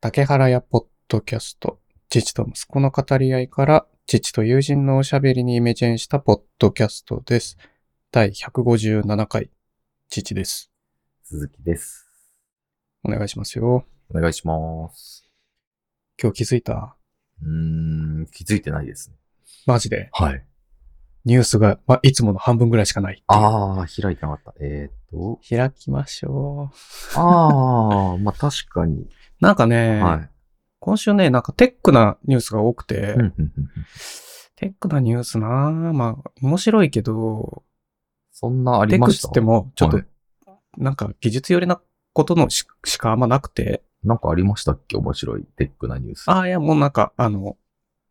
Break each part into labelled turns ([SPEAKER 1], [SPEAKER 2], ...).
[SPEAKER 1] 竹原屋ポッドキャスト。父と息子の語り合いから、父と友人のおしゃべりにイメチェンしたポッドキャストです。第157回、父です。
[SPEAKER 2] 鈴木です。
[SPEAKER 1] お願いしますよ。
[SPEAKER 2] お願いします。
[SPEAKER 1] 今日気づいた
[SPEAKER 2] うーん、気づいてないですね。
[SPEAKER 1] マジで。
[SPEAKER 2] はい。
[SPEAKER 1] ニュースが、ま、いつもの半分ぐらいしかない。
[SPEAKER 2] あー、開いてなかった。えー、っと、
[SPEAKER 1] 開きましょう。
[SPEAKER 2] あー、 まあ確かに。
[SPEAKER 1] なんかね、
[SPEAKER 2] はい。
[SPEAKER 1] 今週ね、なんかテックなニュースが多くて、
[SPEAKER 2] うんうんうんうん
[SPEAKER 1] テックなニュースなぁまあ、面白いけど、
[SPEAKER 2] そんなあ
[SPEAKER 1] テ
[SPEAKER 2] り
[SPEAKER 1] ッ
[SPEAKER 2] ま
[SPEAKER 1] クっ
[SPEAKER 2] し
[SPEAKER 1] つ
[SPEAKER 2] た
[SPEAKER 1] っても、ちょっと
[SPEAKER 2] はい、
[SPEAKER 1] なんか技術寄りなことのししかあんまなくて、
[SPEAKER 2] なんかありましたっけ面白いテックなニュース。
[SPEAKER 1] ああ、いや、もうなんか、あの、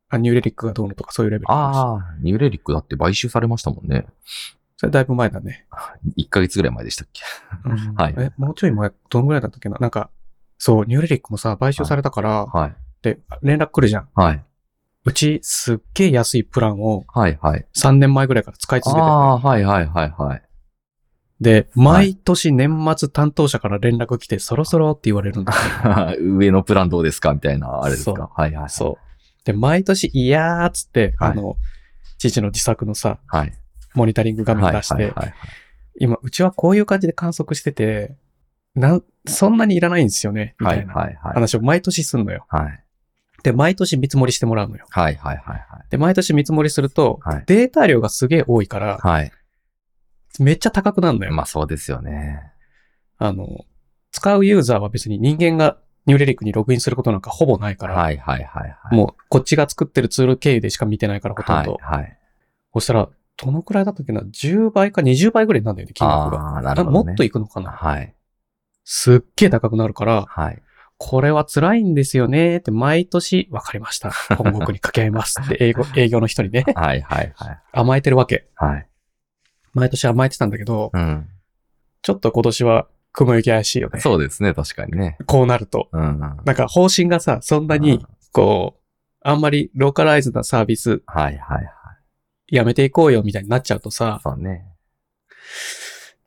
[SPEAKER 1] あニューレリックがどうのとかそういうレベルあ。
[SPEAKER 2] あー、ニューレリックだって買収されましたもんね。
[SPEAKER 1] それだいぶ前だね。
[SPEAKER 2] 1ヶ月ぐらい前でしたっけ
[SPEAKER 1] うん
[SPEAKER 2] はい
[SPEAKER 1] え、もうちょい前、どんぐらいだったっけななんか、そう、ニューレリックもさ、買収されたから、
[SPEAKER 2] はい。
[SPEAKER 1] で、連絡来るじゃん。
[SPEAKER 2] はい。
[SPEAKER 1] うち、すっげえ安いプランを
[SPEAKER 2] はいはい。
[SPEAKER 1] 3年前ぐらいから使い続けてるね
[SPEAKER 2] あー、はいはいはいはい。
[SPEAKER 1] で、毎年年末担当者から連絡来て、そろそろって言われるんだ。
[SPEAKER 2] 上のプランどうですかみたいな、あれです
[SPEAKER 1] そう
[SPEAKER 2] か。はいはい。う。
[SPEAKER 1] そう。で、毎年、いやーっつって、
[SPEAKER 2] はい
[SPEAKER 1] あの、父の自作のさ、
[SPEAKER 2] はい。
[SPEAKER 1] モニタリング画面出して、
[SPEAKER 2] はいはいはい
[SPEAKER 1] 今、うちはこういう感じで観測してて、なん、そんなにいらないんですよね、み
[SPEAKER 2] は
[SPEAKER 1] た
[SPEAKER 2] い。
[SPEAKER 1] いな
[SPEAKER 2] はいはいはい。
[SPEAKER 1] 話を毎年すんのよ。
[SPEAKER 2] はい。
[SPEAKER 1] で、毎年見積もりしてもらうのよ。
[SPEAKER 2] はいはいはい
[SPEAKER 1] で、毎年見積もりすると、
[SPEAKER 2] はい
[SPEAKER 1] データ量がすげえ多いから、
[SPEAKER 2] はい。
[SPEAKER 1] めっちゃ高くなるの
[SPEAKER 2] はい。
[SPEAKER 1] よ。
[SPEAKER 2] まあそうですよね。
[SPEAKER 1] あの、使うユーザーは別に人間がニューレリックにログインすることなんかほぼないから、
[SPEAKER 2] はいはいはいはい。
[SPEAKER 1] もうこっちが作ってるツール経由でしか見てないからほとん
[SPEAKER 2] はい
[SPEAKER 1] ど。
[SPEAKER 2] はい。
[SPEAKER 1] そしたら、どのくらいだったっけな ?10 倍か20倍ぐらいなんだよね、金額が。
[SPEAKER 2] ああー、なるほど、
[SPEAKER 1] あ
[SPEAKER 2] ね。
[SPEAKER 1] もっといくのかな
[SPEAKER 2] はい。
[SPEAKER 1] すっげえ高くなるから、
[SPEAKER 2] はい。
[SPEAKER 1] これは辛いんですよねって毎年、わかりました。本国に掛け合いますって英語、営業の人にね、
[SPEAKER 2] はいはいはい。
[SPEAKER 1] 甘えてるわけ。
[SPEAKER 2] はい。
[SPEAKER 1] 毎年甘えてたんだけど、
[SPEAKER 2] うん。
[SPEAKER 1] ちょっと今年は雲行き怪しいよね。
[SPEAKER 2] そうですね、確かにね。
[SPEAKER 1] こうなると。
[SPEAKER 2] うん。
[SPEAKER 1] なんか方針がさ、そんなに、こう、あんまりローカライズなサービス
[SPEAKER 2] はいはいはい。
[SPEAKER 1] やめていこうよみたいになっちゃうとさ、
[SPEAKER 2] そうね。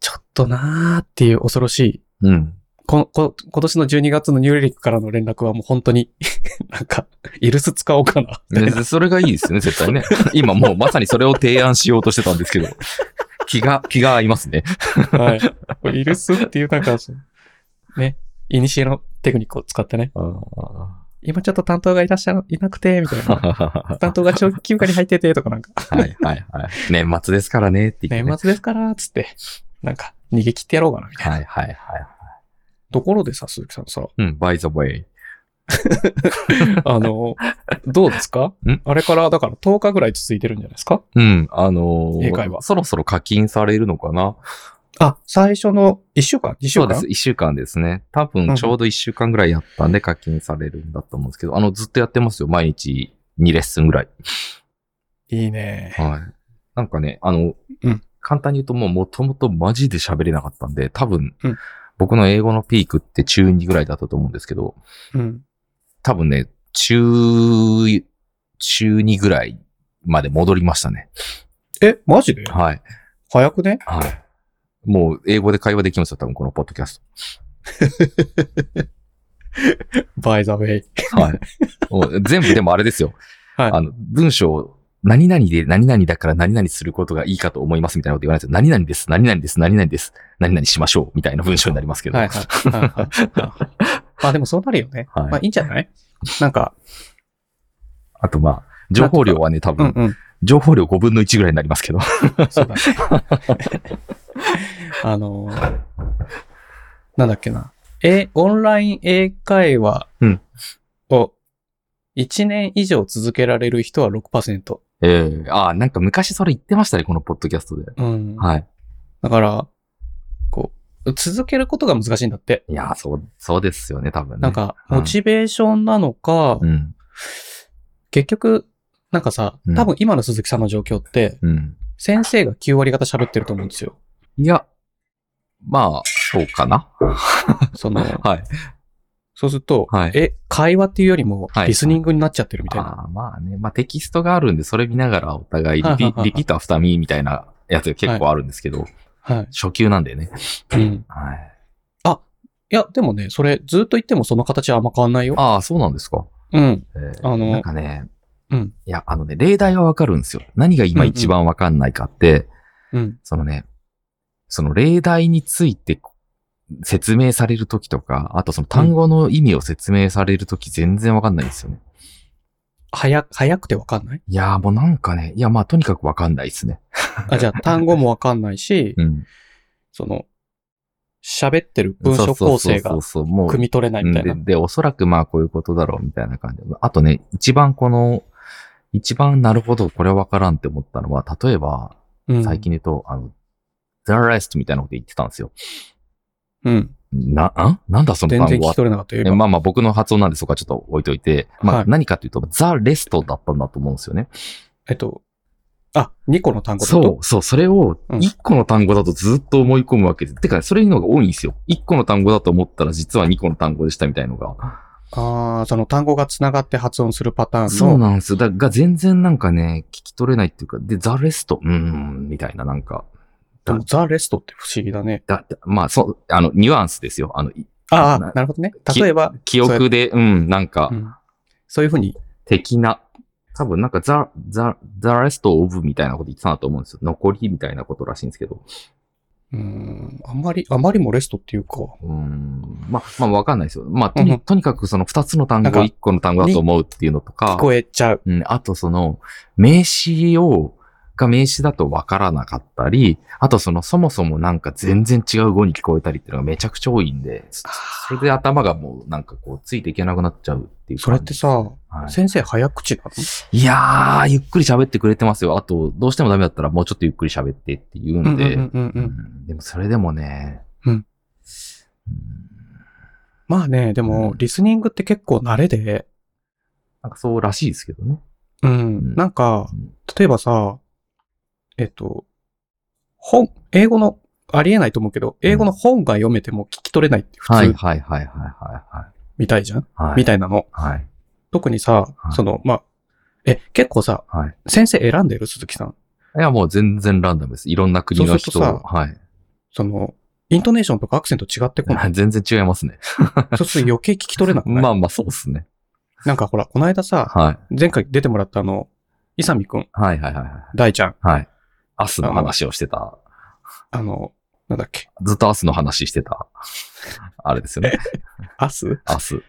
[SPEAKER 1] ちょっとなーっていう恐ろしい
[SPEAKER 2] うん。
[SPEAKER 1] ここ今年の12月のニューレリックからの連絡はもう本当に、 なんか、イルス使おうかな。みたいな
[SPEAKER 2] ねそれがいい ですよね、絶対ね。今もうまさにそれを提案しようとしてたんですけど。気が、気が合いますね。
[SPEAKER 1] はい。 これイルスっていうなんか、そのね、イニシエのテクニックを使ってね、今ちょっと担当がいらっしゃら、いなくて、みたい な。
[SPEAKER 2] は
[SPEAKER 1] 担当が長期休暇に入ってて、とかなんか、
[SPEAKER 2] いはいはい。年末ですからね、って言って、ね。
[SPEAKER 1] 年末ですから、つって、なんか、逃げ切ってやろうかな、みたいな。
[SPEAKER 2] はいはいはい。
[SPEAKER 1] ところでさ、鈴木さんさ、
[SPEAKER 2] うん、by the way。
[SPEAKER 1] あの、 どうですか
[SPEAKER 2] ん
[SPEAKER 1] あれから、だから10日ぐらい続いてるんじゃないですか
[SPEAKER 2] うん、あのー
[SPEAKER 1] 英会話
[SPEAKER 2] そろそろ課金されるのかな
[SPEAKER 1] あ、最初の1週間 ?2 週
[SPEAKER 2] そう
[SPEAKER 1] 間
[SPEAKER 2] です。1週間ですね。多
[SPEAKER 1] うん
[SPEAKER 2] 分、ちょうど1週間ぐらいやったんで課金されるんだと思うんですけど、あの、ずっとやってますよ。毎日2レッスンぐらい。
[SPEAKER 1] いいね。
[SPEAKER 2] はい。なんかね、あの、
[SPEAKER 1] うん
[SPEAKER 2] 簡単に言うともう、もともとマジで喋れなかったんで、多分、
[SPEAKER 1] うん
[SPEAKER 2] 僕の英語のピークって中2ぐらいだったと思うんですけど、
[SPEAKER 1] うん。
[SPEAKER 2] 多分ね、中、中2ぐらいまで戻りましたね。
[SPEAKER 1] え、マジで
[SPEAKER 2] はい。
[SPEAKER 1] 早くね
[SPEAKER 2] はい。もう、英語で会話できますよ。多分、このポッドキャスト。
[SPEAKER 1] バイザウェイ。
[SPEAKER 2] はい。もう全部でもあれですよ。
[SPEAKER 1] はい
[SPEAKER 2] あの、文章を、何々で何々だから何々することがいいかと思いますみたいなこと言わないですよ。何々です、何々です、何々です、何々しましょうみたいな文章になりますけど。
[SPEAKER 1] はいはいはい はい。まあでもそうなるよね。
[SPEAKER 2] はい
[SPEAKER 1] まあいいんじゃないなんか、
[SPEAKER 2] あとまあ、情報量はね、多
[SPEAKER 1] うん
[SPEAKER 2] 分、
[SPEAKER 1] うん。
[SPEAKER 2] 情報量5分の1ぐらいになりますけど。
[SPEAKER 1] そうだね。あのー、なんだっけな。え、オンライン英会話
[SPEAKER 2] うん
[SPEAKER 1] を1年以上続けられる人は6%。
[SPEAKER 2] ええああ、なんか昔それ言ってましたね、このポッドキャストで。
[SPEAKER 1] うん。
[SPEAKER 2] はい。
[SPEAKER 1] だから、こう、続けることが難しいんだって。
[SPEAKER 2] いやー、そう、そうですよね、多分ね。
[SPEAKER 1] なん、か、
[SPEAKER 2] うん
[SPEAKER 1] モチベーションなのか、
[SPEAKER 2] うん、
[SPEAKER 1] 結局、なんかさ
[SPEAKER 2] う、ん
[SPEAKER 1] 多分今の鈴木さんの状況って、
[SPEAKER 2] うん。
[SPEAKER 1] 先生が9割方喋ってると思うんです よ。
[SPEAKER 2] いや、まあ、そうかな。
[SPEAKER 1] その、
[SPEAKER 2] はい。
[SPEAKER 1] そうすると、
[SPEAKER 2] はい
[SPEAKER 1] え、会話っていうよりも
[SPEAKER 2] は、い
[SPEAKER 1] リスニングになっちゃってるみたいな。
[SPEAKER 2] ああーまあね。まあテキストがあるんで、それ見ながらお互いリ
[SPEAKER 1] はい はい
[SPEAKER 2] ピ
[SPEAKER 1] はい
[SPEAKER 2] リピートアフターミーみたいなやつが結構あるんですけど、
[SPEAKER 1] はい。
[SPEAKER 2] 初級なんでね。
[SPEAKER 1] うん。
[SPEAKER 2] はい。
[SPEAKER 1] いや、でもね、それずっと言ってもその形はあんま変わんないよ。
[SPEAKER 2] ああ、そうなんですか。
[SPEAKER 1] うん。
[SPEAKER 2] えー
[SPEAKER 1] あの
[SPEAKER 2] なんかね、
[SPEAKER 1] うん。
[SPEAKER 2] いや、あのね、例題はわかるんですよ。何が今一番わかんないかって、
[SPEAKER 1] うん。
[SPEAKER 2] そのね、その例題について説明されるときとか、あとその単語の意味を説明されるとき全然わかんないんですよね。
[SPEAKER 1] 早、早くてわかんない
[SPEAKER 2] いやーもうなんかね、いやまあとにかくわかんないですね。
[SPEAKER 1] あ、じゃあ単語もわかんないし、
[SPEAKER 2] うん。
[SPEAKER 1] その、喋ってる文章構成が
[SPEAKER 2] そうそうそうそう、もう
[SPEAKER 1] 汲み取れないみたいな
[SPEAKER 2] うん。で。で、おそらくまあこういうことだろうみたいな感じ。あとね、一番この、一番なるほど、これはわからんって思ったのは、例えば、
[SPEAKER 1] うん
[SPEAKER 2] 最。近で言うと、あの、the rest みたいなこと言ってたんですよ。
[SPEAKER 1] うん。
[SPEAKER 2] な、んなんだその
[SPEAKER 1] 全
[SPEAKER 2] 単
[SPEAKER 1] 然
[SPEAKER 2] 語
[SPEAKER 1] 聞
[SPEAKER 2] は
[SPEAKER 1] き取れなかったよ。
[SPEAKER 2] え
[SPEAKER 1] 今
[SPEAKER 2] まあまあ僕の発音なんでそこはちょっと置いといて、ま
[SPEAKER 1] は
[SPEAKER 2] あ
[SPEAKER 1] い
[SPEAKER 2] 何かというと、ザ・レストだったんだと思うんですよね。
[SPEAKER 1] えっと、あ、2個の単語ってこ
[SPEAKER 2] そ
[SPEAKER 1] と
[SPEAKER 2] う、そう、それを
[SPEAKER 1] うん
[SPEAKER 2] 1個の単語だとずっと思い込むわけです。てか、それの方が多いんですよ。1個の単語だと思ったら実は2個の単語でしたみたいのが。
[SPEAKER 1] ああ、その単語が繋がって発音するパターンの。
[SPEAKER 2] そうなんですよ。だが全然なんかね、聞き取れないっていうか、で、ザ・レスト、うーん、みたいななんか。
[SPEAKER 1] でもザ・レストって不思議だね。
[SPEAKER 2] だ、だまあ、そう、あの、ニュアンスですよ。あの、い
[SPEAKER 1] あ
[SPEAKER 2] な
[SPEAKER 1] あ、なるほどね。
[SPEAKER 2] き
[SPEAKER 1] 例えば、
[SPEAKER 2] 記憶で、うん、なんか
[SPEAKER 1] う、んそういうふうに、
[SPEAKER 2] 的な、多分なんかザ、ザ、ザレストオブみたいなこと言ってたなと思うんですよ。残りみたいなことらしいんですけど。
[SPEAKER 1] うん、あんまり、あまりもレストっていうか、
[SPEAKER 2] うーん。まあ、まあわかんないですよ。まあ、と
[SPEAKER 1] うんう
[SPEAKER 2] に
[SPEAKER 1] ん
[SPEAKER 2] とにかくその二つの単
[SPEAKER 1] なんか
[SPEAKER 2] 語、一個の単語だと思うっていうのと
[SPEAKER 1] 聞
[SPEAKER 2] か、
[SPEAKER 1] こえちゃう。
[SPEAKER 2] うん、あとその、名詞を、が名詞だとわからなかったり、あとその、そもそもなんか全然違う語に聞こえたりっていうのがめちゃくちゃ多いんで、そそれで頭がもうなんかこう、ついていけなくなっちゃうっていう
[SPEAKER 1] それっ
[SPEAKER 2] 感
[SPEAKER 1] て
[SPEAKER 2] じです
[SPEAKER 1] さ、
[SPEAKER 2] ね、はい
[SPEAKER 1] 先生早口なの
[SPEAKER 2] いやー、ゆっくり喋ってくれてますよ。あと、どうしてもダメだったらもうちょっとゆっくり喋ってって言うので。
[SPEAKER 1] うんうんうんうんうん
[SPEAKER 2] うんでも、それでもね。
[SPEAKER 1] うん
[SPEAKER 2] うん。
[SPEAKER 1] まあね、でも、リスニングって結構慣れで、
[SPEAKER 2] なんかそうらしいですけどね。
[SPEAKER 1] うん、なんか、例えばさ、えっと、本、英語の、ありえないと思うけど、英語の本が読めても聞き取れないって普
[SPEAKER 2] はい
[SPEAKER 1] 通
[SPEAKER 2] はいはいはいは
[SPEAKER 1] みたいじゃん、
[SPEAKER 2] いはい。はい。
[SPEAKER 1] みたいなの。
[SPEAKER 2] はい。
[SPEAKER 1] 特にさ、
[SPEAKER 2] い
[SPEAKER 1] その、まあ、え、結構さ、
[SPEAKER 2] はい。
[SPEAKER 1] 先生選んでる鈴木さん。
[SPEAKER 2] いや、もう全然ランダムです。いろんな国の人
[SPEAKER 1] そうすると
[SPEAKER 2] はい。
[SPEAKER 1] その、イントネーションとかアクセント違ってこない。
[SPEAKER 2] 全然違いますね。
[SPEAKER 1] そうすると余計聞き取れなくない、
[SPEAKER 2] まあまあ、そうですね。
[SPEAKER 1] なんかほら、この間さ、
[SPEAKER 2] はい。
[SPEAKER 1] 前回出てもらったあの、イサミくん、
[SPEAKER 2] はいはいはいはい。
[SPEAKER 1] 大ちゃん、
[SPEAKER 2] はい。明日の話をしてた。
[SPEAKER 1] あの、なんだっけ、
[SPEAKER 2] ずっと明日の話してた。あれです よね。
[SPEAKER 1] アス
[SPEAKER 2] 明日。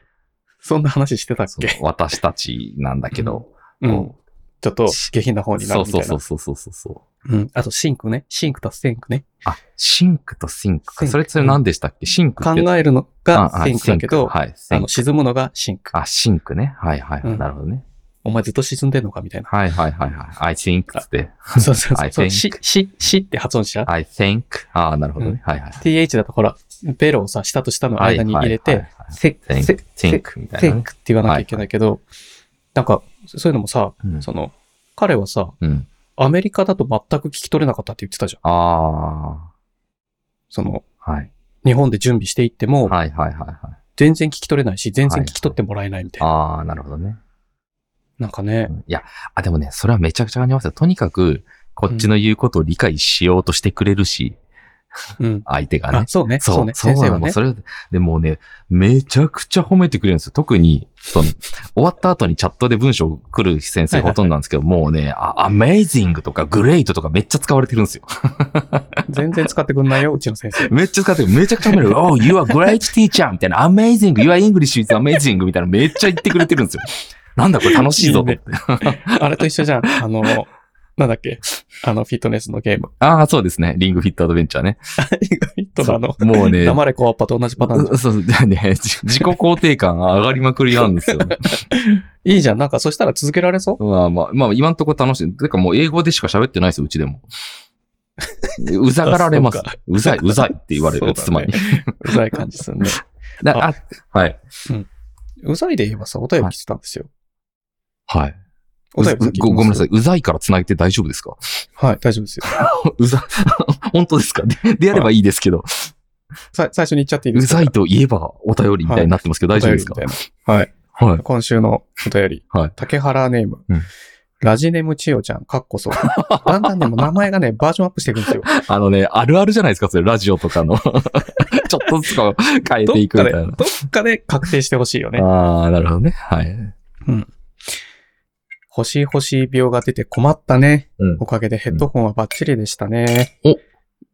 [SPEAKER 1] そんな話してたっ
[SPEAKER 2] その
[SPEAKER 1] け
[SPEAKER 2] 私たちなんだけど。
[SPEAKER 1] う。
[SPEAKER 2] こうん
[SPEAKER 1] ちょっと下品な方にな
[SPEAKER 2] そ
[SPEAKER 1] る
[SPEAKER 2] う
[SPEAKER 1] みたい
[SPEAKER 2] そ
[SPEAKER 1] な。
[SPEAKER 2] うそうそうそうそうそう。
[SPEAKER 1] うん。あと、シンクね。シンクとセンクね。
[SPEAKER 2] あ、シンクとシンク
[SPEAKER 1] シン
[SPEAKER 2] か。
[SPEAKER 1] ク
[SPEAKER 2] それそれ何でしたっけシンク
[SPEAKER 1] 考
[SPEAKER 2] って。
[SPEAKER 1] えるのが
[SPEAKER 2] あ
[SPEAKER 1] センクだけど、
[SPEAKER 2] シンクはい。シ
[SPEAKER 1] あ
[SPEAKER 2] ン
[SPEAKER 1] の、
[SPEAKER 2] ク
[SPEAKER 1] 沈むのがシンク。
[SPEAKER 2] あ、シンクね。はいはい。
[SPEAKER 1] うん
[SPEAKER 2] なるほどね。
[SPEAKER 1] お前ずっと沈んでんのかみたいな。
[SPEAKER 2] はいはいはいはい。I think つって。
[SPEAKER 1] そうそうそ
[SPEAKER 2] I
[SPEAKER 1] うそう。
[SPEAKER 2] think
[SPEAKER 1] し、し、しって発音しちゃう。
[SPEAKER 2] I think. ああ、なるほどね。はいはい。
[SPEAKER 1] th だとほら、ベロをさ、下と下の間に入れ
[SPEAKER 2] はいは
[SPEAKER 1] て
[SPEAKER 2] いはいは、い
[SPEAKER 1] セッ、セ
[SPEAKER 2] think,
[SPEAKER 1] ッ、セ
[SPEAKER 2] think みたいなね。
[SPEAKER 1] って言わなきゃいけないけど、なんか、そういうのもさ、
[SPEAKER 2] うん
[SPEAKER 1] その、彼はさ、
[SPEAKER 2] うん。
[SPEAKER 1] アメリカだと全く聞き取れなかったって言ってたじゃん。
[SPEAKER 2] ああ。
[SPEAKER 1] その、
[SPEAKER 2] はい。
[SPEAKER 1] 日本で準備していっても、
[SPEAKER 2] はいはいはいはい。
[SPEAKER 1] 全然聞き取れないし、全然聞き取ってもらえないみたいな。
[SPEAKER 2] ああ、なるほどね。
[SPEAKER 1] なんかね
[SPEAKER 2] う、んいや、あ、でもね、それはめちゃくちゃ感じますよ。とにかく、こっちの言うことを理解しようとしてくれるし、
[SPEAKER 1] うん。
[SPEAKER 2] 相手がね
[SPEAKER 1] あ、。そうね、
[SPEAKER 2] そう、
[SPEAKER 1] そうね、
[SPEAKER 2] そう
[SPEAKER 1] 先
[SPEAKER 2] な
[SPEAKER 1] 生
[SPEAKER 2] の
[SPEAKER 1] は
[SPEAKER 2] もう
[SPEAKER 1] ね。
[SPEAKER 2] それ、でもうね、めちゃくちゃ褒めてくれるんですよ。特に、その、終わった後にチャットで文章来る先生
[SPEAKER 1] はいはいはい
[SPEAKER 2] ほとんどなんですけど、もうね、あ amazing とか great とかめっちゃ使われてるんですよ。
[SPEAKER 1] 全然使ってくんないよ、うちの先生。
[SPEAKER 2] めっちゃ使ってる。めちゃくちゃ褒める。oh, you are great teacher! みたいな、amazing! your English is amazing! みたいな、めっちゃ言ってくれてるんですよ。なんだこれ楽しいぞと思って。
[SPEAKER 1] あれと一緒じゃん。あの、なんだっけ、あの、フィットネスのゲーム。
[SPEAKER 2] ああ、そうですね。リングフィットアドベンチャーね。
[SPEAKER 1] フィットのあの、
[SPEAKER 2] もうね、
[SPEAKER 1] 黙れコアッパと同じパターンじゃん
[SPEAKER 2] うそう、じゃあね、じ自己肯定感上がりまくりな んですよ。
[SPEAKER 1] いいじゃん。なんか、そしたら続けられそう
[SPEAKER 2] まあまあ、まあ今んとこ楽しい。てかもう英語でしか喋ってないですよ、うちでも。うざがられます
[SPEAKER 1] あそう。
[SPEAKER 2] うざい、うざいって言われ
[SPEAKER 1] そ
[SPEAKER 2] る、
[SPEAKER 1] うだね
[SPEAKER 2] つまり。
[SPEAKER 1] うざい感じす るね。
[SPEAKER 2] だあはい。
[SPEAKER 1] うざいで言えばさ、お便り来てたんですよ。
[SPEAKER 2] はい。
[SPEAKER 1] お便り
[SPEAKER 2] う
[SPEAKER 1] 先
[SPEAKER 2] ずごごめんなさ
[SPEAKER 1] い。
[SPEAKER 2] い。うざいから繋げて大丈夫ですか
[SPEAKER 1] はい、大丈夫ですよ。
[SPEAKER 2] うざ、本当ですかでであればいいですけど、
[SPEAKER 1] さ最初に言っちゃっていいうですか
[SPEAKER 2] ざいと言えばお便りみたいになってますけど、大丈夫ですか
[SPEAKER 1] お便りみたいなはい。
[SPEAKER 2] はい。
[SPEAKER 1] 今週のお便り。
[SPEAKER 2] はい
[SPEAKER 1] 竹原ネーム。
[SPEAKER 2] うん
[SPEAKER 1] ラジネムチヨちゃん、かっこそう。だんだんでも名前がね、バージョンアップしていくんですよ。
[SPEAKER 2] あのね、あるあるじゃないですか、それ、ラジオと かの。ちょっとずつこう変え
[SPEAKER 1] ど
[SPEAKER 2] て
[SPEAKER 1] っ
[SPEAKER 2] いく
[SPEAKER 1] かで、
[SPEAKER 2] みたい
[SPEAKER 1] どっかで確定してほしいよね
[SPEAKER 2] な。。ああ、なるほどね。はい。
[SPEAKER 1] 欲しい欲しい病が出て困ったね。
[SPEAKER 2] うん
[SPEAKER 1] おかげでヘッドホンはバッチリでしたね。
[SPEAKER 2] うんお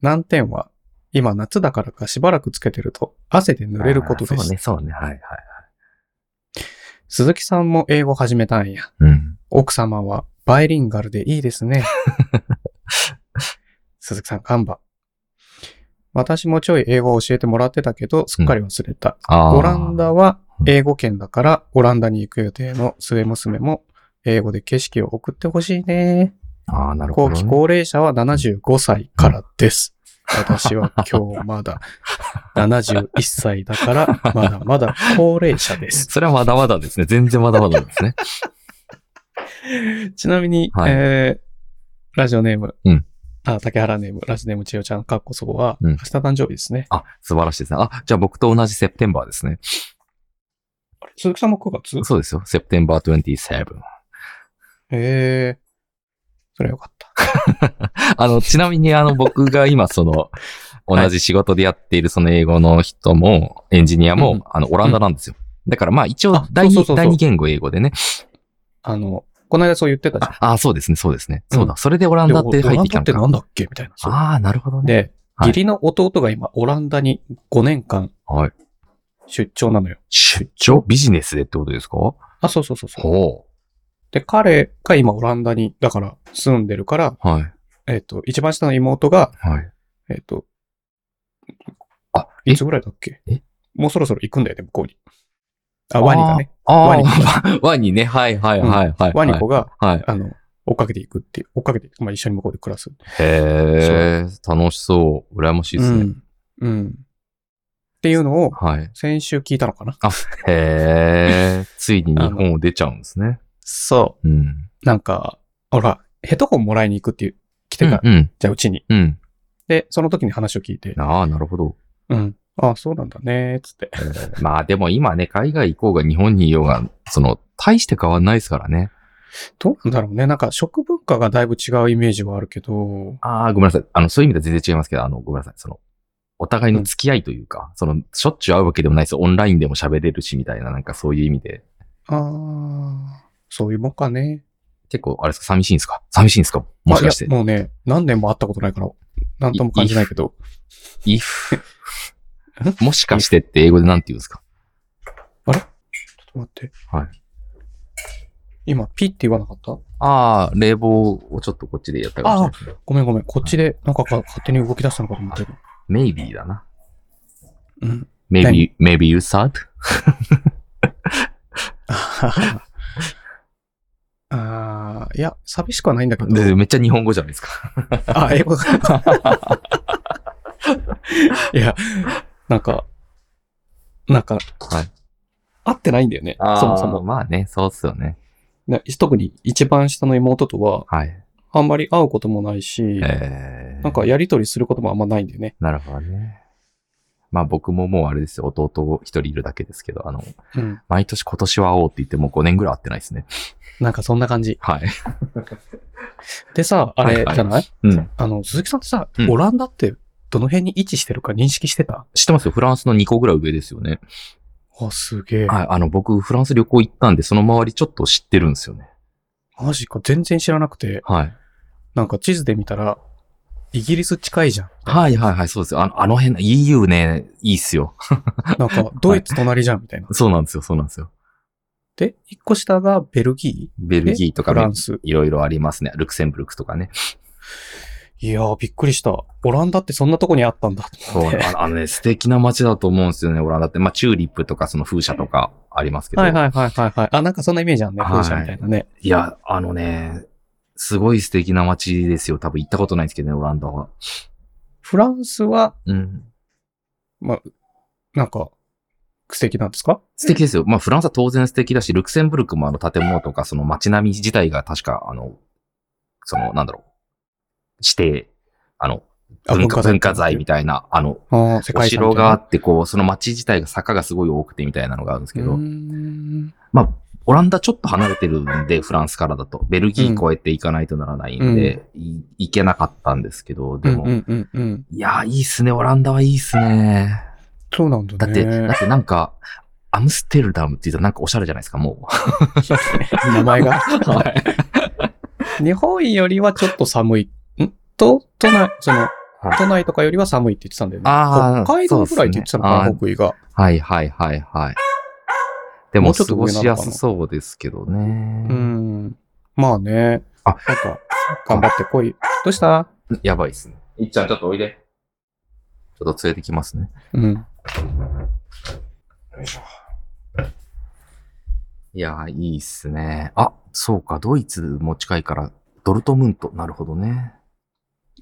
[SPEAKER 1] 難点は、今夏だからかしばらくつけてると汗で濡れることで
[SPEAKER 2] あー
[SPEAKER 1] す。
[SPEAKER 2] そうね、そうね。はいはい。
[SPEAKER 1] 鈴木さんも英語始めたんや。
[SPEAKER 2] うん。
[SPEAKER 1] 奥様はバイリンガルでいいです ね。鈴木さん、カンバ。私もちょい英語を教えてもらってたけど、すっかり忘れた。
[SPEAKER 2] あー
[SPEAKER 1] オランダは英語圏だから、オランダに行く予定の末娘も、英語で景色を送ってほしいね。
[SPEAKER 2] ああ、なるほ
[SPEAKER 1] 後
[SPEAKER 2] ど、
[SPEAKER 1] 期
[SPEAKER 2] ね。
[SPEAKER 1] 高齢者は75歳からです。私は今日 まだ71歳だから、まだまだ高齢者です。
[SPEAKER 2] それはまだまだですね。全然まだまだですね。
[SPEAKER 1] ちなみに、
[SPEAKER 2] はい
[SPEAKER 1] えーラジオネーム、
[SPEAKER 2] うん
[SPEAKER 1] あ、竹原ネーム、ラジオネーム千代ちゃん、かっこそこは、
[SPEAKER 2] うん
[SPEAKER 1] 明日誕生日ですね。
[SPEAKER 2] あ、素晴らしいですね。あ、じゃあ僕と同じセプテンバーですね。
[SPEAKER 1] あれ鈴木さんも9月
[SPEAKER 2] そうですよ。セプテンバー27。
[SPEAKER 1] ええそれはよかった。
[SPEAKER 2] あの、ちなみにあの僕が今その、
[SPEAKER 1] はい
[SPEAKER 2] 同じ仕事でやっているその英語の人も、エンジニアも、
[SPEAKER 1] うん
[SPEAKER 2] あの、オランダなんですよ。だからまあ一応
[SPEAKER 1] あ
[SPEAKER 2] 第
[SPEAKER 1] そうそ
[SPEAKER 2] 二、
[SPEAKER 1] うそうそう
[SPEAKER 2] 第二言語英語でね。
[SPEAKER 1] あの、この間そう言ってたじゃん。
[SPEAKER 2] ああ、そうですね、そうですね。
[SPEAKER 1] うん
[SPEAKER 2] そうだ、それでオランダって
[SPEAKER 1] でオ
[SPEAKER 2] 入
[SPEAKER 1] ラン
[SPEAKER 2] ってき
[SPEAKER 1] ダ
[SPEAKER 2] た
[SPEAKER 1] って。
[SPEAKER 2] のか
[SPEAKER 1] なんだっけみたいな。そう
[SPEAKER 2] ああ、なるほどね。
[SPEAKER 1] で、
[SPEAKER 2] はい
[SPEAKER 1] 義理の弟が今、オランダに5年間
[SPEAKER 2] はい。
[SPEAKER 1] 出張なのよ。
[SPEAKER 2] 出張ビジネスでってことですかほ
[SPEAKER 1] あ、そうそうそうそう。
[SPEAKER 2] う。
[SPEAKER 1] で、彼が今、オランダに、だから、住んでるから、
[SPEAKER 2] はい。
[SPEAKER 1] えっ、と、一番下の妹が、
[SPEAKER 2] はい。
[SPEAKER 1] えっ、と、
[SPEAKER 2] あ、
[SPEAKER 1] いつぐらいだっけ
[SPEAKER 2] え
[SPEAKER 1] もうそろそろ行くんだよね、向こうに。あ、ワニがね。
[SPEAKER 2] ああ。
[SPEAKER 1] ワニコ
[SPEAKER 2] ワ ワニね。はいはいはいはい。
[SPEAKER 1] ワニ子が、
[SPEAKER 2] はい。はい。
[SPEAKER 1] あの、追っかけていくっていう、追っかけて、まあ、一緒に向こうで暮らす。
[SPEAKER 2] へえ、楽しそう。羨ましいですね。
[SPEAKER 1] うん。うん。っていうのを、
[SPEAKER 2] はい。
[SPEAKER 1] 先週聞いたのかな
[SPEAKER 2] へえ、ついに日本を出ちゃうんですね。
[SPEAKER 1] そ
[SPEAKER 2] うん。
[SPEAKER 1] う。なんか、ほら、ヘッドホンもらいに行くっていう、来てた、
[SPEAKER 2] うんうん。
[SPEAKER 1] じゃあうちに。
[SPEAKER 2] うん。
[SPEAKER 1] で、その時に話を聞いて、
[SPEAKER 2] ああ、なるほど。
[SPEAKER 1] うん。ああ、そうなんだね、つって。
[SPEAKER 2] えーまあでも今ね、海外行こうが日本にいようが、その、大して変わんないですからね。
[SPEAKER 1] どうなんだろうね。なんか、食文化がだいぶ違うイメージはあるけど、
[SPEAKER 2] ああ、ごめんなさい。あの、そういう意味では全然違いますけど、あの、ごめんなさい。その、お互いの付き合いというか、その、しょっちゅう会うわけでもないです。オンラインでも喋れるし、みたいな、なんかそういう意味で。
[SPEAKER 1] ああ、そういうもんかね。
[SPEAKER 2] 結構、あれですか、寂しいんですか寂しいんですかもしかして
[SPEAKER 1] あい。やもうね、何年も会ったことないから、なんとも感じないけど、
[SPEAKER 2] if もしかしてって英語でなんて言うんですか
[SPEAKER 1] ちょっと待って。
[SPEAKER 2] はい
[SPEAKER 1] 今、ピって言わなかった
[SPEAKER 2] ああ、冷房をちょっとこっちでやったかもしれない。
[SPEAKER 1] ごめんごめん。こっちで、なんかか勝手に動き出したのかと思ってる。
[SPEAKER 2] maybe だな。
[SPEAKER 1] うん。
[SPEAKER 2] maybe, maybe you sad?
[SPEAKER 1] ああー、いや、寂しくはないんだけど。
[SPEAKER 2] でめっちゃ日本語じゃないですか。
[SPEAKER 1] あ、英語だ。 いや、なんか、なんか、
[SPEAKER 2] はい
[SPEAKER 1] 合ってないんだよね。 そもそも。
[SPEAKER 2] まあね、そうっすよね。
[SPEAKER 1] ね特に一番下の妹とは、
[SPEAKER 2] はい。
[SPEAKER 1] あんまり会うこともないし、
[SPEAKER 2] えー、
[SPEAKER 1] なんかやりとりすることもあんまないんだよね。
[SPEAKER 2] なるほどね。まあ僕ももうあれですよ、弟一人いるだけですけど、あの、
[SPEAKER 1] うん。
[SPEAKER 2] 毎年今年は会おうって言ってもう5年ぐらい会ってないですね。
[SPEAKER 1] なんかそんな感じ。
[SPEAKER 2] はい。
[SPEAKER 1] でさ、あ
[SPEAKER 2] はい
[SPEAKER 1] れ
[SPEAKER 2] はい
[SPEAKER 1] じゃない、
[SPEAKER 2] うん。
[SPEAKER 1] あの、鈴木さんってさ、
[SPEAKER 2] うん
[SPEAKER 1] オランダってどの辺に位置してるか認識してた
[SPEAKER 2] 知ってますよ、フランスの2個ぐらい上ですよね。
[SPEAKER 1] あ、すげえ。
[SPEAKER 2] はい、あの僕フランス旅行行ったんで、その周りちょっと知ってるんですよね。
[SPEAKER 1] マジか、全然知らなくて、
[SPEAKER 2] はい。
[SPEAKER 1] なんか地図で見たら、イギリス近いじゃん。
[SPEAKER 2] はいはいはい、そうですよ。あのあの辺、EU ね、いいっすよ。
[SPEAKER 1] なんか、ドイツ隣じゃん、みたいな。
[SPEAKER 2] そうなんですよ、そうなんですよ。
[SPEAKER 1] で、一個下がベルギ
[SPEAKER 2] ベルギーと
[SPEAKER 1] ー、フ
[SPEAKER 2] か
[SPEAKER 1] ラ
[SPEAKER 2] ね
[SPEAKER 1] ン、ス。
[SPEAKER 2] いろいろありますね。ルクセンブルクとかね。
[SPEAKER 1] いやー、びっくりした。オランダってそんなとこにあったんだ。
[SPEAKER 2] そう、ああのね、素敵な街だと思うんですよね、オランダって。まあ、チューリップとか、その風車とかありますけど。
[SPEAKER 1] はいはいはいはいはい。あ、なんかそんなイメージあんね。
[SPEAKER 2] はい
[SPEAKER 1] 風車みたいなね。
[SPEAKER 2] いや、あのね、すごい素敵な街ですよ。多分行ったことないですけどね、オランダは。
[SPEAKER 1] フランスは、
[SPEAKER 2] うん。
[SPEAKER 1] なんか、素敵なんですか
[SPEAKER 2] 素敵ですよ。まあ、フランスは当然素敵だし、ルクセンブルクもあの建物とか、その街並み自体が確か、あの、その、なんだろう、指定、あの、
[SPEAKER 1] あ
[SPEAKER 2] 文化文化
[SPEAKER 1] 財
[SPEAKER 2] 財みたいな、あの、
[SPEAKER 1] あー世
[SPEAKER 2] お
[SPEAKER 1] 界遺産
[SPEAKER 2] 城
[SPEAKER 1] みたい
[SPEAKER 2] が
[SPEAKER 1] な。
[SPEAKER 2] あって、こう、その街自体が坂がすごい多くてみたいなのがあるんですけど、
[SPEAKER 1] うーん
[SPEAKER 2] まあ、オランダちょっと離れてるんで、フランスからだと。ベルギー越えていかないとならないんで、い行けなかったんですけど、でも、
[SPEAKER 1] うんうんうんうん。
[SPEAKER 2] いやー、いいっすね、オランダはいいっすね。
[SPEAKER 1] そうなんだ
[SPEAKER 2] だって、
[SPEAKER 1] ね。
[SPEAKER 2] だってなんか、アムステルダムって言うとなんかおしゃれじゃないですか、も
[SPEAKER 1] 名前が。
[SPEAKER 2] う。はい。
[SPEAKER 1] 日本よりはちょっと寒い。んと、都内、その、
[SPEAKER 2] はい
[SPEAKER 1] 都内とかよりは寒いって言ってたんだよね。
[SPEAKER 2] あー
[SPEAKER 1] 北海道ぐらいって言ってたのか
[SPEAKER 2] そう
[SPEAKER 1] な、
[SPEAKER 2] ですね
[SPEAKER 1] 北緯が。
[SPEAKER 2] はいはいはいはい。で
[SPEAKER 1] も
[SPEAKER 2] も、
[SPEAKER 1] うちょっ
[SPEAKER 2] 過
[SPEAKER 1] と
[SPEAKER 2] ご
[SPEAKER 1] 上なの
[SPEAKER 2] し
[SPEAKER 1] かな
[SPEAKER 2] やすそうですけどね。
[SPEAKER 1] うん。まあね。
[SPEAKER 2] あ
[SPEAKER 1] なんか、頑張ってこい。どうした
[SPEAKER 2] やばいっすね。いっちゃん、ちょっとおいで。ちょっと連れてきますね。
[SPEAKER 1] うん。
[SPEAKER 2] いやー、いいっすね。あ、そうか、ドイツも近いから、ドルトムント。なるほどね。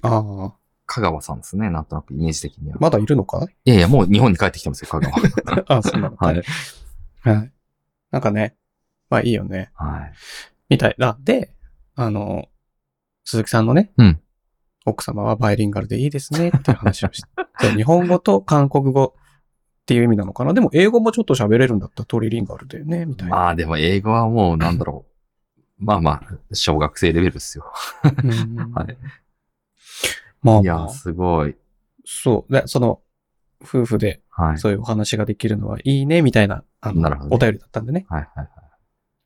[SPEAKER 1] ああ、
[SPEAKER 2] 香川さんですね、なんとなくイメージ的には。
[SPEAKER 1] まだいるの か
[SPEAKER 2] いやいや、もう日本に帰ってきてますよ、香川。
[SPEAKER 1] あそうなのか。
[SPEAKER 2] はい。
[SPEAKER 1] はい。なんかね、まあいいよね。
[SPEAKER 2] はい。
[SPEAKER 1] みたいな。で、あの、鈴木さんのね、
[SPEAKER 2] うん
[SPEAKER 1] 奥様はバイリンガルでいいですねっていう話をして そう日本語と韓国語っていう意味なのかな。でも英語もちょっと喋れるんだったらトリリンガルだよね、みたいな。
[SPEAKER 2] まあでも英語はもうなんだろう。まあまあ、小学生レベルですよ。
[SPEAKER 1] うん
[SPEAKER 2] はい。
[SPEAKER 1] まあ
[SPEAKER 2] いや
[SPEAKER 1] ま
[SPEAKER 2] ー、
[SPEAKER 1] あ、
[SPEAKER 2] すごい。
[SPEAKER 1] そう。で、その、夫婦で
[SPEAKER 2] はい。
[SPEAKER 1] そういうお話ができるのはいいね、みたいな、あの
[SPEAKER 2] なるほどね
[SPEAKER 1] お便りだったんでね。
[SPEAKER 2] はいはいはい。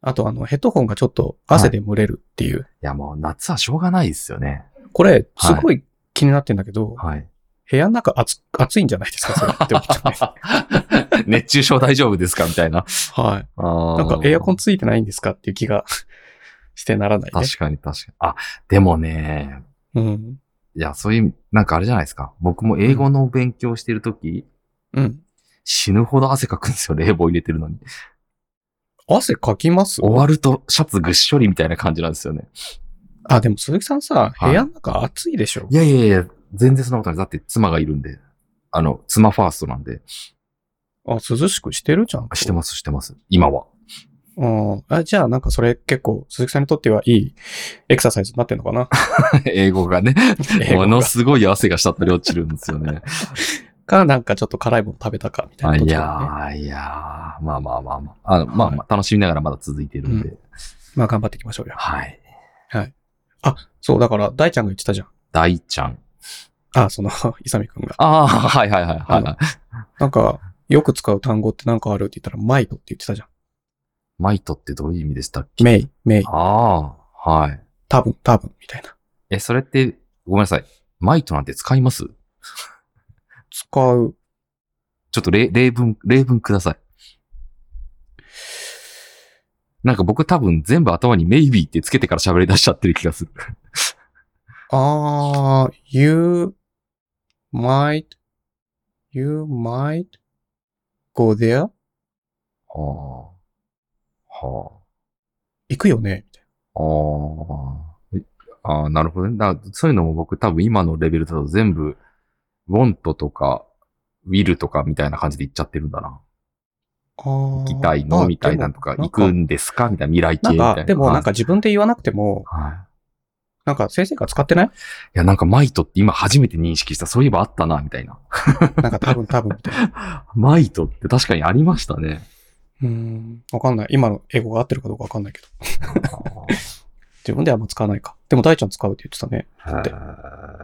[SPEAKER 1] あと、あの、ヘッドホンがちょっと汗で蒸れるっていう。
[SPEAKER 2] いやもう夏はしょうがないですよね。
[SPEAKER 1] これ、すごい気になってんだけど、
[SPEAKER 2] はい。
[SPEAKER 1] 部屋の中暑暑いんじゃないですか、それって思っちゃうね
[SPEAKER 2] 熱中症大丈夫ですかみたいな。
[SPEAKER 1] はい。
[SPEAKER 2] な
[SPEAKER 1] なんかエアコンついてないんですかっていう気が してならないね。
[SPEAKER 2] 確かに確かに。あ、でもね、
[SPEAKER 1] うん。
[SPEAKER 2] いや、そういう、なんかあれじゃないですか。僕も英語の勉強してるとき、
[SPEAKER 1] うん。
[SPEAKER 2] 死ぬほど汗かくんですよ、冷房入れてるのに。
[SPEAKER 1] 汗かきます
[SPEAKER 2] 終わるとシャツぐっしょりみたいな感じなんですよね。
[SPEAKER 1] あ、でも鈴木さんさ、
[SPEAKER 2] はい
[SPEAKER 1] 部屋の中暑いでしょ、
[SPEAKER 2] いやいやいや、全然そんなことない。だって妻がいるんで。あの、妻ファーストなんで。
[SPEAKER 1] あ、涼しくしてるじゃんと。
[SPEAKER 2] してます、してます。今は。
[SPEAKER 1] うん。あ、じゃあなんかそれ結構鈴木さんにとってはいいエクササイズになってんのか な
[SPEAKER 2] 英語がね、
[SPEAKER 1] 英語
[SPEAKER 2] も
[SPEAKER 1] が
[SPEAKER 2] のすごい汗がしたったり落ちるんですよ ね。
[SPEAKER 1] か、なんかちょっと辛いもの食べたかみた
[SPEAKER 2] あ
[SPEAKER 1] いな、
[SPEAKER 2] い
[SPEAKER 1] ね。
[SPEAKER 2] やー、いやー、まあまあまあまあ。あのまあまあ、楽しみながらまだ続いてるんで。
[SPEAKER 1] まあ頑張っていきましょうよ。
[SPEAKER 2] はい。
[SPEAKER 1] そう、だから大ちゃんが言ってたじゃん。
[SPEAKER 2] 大ちゃん。
[SPEAKER 1] あ、その、 イサミ君が。
[SPEAKER 2] ああ、はいはいはいはい
[SPEAKER 1] あの
[SPEAKER 2] はい。
[SPEAKER 1] なんか、よく使う単語ってなんかあるって言ったら、マイトって言ってたじゃん。
[SPEAKER 2] マイトってどういう意味でしたっけ
[SPEAKER 1] メイ、メイ、
[SPEAKER 2] ああ、はい。
[SPEAKER 1] 多分、多分、みたいな。
[SPEAKER 2] え、それって、ごめんなさい。マイトなんて使います
[SPEAKER 1] 使う
[SPEAKER 2] ちょっと例例文、例文ください。なんか僕多分全部頭にメイビーってつけてから喋り出しちゃってる気がする。
[SPEAKER 1] ああ、you might, you might go there?
[SPEAKER 2] はあ。は
[SPEAKER 1] 行くよねみたい
[SPEAKER 2] あ。ああ。ああ、なるほどね。だからそういうのも僕多分今のレベルだと全部、want とか、will とかみたいな感じで言っちゃってるんだな。
[SPEAKER 1] な。行
[SPEAKER 2] 行きたいのみたいなとか、行くんですかみたいな未来系
[SPEAKER 1] な
[SPEAKER 2] み
[SPEAKER 1] ん
[SPEAKER 2] たい
[SPEAKER 1] か、
[SPEAKER 2] な。
[SPEAKER 1] でもなん
[SPEAKER 2] か、
[SPEAKER 1] か自分で言わなくても、
[SPEAKER 2] はい。
[SPEAKER 1] なんか先生が使ってない
[SPEAKER 2] いや、なんかマイトって今初めて認識した。そういえばあったな、みたいな。
[SPEAKER 1] なんか多分多分みたいな。
[SPEAKER 2] マイトって確かにありましたね。
[SPEAKER 1] うーん、わかんない。今の英語が合ってるかどうかわかんないけど。自分ではあんま使わないか。でも大ちゃん使うって言ってたね。 で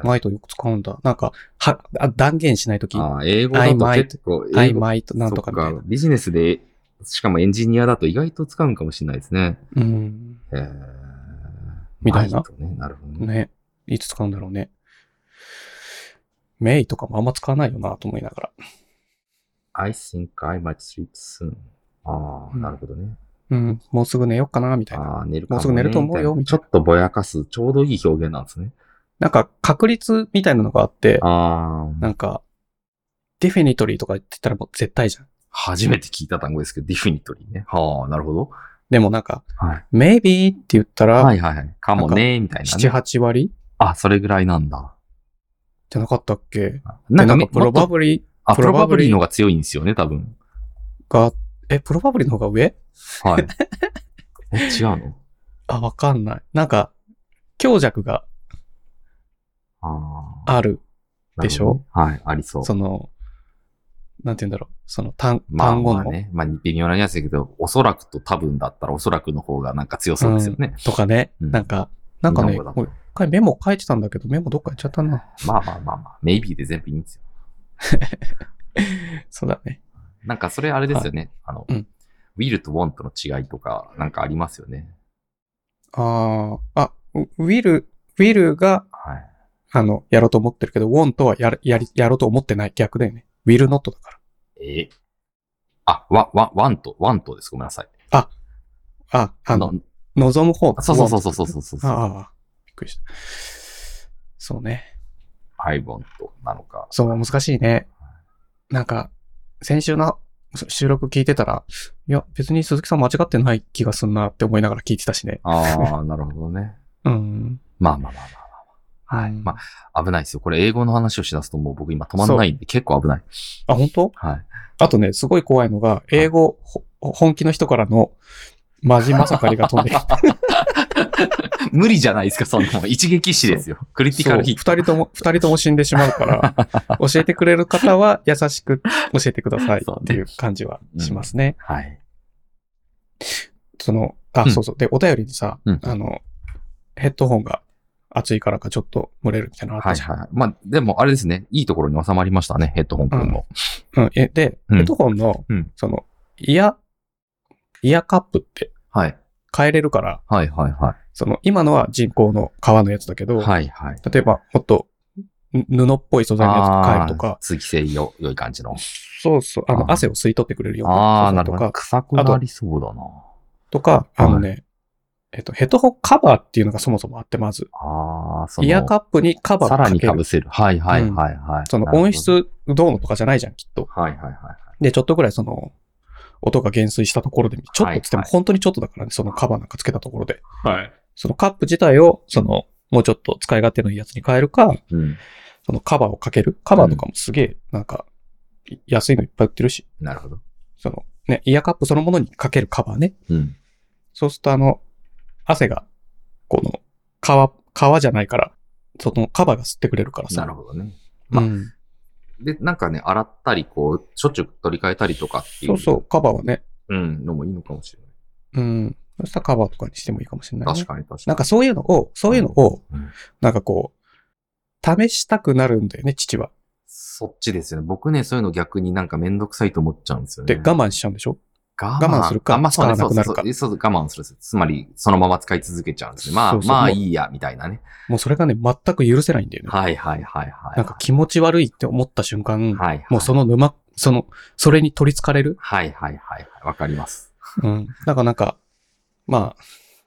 [SPEAKER 1] マイトよく使うんだ。なんか、は、あ断言しないとき、
[SPEAKER 2] あー英語だと結構、
[SPEAKER 1] I
[SPEAKER 2] 英語
[SPEAKER 1] might なんとかみたい
[SPEAKER 2] そっ
[SPEAKER 1] な。
[SPEAKER 2] ビジネスで、しかもエンジニアだと意外と使うんかもしれないですね。
[SPEAKER 1] うん。
[SPEAKER 2] へー
[SPEAKER 1] みたいな
[SPEAKER 2] マイトね、なるほどね。
[SPEAKER 1] ね。いつ使うんだろうね。メイとかもあんま使わないよなと思いながら。
[SPEAKER 2] I think I might sleep soon. ああ、なるほどね。
[SPEAKER 1] うん、もうすぐ寝よっかな、みたいな。
[SPEAKER 2] ああ、寝る
[SPEAKER 1] もうすぐ寝ると思うよ
[SPEAKER 2] みたいな
[SPEAKER 1] み
[SPEAKER 2] ちょっとぼやかす、ちょうどいい表現なんですね。
[SPEAKER 1] なんか、確率みたいなのがあって、
[SPEAKER 2] ああ、
[SPEAKER 1] なんか、ディフィニトリーとか言ってたらもう絶対じゃん。
[SPEAKER 2] 初めて聞いた単語ですけど、ディフィニトリーね。はあ、なるほど。
[SPEAKER 1] でもなんか、
[SPEAKER 2] はい。
[SPEAKER 1] maybe って言った
[SPEAKER 2] は
[SPEAKER 1] ら、
[SPEAKER 2] いはいはい。かもね、みたいな、
[SPEAKER 1] 7、
[SPEAKER 2] ね。
[SPEAKER 1] 8割
[SPEAKER 2] あ、それぐらいなんだ。
[SPEAKER 1] じゃなかったっけ
[SPEAKER 2] なんか
[SPEAKER 1] で
[SPEAKER 2] め、
[SPEAKER 1] プロバ
[SPEAKER 2] リ
[SPEAKER 1] ブリ
[SPEAKER 2] あ、プロバブリ
[SPEAKER 1] probably
[SPEAKER 2] の方が強いんですよね、多分。
[SPEAKER 1] が、え、プロバブリの方が上
[SPEAKER 2] はい。え、違うの
[SPEAKER 1] あ、わかんない。なんか、強弱が
[SPEAKER 2] ああ。
[SPEAKER 1] ある。でしょ
[SPEAKER 2] なるほどねはい、ありそう。
[SPEAKER 1] その、なんて言うんだろう。その単
[SPEAKER 2] まあ
[SPEAKER 1] 単語
[SPEAKER 2] まあ
[SPEAKER 1] の
[SPEAKER 2] ね、まあ微妙なやつだけど、おそらくと多分だったらおそらくの方がなんか強そうですよね。
[SPEAKER 1] とかね。
[SPEAKER 2] うん
[SPEAKER 1] なんか、なんかね、
[SPEAKER 2] 日本語だと
[SPEAKER 1] もう一回メモ書いてたんだけど、メモどっか行っちゃったな。
[SPEAKER 2] まあまあまあまあ、メイビーで全部いいんですよ。
[SPEAKER 1] そうだね。
[SPEAKER 2] なんかそれあれですよね。あの、
[SPEAKER 1] うん
[SPEAKER 2] ウィルとウォントの違いとか、なんかありますよね。
[SPEAKER 1] ああ、あ、ウウィル、ウィルが、
[SPEAKER 2] はい。
[SPEAKER 1] あの、やろうと思ってるけど、ウォンとはやるやり、やろうと思ってない。逆だよね。ウィルノットだから。
[SPEAKER 2] えあ、わ、わ、ワンと、ワンとです。ごめんなさい。
[SPEAKER 1] あ、あの、、望む方だ
[SPEAKER 2] そうそうそううそうそうそうそう。
[SPEAKER 1] ああ、びっくりした。そうね。
[SPEAKER 2] アイボンとなのか。
[SPEAKER 1] そう、難しいね。なんか、先週のそ収録聞いてたら、いや、別に鈴木さん間違ってない気がすんなって思いながら聞いてたしね。
[SPEAKER 2] あ あ、なるほどね。
[SPEAKER 1] うん。
[SPEAKER 2] まあまあまあまあ。はい。まあ、危ないですよ。これ英語の話をしだすともう僕今止まんないんで結構危ない。
[SPEAKER 1] あ、本当？
[SPEAKER 2] はい。
[SPEAKER 1] あとね、すごい怖いのが、英語、ほ本気の人からの、マジまさかりが飛んで きた。
[SPEAKER 2] 無理じゃないですか、そ んなもん。一撃死ですよ。クリティ
[SPEAKER 1] そ
[SPEAKER 2] カ
[SPEAKER 1] う
[SPEAKER 2] ル
[SPEAKER 1] 二
[SPEAKER 2] ヒット。
[SPEAKER 1] 人とも、二人とも死んでしまうから、 教えてくれる方は優しく教えてくださいっていう感じはしますね。
[SPEAKER 2] はい。
[SPEAKER 1] その、あ、
[SPEAKER 2] うん
[SPEAKER 1] そうそう。で、お便りにさ、
[SPEAKER 2] うん
[SPEAKER 1] あの、ヘッドホンが熱いからかちょっと蒸れるみたいなのあっ
[SPEAKER 2] は
[SPEAKER 1] た
[SPEAKER 2] い
[SPEAKER 1] じゃん。
[SPEAKER 2] はい。まあ、でもあれですね。いいところに収まりましたね、ヘッドホン君も。
[SPEAKER 1] うん、えで、
[SPEAKER 2] うん
[SPEAKER 1] ヘッドホンの、
[SPEAKER 2] うん
[SPEAKER 1] その、イヤ、イヤカップって
[SPEAKER 2] はい。
[SPEAKER 1] 変えれるから、
[SPEAKER 2] はいはいは
[SPEAKER 1] その、今のは人工の革のやつだけど、
[SPEAKER 2] い。はいはい。
[SPEAKER 1] 例えば、もっと、ん布っぽい素材のやつに変えるとか、
[SPEAKER 2] 通気性よ、良い感じの。
[SPEAKER 1] そうそう、あ
[SPEAKER 2] あ
[SPEAKER 1] の、
[SPEAKER 2] ー
[SPEAKER 1] 汗を吸い取ってくれるよう
[SPEAKER 2] あ
[SPEAKER 1] な素材
[SPEAKER 2] あ、なる
[SPEAKER 1] と
[SPEAKER 2] ほど。
[SPEAKER 1] か、
[SPEAKER 2] 臭くなりそうだな。
[SPEAKER 1] とか、あのね、えっと、ヘッドホンカバーっていうのがそもそもあって、まず、
[SPEAKER 2] ああ、その、
[SPEAKER 1] イヤカップにカバー
[SPEAKER 2] さ
[SPEAKER 1] をからけ
[SPEAKER 2] に被
[SPEAKER 1] る。
[SPEAKER 2] せる。はいはいはいはい。
[SPEAKER 1] その
[SPEAKER 2] なるほど
[SPEAKER 1] 音。質どうのとかじゃないじゃん、きっと。
[SPEAKER 2] はいはいはい。
[SPEAKER 1] で、ちょっとぐらいその、音が減衰したところで、ちょっとっつっても
[SPEAKER 2] はいはい
[SPEAKER 1] 本当にちょっとだからね、そのカバーなんかつけたところで。
[SPEAKER 2] はい。
[SPEAKER 1] そのカップ自体を、その、もうちょっと使い勝手のいいやつに変えるか、
[SPEAKER 2] うん。
[SPEAKER 1] そのカバーをかける。カバーとかもすげえ、なんか、い安いのいっぱい売ってるし、
[SPEAKER 2] なるほど。
[SPEAKER 1] その、ね、イヤーカップそのものにかけるカバーね。
[SPEAKER 2] うん。
[SPEAKER 1] そうするとあの、汗が、この、皮、皮じゃないから、そのカバーが吸ってくれるからさ。
[SPEAKER 2] なるほどね。
[SPEAKER 1] う
[SPEAKER 2] ま
[SPEAKER 1] ん。
[SPEAKER 2] で、なんかね、洗ったり、こう、しょっちゅう取り替えたりとかっていう。
[SPEAKER 1] そうそう、カバーはね。
[SPEAKER 2] う。うん、のもいいのかもしれ
[SPEAKER 1] う
[SPEAKER 2] な
[SPEAKER 1] ん。そしたらカバーとかにしてもいいかもしれない、ね。
[SPEAKER 2] い。確かに確かに。
[SPEAKER 1] なんかそういうのを、そういうのを
[SPEAKER 2] うん、
[SPEAKER 1] なんかこう、試したくなるんだよね、父は。
[SPEAKER 2] そっちですよね。僕ね、そういうの逆になんかめんどくさいと思っちゃうんですよね。
[SPEAKER 1] で、我慢しちゃうんでしょ
[SPEAKER 2] 我
[SPEAKER 1] 慢するか
[SPEAKER 2] あまあ、そうね、
[SPEAKER 1] 使わなくなるか
[SPEAKER 2] そうそうそうそう我慢するんです。つまり、そのまま使い続けちゃうんですね。まあ、
[SPEAKER 1] そうそう
[SPEAKER 2] ま
[SPEAKER 1] も
[SPEAKER 2] あ
[SPEAKER 1] う
[SPEAKER 2] いいや、みたいなね。
[SPEAKER 1] もうそれがね、全く許せないんだよね。
[SPEAKER 2] はいはいはいはい。
[SPEAKER 1] なんか気持ち悪いって思った瞬間、
[SPEAKER 2] はいはい。
[SPEAKER 1] もうその沼、その、それに取り憑かれる。
[SPEAKER 2] はいはいはいはい。わかります。
[SPEAKER 1] うん。だからなんか、まあ、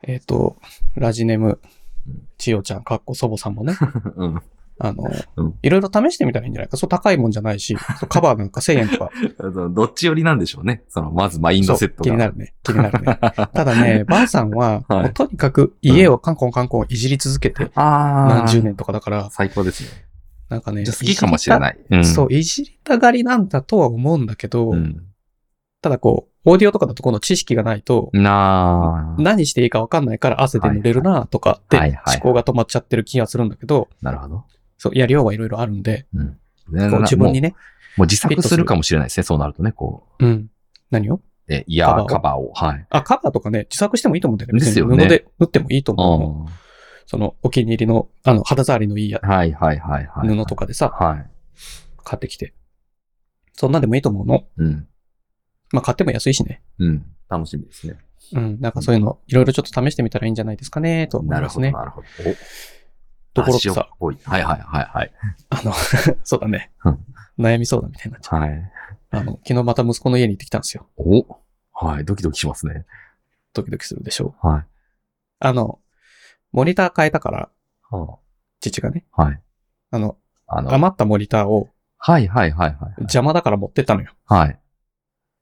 [SPEAKER 1] えっ、と、ラジネム
[SPEAKER 2] うん、
[SPEAKER 1] 千代ちゃん、かっこ祖母さんもね、
[SPEAKER 2] うん。
[SPEAKER 1] あの
[SPEAKER 2] うん、
[SPEAKER 1] いろいろ試してみたらいいんじゃないか。そう高いもんじゃないし、そうカバーなんか1000円とか、
[SPEAKER 2] あのどっち寄りなんでしょうね。その、まずマインド
[SPEAKER 1] そ
[SPEAKER 2] セ
[SPEAKER 1] う
[SPEAKER 2] ット
[SPEAKER 1] 気にな
[SPEAKER 2] が。
[SPEAKER 1] るね。気になる ね。ただね、ばあさんは、
[SPEAKER 2] はい
[SPEAKER 1] もうとにかく家をカンコンカンコンいじり続けて、
[SPEAKER 2] ああ。
[SPEAKER 1] 何十年とかだから、
[SPEAKER 2] 最高ですね。
[SPEAKER 1] なんかね、
[SPEAKER 2] じゃあ好きかもしれ
[SPEAKER 1] い
[SPEAKER 2] ない。う
[SPEAKER 1] じりた。
[SPEAKER 2] ん。
[SPEAKER 1] そう、いじりたがりなんだとは思うんだけど、
[SPEAKER 2] うん。
[SPEAKER 1] ただこう、オーディオとかだとこの知識がないと、
[SPEAKER 2] なあ。
[SPEAKER 1] 何していいかわかんないから汗で濡れるなとかっ
[SPEAKER 2] はい
[SPEAKER 1] て
[SPEAKER 2] はい
[SPEAKER 1] 思考が止まっちゃってる気がするんだけど、
[SPEAKER 2] なるほど。
[SPEAKER 1] そう、いや、量はいろいろあるんで、
[SPEAKER 2] うん。
[SPEAKER 1] こう自分にね、
[SPEAKER 2] ね。もうもう自作するかもしれないですね。そうなるとね、こ
[SPEAKER 1] うん。何を
[SPEAKER 2] う。え、いや、
[SPEAKER 1] カ
[SPEAKER 2] カバーを。はい。
[SPEAKER 1] あ、カバーとかね、自作してもいいと思うんだよね。
[SPEAKER 2] ですよ
[SPEAKER 1] 別に
[SPEAKER 2] ね
[SPEAKER 1] 布で縫ってもいいと思うの。
[SPEAKER 2] うん。
[SPEAKER 1] その、お気に入りの、あの、肌触りのいいや
[SPEAKER 2] はいはいはいはい。
[SPEAKER 1] 布とかでさ、
[SPEAKER 2] はい。
[SPEAKER 1] 買ってきて。そんなんでもいいと思うの。
[SPEAKER 2] うん。
[SPEAKER 1] まあ、買っても安いしね。
[SPEAKER 2] うん。楽しみですね。
[SPEAKER 1] うん。なんかそういうの、いろいろちょっと試してみたらいいんじゃないですかね、と思
[SPEAKER 2] ないる
[SPEAKER 1] ます
[SPEAKER 2] ほど、
[SPEAKER 1] ね。
[SPEAKER 2] なるほど。
[SPEAKER 1] ところ
[SPEAKER 2] ラ
[SPEAKER 1] で
[SPEAKER 2] ジオっ
[SPEAKER 1] さ、
[SPEAKER 2] ぽい。はいはいはいはい。
[SPEAKER 1] あの、 そうだね
[SPEAKER 2] うん。
[SPEAKER 1] 悩み相談みたいになっちゃう。
[SPEAKER 2] はい。
[SPEAKER 1] あの、昨日また息子の家に行ってきたんですよ。
[SPEAKER 2] おはい。ドキドキしますね。
[SPEAKER 1] ドキドキするでしょう。
[SPEAKER 2] はい。
[SPEAKER 1] あの、モニター変えたから、
[SPEAKER 2] は
[SPEAKER 1] 父がね。
[SPEAKER 2] あはい。
[SPEAKER 1] あの、
[SPEAKER 2] あの、
[SPEAKER 1] 余ったモニターを
[SPEAKER 2] はいはいはいはい。
[SPEAKER 1] 邪魔だから持ってったのよ。
[SPEAKER 2] はい。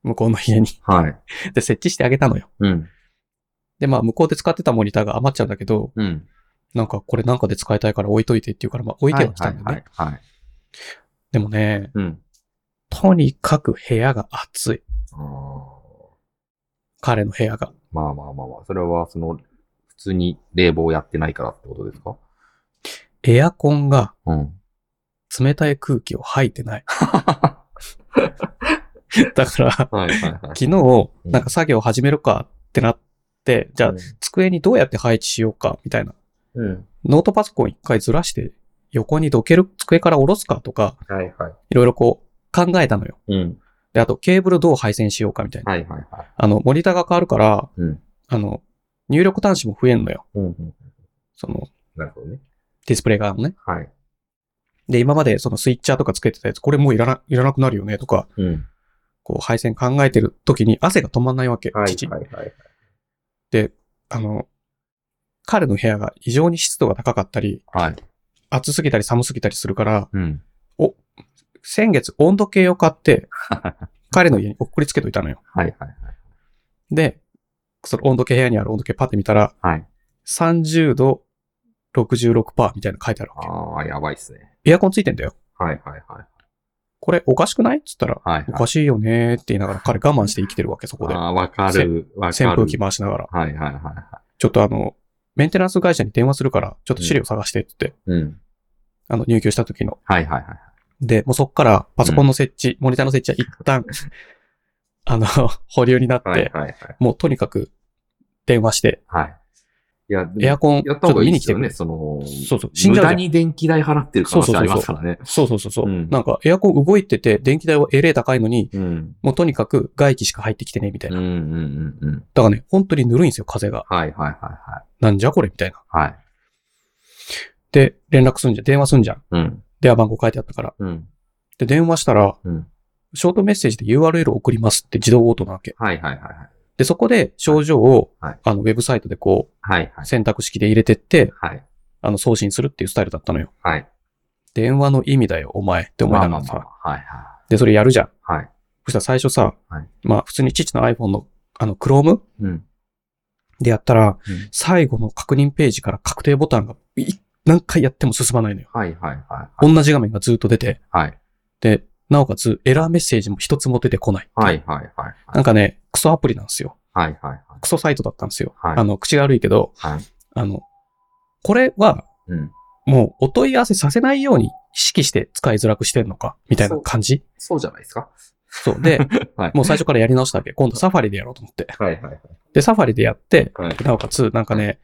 [SPEAKER 1] 向こうの家に。
[SPEAKER 2] はい。
[SPEAKER 1] で、設置してあげたのよ。
[SPEAKER 2] うん。
[SPEAKER 1] で、まあ、向こうで使ってたモニターが余っちゃうんだけど、
[SPEAKER 2] うん。
[SPEAKER 1] なんかこれなんかで使いたいから置いといてって言うから、まあ置いてはきたんだね。
[SPEAKER 2] はいはいはい。
[SPEAKER 1] でもね、
[SPEAKER 2] うん。
[SPEAKER 1] とにかく部屋が暑い。
[SPEAKER 2] あー
[SPEAKER 1] 彼の部屋が。
[SPEAKER 2] まあまあまあまあ。それは、その、普通に冷房やってないからってことですか
[SPEAKER 1] エアコンが
[SPEAKER 2] うん。
[SPEAKER 1] 冷たい空気を吐いてない。 だから、
[SPEAKER 2] はいはいはい。
[SPEAKER 1] 昨日、なんか作業始めるかってなって、じゃあ、机にどうやって配置しようか、みたいな。
[SPEAKER 2] うん。
[SPEAKER 1] ノートパソコン一回ずらして、横にどける、机から下ろすかとか、
[SPEAKER 2] はいはい
[SPEAKER 1] ろいろこう、考えたのよ。
[SPEAKER 2] い。うん。
[SPEAKER 1] で、あと、ケーブルどう配線しようか、みたいな。
[SPEAKER 2] はいはいはい。
[SPEAKER 1] あの、モニターが変わるから、
[SPEAKER 2] うん
[SPEAKER 1] あの、入力端子も増えんのよ。
[SPEAKER 2] うんうん。
[SPEAKER 1] その、
[SPEAKER 2] なるほどね。
[SPEAKER 1] ディスプレイ側のね。
[SPEAKER 2] はい。
[SPEAKER 1] で、今までそのスイッチャーとかつけてたやつ、これもういらな、いらなくなるよね、とか、
[SPEAKER 2] うん。
[SPEAKER 1] こう、配線考えてる時に汗が止まんないわけ。
[SPEAKER 2] はい
[SPEAKER 1] 父。
[SPEAKER 2] はいはい。
[SPEAKER 1] あの、彼の部屋が異常に湿度が高かったり、
[SPEAKER 2] はい。
[SPEAKER 1] 暑すぎたり寒すぎたりするから、
[SPEAKER 2] うん。
[SPEAKER 1] 先月温度計を買 って、彼の家に送りつけといたのよ。
[SPEAKER 2] はいはい
[SPEAKER 1] で、その温度計部屋にある温度計パッて見たら、
[SPEAKER 2] はい。はい。
[SPEAKER 1] 30度66%みたいなの書いてあるわ
[SPEAKER 2] ああ、やばいっすね。
[SPEAKER 1] け。エアコンついてんだよ。
[SPEAKER 2] はいはいはい。
[SPEAKER 1] これおかしくないっつったら、
[SPEAKER 2] はい、
[SPEAKER 1] お
[SPEAKER 2] はい。
[SPEAKER 1] かしいよねーって言いながら彼我慢して生きてるわけ、そこで
[SPEAKER 2] あ。あ、わかる。わかる。
[SPEAKER 1] 扇風機回しながら。
[SPEAKER 2] はいはいはいは
[SPEAKER 1] ちょっとあの、メンテナンス会社に電話するから、ちょっと資料探してって言って、
[SPEAKER 2] い。うん。
[SPEAKER 1] あの、入居した時の。
[SPEAKER 2] はいはいはい。
[SPEAKER 1] で、もうそっからパソコンの設置、モニターの設置は一旦、 あの、 保留になって、
[SPEAKER 2] はいはいはい。
[SPEAKER 1] もうとにかく電話して、
[SPEAKER 2] はい。いや、でも
[SPEAKER 1] エアコン、ちょ
[SPEAKER 2] や
[SPEAKER 1] っ
[SPEAKER 2] った方
[SPEAKER 1] と
[SPEAKER 2] がい
[SPEAKER 1] 見
[SPEAKER 2] い
[SPEAKER 1] に
[SPEAKER 2] で
[SPEAKER 1] 来
[SPEAKER 2] す
[SPEAKER 1] て
[SPEAKER 2] よ
[SPEAKER 1] くれ。
[SPEAKER 2] ね。その、
[SPEAKER 1] そうそう死ん
[SPEAKER 2] 無
[SPEAKER 1] じゃうじゃん
[SPEAKER 2] 駄に電気代払ってる可能性ありますからね。
[SPEAKER 1] そうそうそうそう、
[SPEAKER 2] うん
[SPEAKER 1] なんかエアコン動いてて、電気代はえれい高いのに、
[SPEAKER 2] うん。
[SPEAKER 1] もうとにかく外気しか入ってきてね、みたい
[SPEAKER 2] うんう
[SPEAKER 1] な。
[SPEAKER 2] ん
[SPEAKER 1] だ
[SPEAKER 2] うんうん。
[SPEAKER 1] からね、本当にぬるいんですよ、風が。
[SPEAKER 2] はいはいは
[SPEAKER 1] なんじゃこれ、みたいな。
[SPEAKER 2] いはい。はい。
[SPEAKER 1] で、連絡すんじゃん、電話すんじゃん。
[SPEAKER 2] うん。
[SPEAKER 1] 電話番号書いてあったから。
[SPEAKER 2] うん。
[SPEAKER 1] で、電話したら、
[SPEAKER 2] うん。
[SPEAKER 1] ショートメッセージで URL 送りますって自動応答なわけ。
[SPEAKER 2] はいはいはい
[SPEAKER 1] で、そこで症状を、
[SPEAKER 2] はい
[SPEAKER 1] あの、ウェブサイトでこ
[SPEAKER 2] はい。はいは
[SPEAKER 1] う、
[SPEAKER 2] い。
[SPEAKER 1] 選択式で入れてって、
[SPEAKER 2] はい。
[SPEAKER 1] あの、送信するっていうスタイルだったのよ。
[SPEAKER 2] はい。
[SPEAKER 1] 電話の意味だよ、お前って思いながらさ。
[SPEAKER 2] あああはい
[SPEAKER 1] で、それやるじゃん。
[SPEAKER 2] はい。はい。
[SPEAKER 1] そしたら最初さ、
[SPEAKER 2] はい
[SPEAKER 1] まあ普通に父の iPhone のあの Chrome
[SPEAKER 2] うん。
[SPEAKER 1] でやったら、
[SPEAKER 2] うん
[SPEAKER 1] 最後の確認ページから確定ボタンがい何回やっても進まないのよ。
[SPEAKER 2] はいはいはい。
[SPEAKER 1] 同じ画面がずっと出て、
[SPEAKER 2] はい。
[SPEAKER 1] で、なおかつエラーメッセージも一つも出てこない。
[SPEAKER 2] はいはいはい。
[SPEAKER 1] なんかね、クソアプリなんですよ。
[SPEAKER 2] はいはいはい。
[SPEAKER 1] クソサイトだったんですよ。
[SPEAKER 2] はい
[SPEAKER 1] あの、口が悪いけど、
[SPEAKER 2] はい。
[SPEAKER 1] あの、これは
[SPEAKER 2] うん。
[SPEAKER 1] もうお問い合わせさせないように意識して使いづらくしてんのか、みたいな感じ。
[SPEAKER 2] そうじゃないですか。
[SPEAKER 1] そう。で、
[SPEAKER 2] はい
[SPEAKER 1] もう最初からやり直したわけ。今度サファリでやろうと思って。
[SPEAKER 2] はいはい
[SPEAKER 1] で、サファリでやって、
[SPEAKER 2] はい。
[SPEAKER 1] なおかつ、なんかね、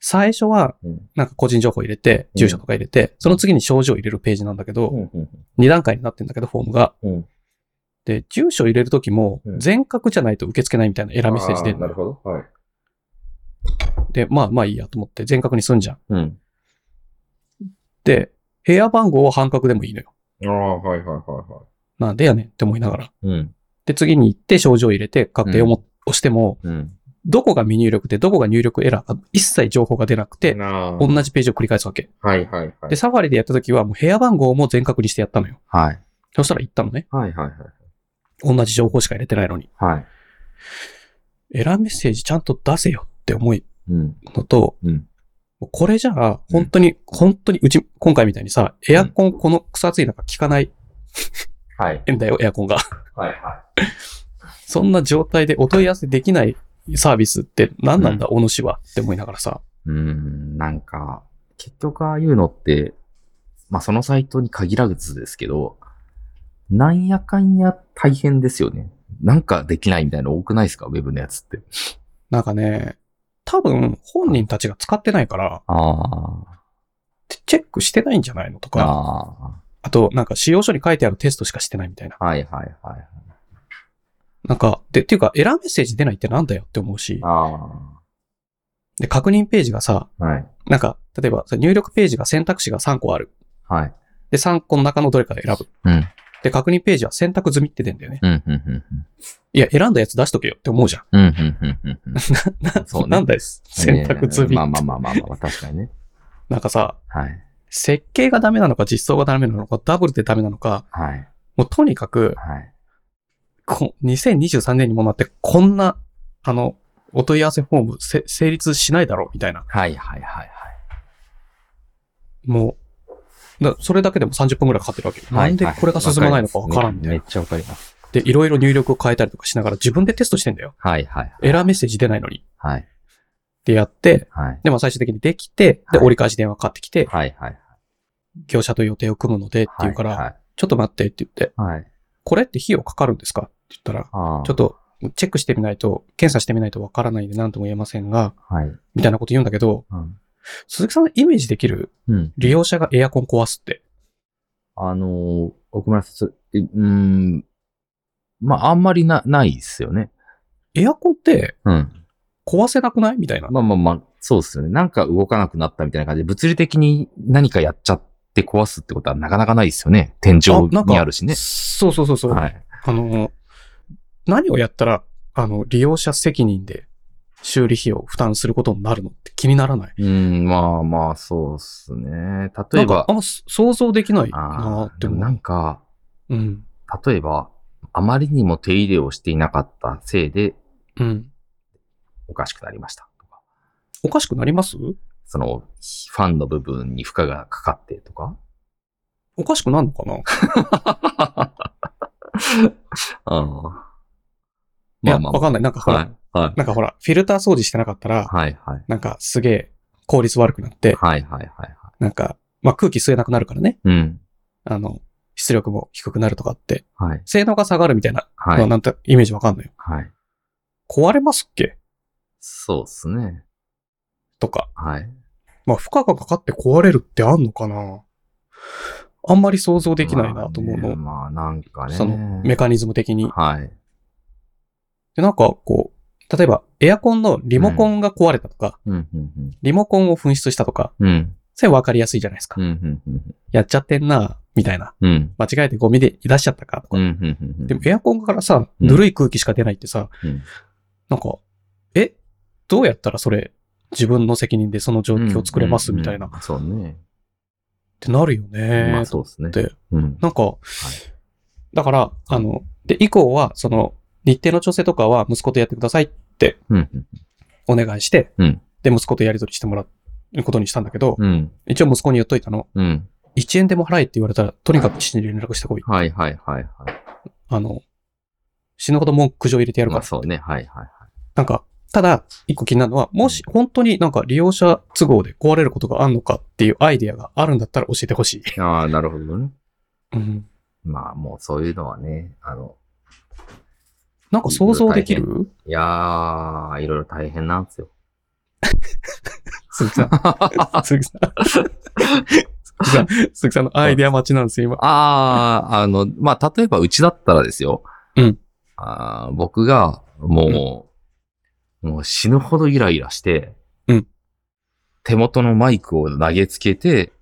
[SPEAKER 1] 最初は
[SPEAKER 2] うん、
[SPEAKER 1] なんか個人情報入れて、
[SPEAKER 2] うん
[SPEAKER 1] 住所とか入れて、その次に症状入れるページなんだけ
[SPEAKER 2] う
[SPEAKER 1] ど、
[SPEAKER 2] んうん
[SPEAKER 1] 2段階になってんだけど、フォームが。
[SPEAKER 2] うん。
[SPEAKER 1] で、住所入れるときも
[SPEAKER 2] う、ん
[SPEAKER 1] 全角じゃないと受け付けないみたいなエラーメッセージ出
[SPEAKER 2] あ
[SPEAKER 1] る
[SPEAKER 2] ー
[SPEAKER 1] の
[SPEAKER 2] な
[SPEAKER 1] よ
[SPEAKER 2] るほど。はい。
[SPEAKER 1] で、まあまあいいやと思って、全角にすんじゃん。
[SPEAKER 2] うん。
[SPEAKER 1] で、部屋番号は半角でもいいのよ。
[SPEAKER 2] ああ、はいはいはいは
[SPEAKER 1] なんでやねんって思いながら。
[SPEAKER 2] い。うん。
[SPEAKER 1] で、次に行って症状入れて、確定をも押しても、
[SPEAKER 2] うん。
[SPEAKER 1] どこが未入力で、どこが入力エラーか、一切情報が出なくて、
[SPEAKER 2] なあ
[SPEAKER 1] 同じページを繰り返すわけ。
[SPEAKER 2] はいはいはい
[SPEAKER 1] で、。サファリでやったときは、もう部屋番号も全角にしてやったのよ。
[SPEAKER 2] はい。
[SPEAKER 1] そしたら行ったのね。
[SPEAKER 2] はいはいはい。
[SPEAKER 1] 同じ情報しか入れてないのに。
[SPEAKER 2] はい。
[SPEAKER 1] エラーメッセージちゃんと出せよって思い
[SPEAKER 2] うん。
[SPEAKER 1] のと、
[SPEAKER 2] うん。
[SPEAKER 1] もうこれじゃあ、本当に、本当に、うち、今回みたいにさ、エアコンこの草暑い中効かない
[SPEAKER 2] はい。
[SPEAKER 1] んだよ、エアコンが。
[SPEAKER 2] はいは
[SPEAKER 1] そんな状態でお問い合わせできないサービスって何なんだ、お主はって思いながらさ。
[SPEAKER 2] い。うーん、なんか、結局ああいうのって、まあそのサイトに限らずですけど、なんやかんや大変ですよね。なんかできないみたいなの多くないですかウェブのやつって。
[SPEAKER 1] なんかね、多分本人たちが使ってないから、
[SPEAKER 2] あ
[SPEAKER 1] チェックしてないんじゃないのと
[SPEAKER 2] あ。
[SPEAKER 1] か、
[SPEAKER 2] あ
[SPEAKER 1] あとなんか使用書に書いてあるテストしかしてないみたいな。
[SPEAKER 2] あ。はいはいはい。
[SPEAKER 1] なんか、で、っていうかエラーメッセージ出ないってなんだよって思うし、
[SPEAKER 2] あ
[SPEAKER 1] で、確認ページがさ、
[SPEAKER 2] あ。はい。
[SPEAKER 1] なんか、例えばその入力ページが選択肢が3個ある。
[SPEAKER 2] はい。
[SPEAKER 1] で、3個の中のどれか選ぶ。
[SPEAKER 2] うん。
[SPEAKER 1] で、確認ページは選択済みって出んだよね。
[SPEAKER 2] うん、うん、
[SPEAKER 1] いや、選んだやつ出しとけよって思うじゃん。
[SPEAKER 2] うん。うん、うん、うん、う ん。
[SPEAKER 1] な
[SPEAKER 2] そうね
[SPEAKER 1] なんだよ、選択済みって。
[SPEAKER 2] まあまあまあまあまあ、確かにね。
[SPEAKER 1] なんかさ、
[SPEAKER 2] はい。
[SPEAKER 1] 設計がダメなのか、実装がダメなのか、ダブルでダメなのか、
[SPEAKER 2] はい。
[SPEAKER 1] もうとにかく、
[SPEAKER 2] はい。
[SPEAKER 1] こ2023年にもなって、こんな、あの、お問い合わせフォームせ成立しないだろう、みたいな。
[SPEAKER 2] はい、はい、はい。
[SPEAKER 1] もう、だそれだけでも30分くらいかかってるわけよ。
[SPEAKER 2] はい
[SPEAKER 1] なんでこれが進まないのかわからんみたいな
[SPEAKER 2] めっちゃわかります。
[SPEAKER 1] で、いろいろ入力を変えたりとかしながら自分でテストしてんだよ。
[SPEAKER 2] はいはい。
[SPEAKER 1] エラーメッセージ出ないのに。
[SPEAKER 2] はい。
[SPEAKER 1] でやって、
[SPEAKER 2] はい。
[SPEAKER 1] でも最終的にできて、で、
[SPEAKER 2] はい
[SPEAKER 1] 折り返し電話かかってきて、
[SPEAKER 2] はいはい。
[SPEAKER 1] 業者と予定を組むのでって言うから、
[SPEAKER 2] はい
[SPEAKER 1] ちょっと待ってって言って、
[SPEAKER 2] はい。
[SPEAKER 1] これって費用かかるんですかって言ったら、
[SPEAKER 2] ああ
[SPEAKER 1] ちょっとチェックしてみないと、検査してみないとわからないんで何とも言えませんが、
[SPEAKER 2] はい。
[SPEAKER 1] みたいなこと言うんだけど、
[SPEAKER 2] うん。
[SPEAKER 1] 鈴木さんのイメージできる
[SPEAKER 2] うん。
[SPEAKER 1] 利用者がエアコン壊すって。
[SPEAKER 2] あのー、奥村さん、えうーん。まあ、あんまりな、ないですよね。
[SPEAKER 1] エアコンって
[SPEAKER 2] うん。
[SPEAKER 1] 壊せなくないみたいな。
[SPEAKER 2] まあまあまあ、そうですよね。なんか動かなくなったみたいな感じで、物理的に何かやっちゃって壊すってことはなかなかないですよね。天井
[SPEAKER 1] なんか
[SPEAKER 2] にあるしね。
[SPEAKER 1] そうそうそうそう。
[SPEAKER 2] はい。
[SPEAKER 1] あの、何をやったら、あの、利用者責任で修理費用を負担することになるのって気にならない。
[SPEAKER 2] うん、まあまあ、そうですね。例
[SPEAKER 1] な
[SPEAKER 2] え
[SPEAKER 1] んか
[SPEAKER 2] ば
[SPEAKER 1] あん、ま想像できないなー
[SPEAKER 2] あ
[SPEAKER 1] っ
[SPEAKER 2] ー
[SPEAKER 1] て
[SPEAKER 2] でも
[SPEAKER 1] 思う。
[SPEAKER 2] なんか、
[SPEAKER 1] うん。
[SPEAKER 2] 例えば、あまりにも手入れをしていなかったせいで
[SPEAKER 1] うん。
[SPEAKER 2] おかしくなりましたとか、
[SPEAKER 1] おかしくなります
[SPEAKER 2] その、ファンの部分に負荷がかかってと か、
[SPEAKER 1] おかしくなるのかな
[SPEAKER 2] あん。
[SPEAKER 1] いや、わかんない。なんかほら、
[SPEAKER 2] はい、はい、
[SPEAKER 1] なんかほら、フィルター掃除してなかったら、
[SPEAKER 2] はい、はい、
[SPEAKER 1] なんかすげえ効率悪くなって、
[SPEAKER 2] はい、はい、はい。
[SPEAKER 1] なんか、まあ空気吸えなくなるからね。
[SPEAKER 2] うん。
[SPEAKER 1] あの、出力も低くなるとかって、
[SPEAKER 2] はい、
[SPEAKER 1] 性能が下がるみたいな、
[SPEAKER 2] は
[SPEAKER 1] まあ
[SPEAKER 2] い、
[SPEAKER 1] なんてイメージわかんないよ。
[SPEAKER 2] はい。
[SPEAKER 1] 壊れますっけ
[SPEAKER 2] そうですね。
[SPEAKER 1] とか。
[SPEAKER 2] はい。
[SPEAKER 1] まあ、負荷がかかって壊れるってあんのかなあんまり想像できないなと思うの。
[SPEAKER 2] まあね、まあなんかね。
[SPEAKER 1] そのメカニズム的に。
[SPEAKER 2] はい。
[SPEAKER 1] で、なんかこう、例えばエアコンのリモコンが壊れたとか、
[SPEAKER 2] うん、うん、
[SPEAKER 1] リモコンを紛失したとか、
[SPEAKER 2] うん。うん、
[SPEAKER 1] それ分かりやすいじゃないですか。
[SPEAKER 2] うん、うん、うん
[SPEAKER 1] やっちゃってんな、みたいな。
[SPEAKER 2] うん。
[SPEAKER 1] 間違えてゴミで出しちゃったかとか。
[SPEAKER 2] うん、うん、うん。
[SPEAKER 1] でもエアコンからさ、
[SPEAKER 2] うん
[SPEAKER 1] ぬるい空気しか出ないってさ、
[SPEAKER 2] うん
[SPEAKER 1] なんか、え、どうやったらそれ、自分の責任でその状況を作れますみたいな。
[SPEAKER 2] うん
[SPEAKER 1] っ
[SPEAKER 2] うんうんそうね。
[SPEAKER 1] てなるよね。
[SPEAKER 2] まあそうですね。
[SPEAKER 1] で
[SPEAKER 2] うん。
[SPEAKER 1] なんか、だから、あの、で、以降は、その、日程の調整とかは息子とやってくださいって
[SPEAKER 2] うん。
[SPEAKER 1] お願いして、
[SPEAKER 2] うん
[SPEAKER 1] で、息子とやり取りしてもらうことにしたんだけど、
[SPEAKER 2] うん。
[SPEAKER 1] 一応息子に言っといたの、
[SPEAKER 2] うん。
[SPEAKER 1] 1円でも払えって言われたら、とにかく父に連絡してこい。
[SPEAKER 2] はいはいはいはい。
[SPEAKER 1] あの、死ぬほど文句上入れてやるか
[SPEAKER 2] ま
[SPEAKER 1] ら。
[SPEAKER 2] あそうね。はいはいはい。
[SPEAKER 1] なんか、ただ、一個気になるのは、もし本当になんか利用者都合で壊れることがあるのかっていうアイデアがあるんだったら教えてほしい。
[SPEAKER 2] ああ、なるほどね。
[SPEAKER 1] うん。
[SPEAKER 2] まあもうそういうのはね、あの、
[SPEAKER 1] なんか想像できる
[SPEAKER 2] いやー、いろいろ大変なんですよ。
[SPEAKER 1] 鈴木さん。鈴木さん。鈴木さん、鈴木さんのアイデア待ちなんですよ、今。
[SPEAKER 2] ああ、あの、まあ例えばうちだったらですよ。
[SPEAKER 1] うん。
[SPEAKER 2] あー僕が、もう、もう死ぬほどイライラして、
[SPEAKER 1] うん。
[SPEAKER 2] 手元のマイクを投げつけて、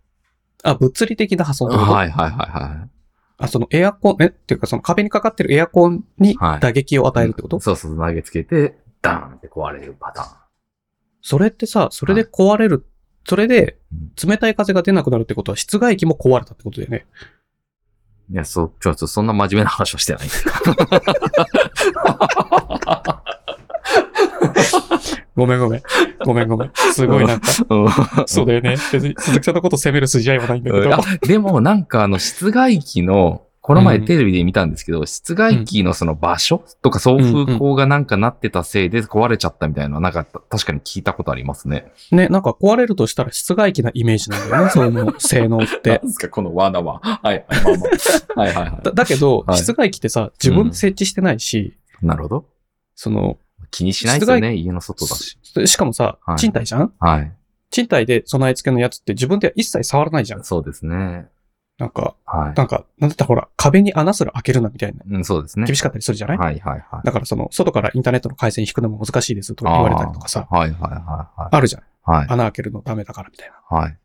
[SPEAKER 1] あ、物理的な破損ってこと
[SPEAKER 2] はいはいはいはい。
[SPEAKER 1] あ、そのエアコン、えっていうかその壁にかかってるエアコンに
[SPEAKER 2] はい
[SPEAKER 1] 打撃を与えるってこと、
[SPEAKER 2] そうそう、投げつけて、ダーンって壊れるパターン。
[SPEAKER 1] それってさ、それで壊れる、それで冷たい風が出なくなるってことは室外機も壊れたってことだよね。
[SPEAKER 2] いや、そう、ちょっとそんな真面目な話をし てない。
[SPEAKER 1] ごめんごめん。ごめんごめん。すごいなんか、そうだよ ね。別に鈴木さんのこと責める筋合いは ないんだけど。
[SPEAKER 2] あでも、なんかあの、室外機の、この前テレビで見たんですけど、室外機のその場所とか送風口がなんかなってたせいで壊れちゃったみたいなのは、なんか確かに聞いたことありますね。
[SPEAKER 1] ね、なんか壊れるとしたら室外機なイメージなん だよね、その性能って。
[SPEAKER 2] ですか、この罠は。はい、はい、まあまあはい、はいは
[SPEAKER 1] だだけど、
[SPEAKER 2] はい
[SPEAKER 1] 室外機ってさ、自分で設置してないし、
[SPEAKER 2] い。なるほど。
[SPEAKER 1] その、
[SPEAKER 2] 気にしないですよね、家の外だし。
[SPEAKER 1] しかもさ、
[SPEAKER 2] はい
[SPEAKER 1] 賃貸じゃん
[SPEAKER 2] はい。
[SPEAKER 1] 賃貸で備え付けのやつって自分では一切触らないじゃん。
[SPEAKER 2] そうですね。
[SPEAKER 1] なんか、
[SPEAKER 2] は
[SPEAKER 1] なんか、なんだったらほら、壁に穴すら開けるなみたいな、
[SPEAKER 2] い。うん、そうですね。
[SPEAKER 1] 厳しかったりするじゃない、
[SPEAKER 2] はい、はい、はい。
[SPEAKER 1] だからその、外からインターネットの回線引くのも難しいですとか言われたりとかさ、
[SPEAKER 2] はいはいはいは
[SPEAKER 1] あるじゃん。
[SPEAKER 2] い。はい。
[SPEAKER 1] 穴開けるのダメだからみたいな。
[SPEAKER 2] はい。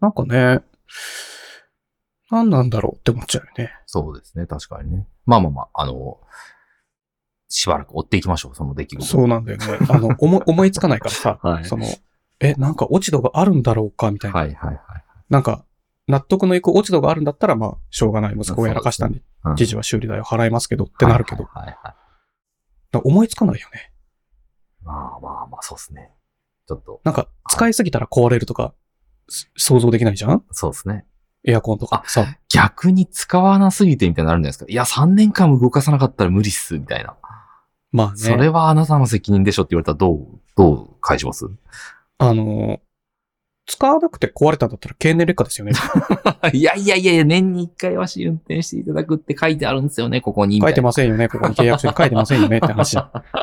[SPEAKER 1] なんかね、なんなんだろうって思っちゃうよね。
[SPEAKER 2] そうですね。確かにね。まあまあまあ、あの、しばらく追っていきましょう、その出来事。
[SPEAKER 1] そうなんだよ ね。あの、思い思いつかないからさ、
[SPEAKER 2] はい
[SPEAKER 1] その、え、なんか落ち度があるんだろうかみたいな。
[SPEAKER 2] はいはいはい。
[SPEAKER 1] なんか、納得のいく落ち度があるんだったら、まあ、しょうがない。息子をやらかしたんで、
[SPEAKER 2] うん
[SPEAKER 1] 父は修理代を払いますけどってなるけど、だか
[SPEAKER 2] はいはいはい。
[SPEAKER 1] ら思いつかないよね。
[SPEAKER 2] まあまあまあ、そうですね。ちょっと、
[SPEAKER 1] なんか、使いすぎたら壊れるとか、す想像できないじゃん
[SPEAKER 2] そうですね。
[SPEAKER 1] エアコンとかさ。
[SPEAKER 2] 逆に使わなすぎてみたいになのあるんじゃないですか。いや、3年間も動かさなかったら無理っす、みたいな。
[SPEAKER 1] まあね。
[SPEAKER 2] それはあなたの責任でしょって言われたらどう、どう返します
[SPEAKER 1] あの、使わなくて壊れたんだったら経年劣化ですよね。
[SPEAKER 2] いやいやいや、年に一回は試運転していただくって書いてあるんですよね、ここに。
[SPEAKER 1] 書いてま
[SPEAKER 2] ん。
[SPEAKER 1] せんよね、ここに契約書に書いてませんよねって 話。書
[SPEAKER 2] まあ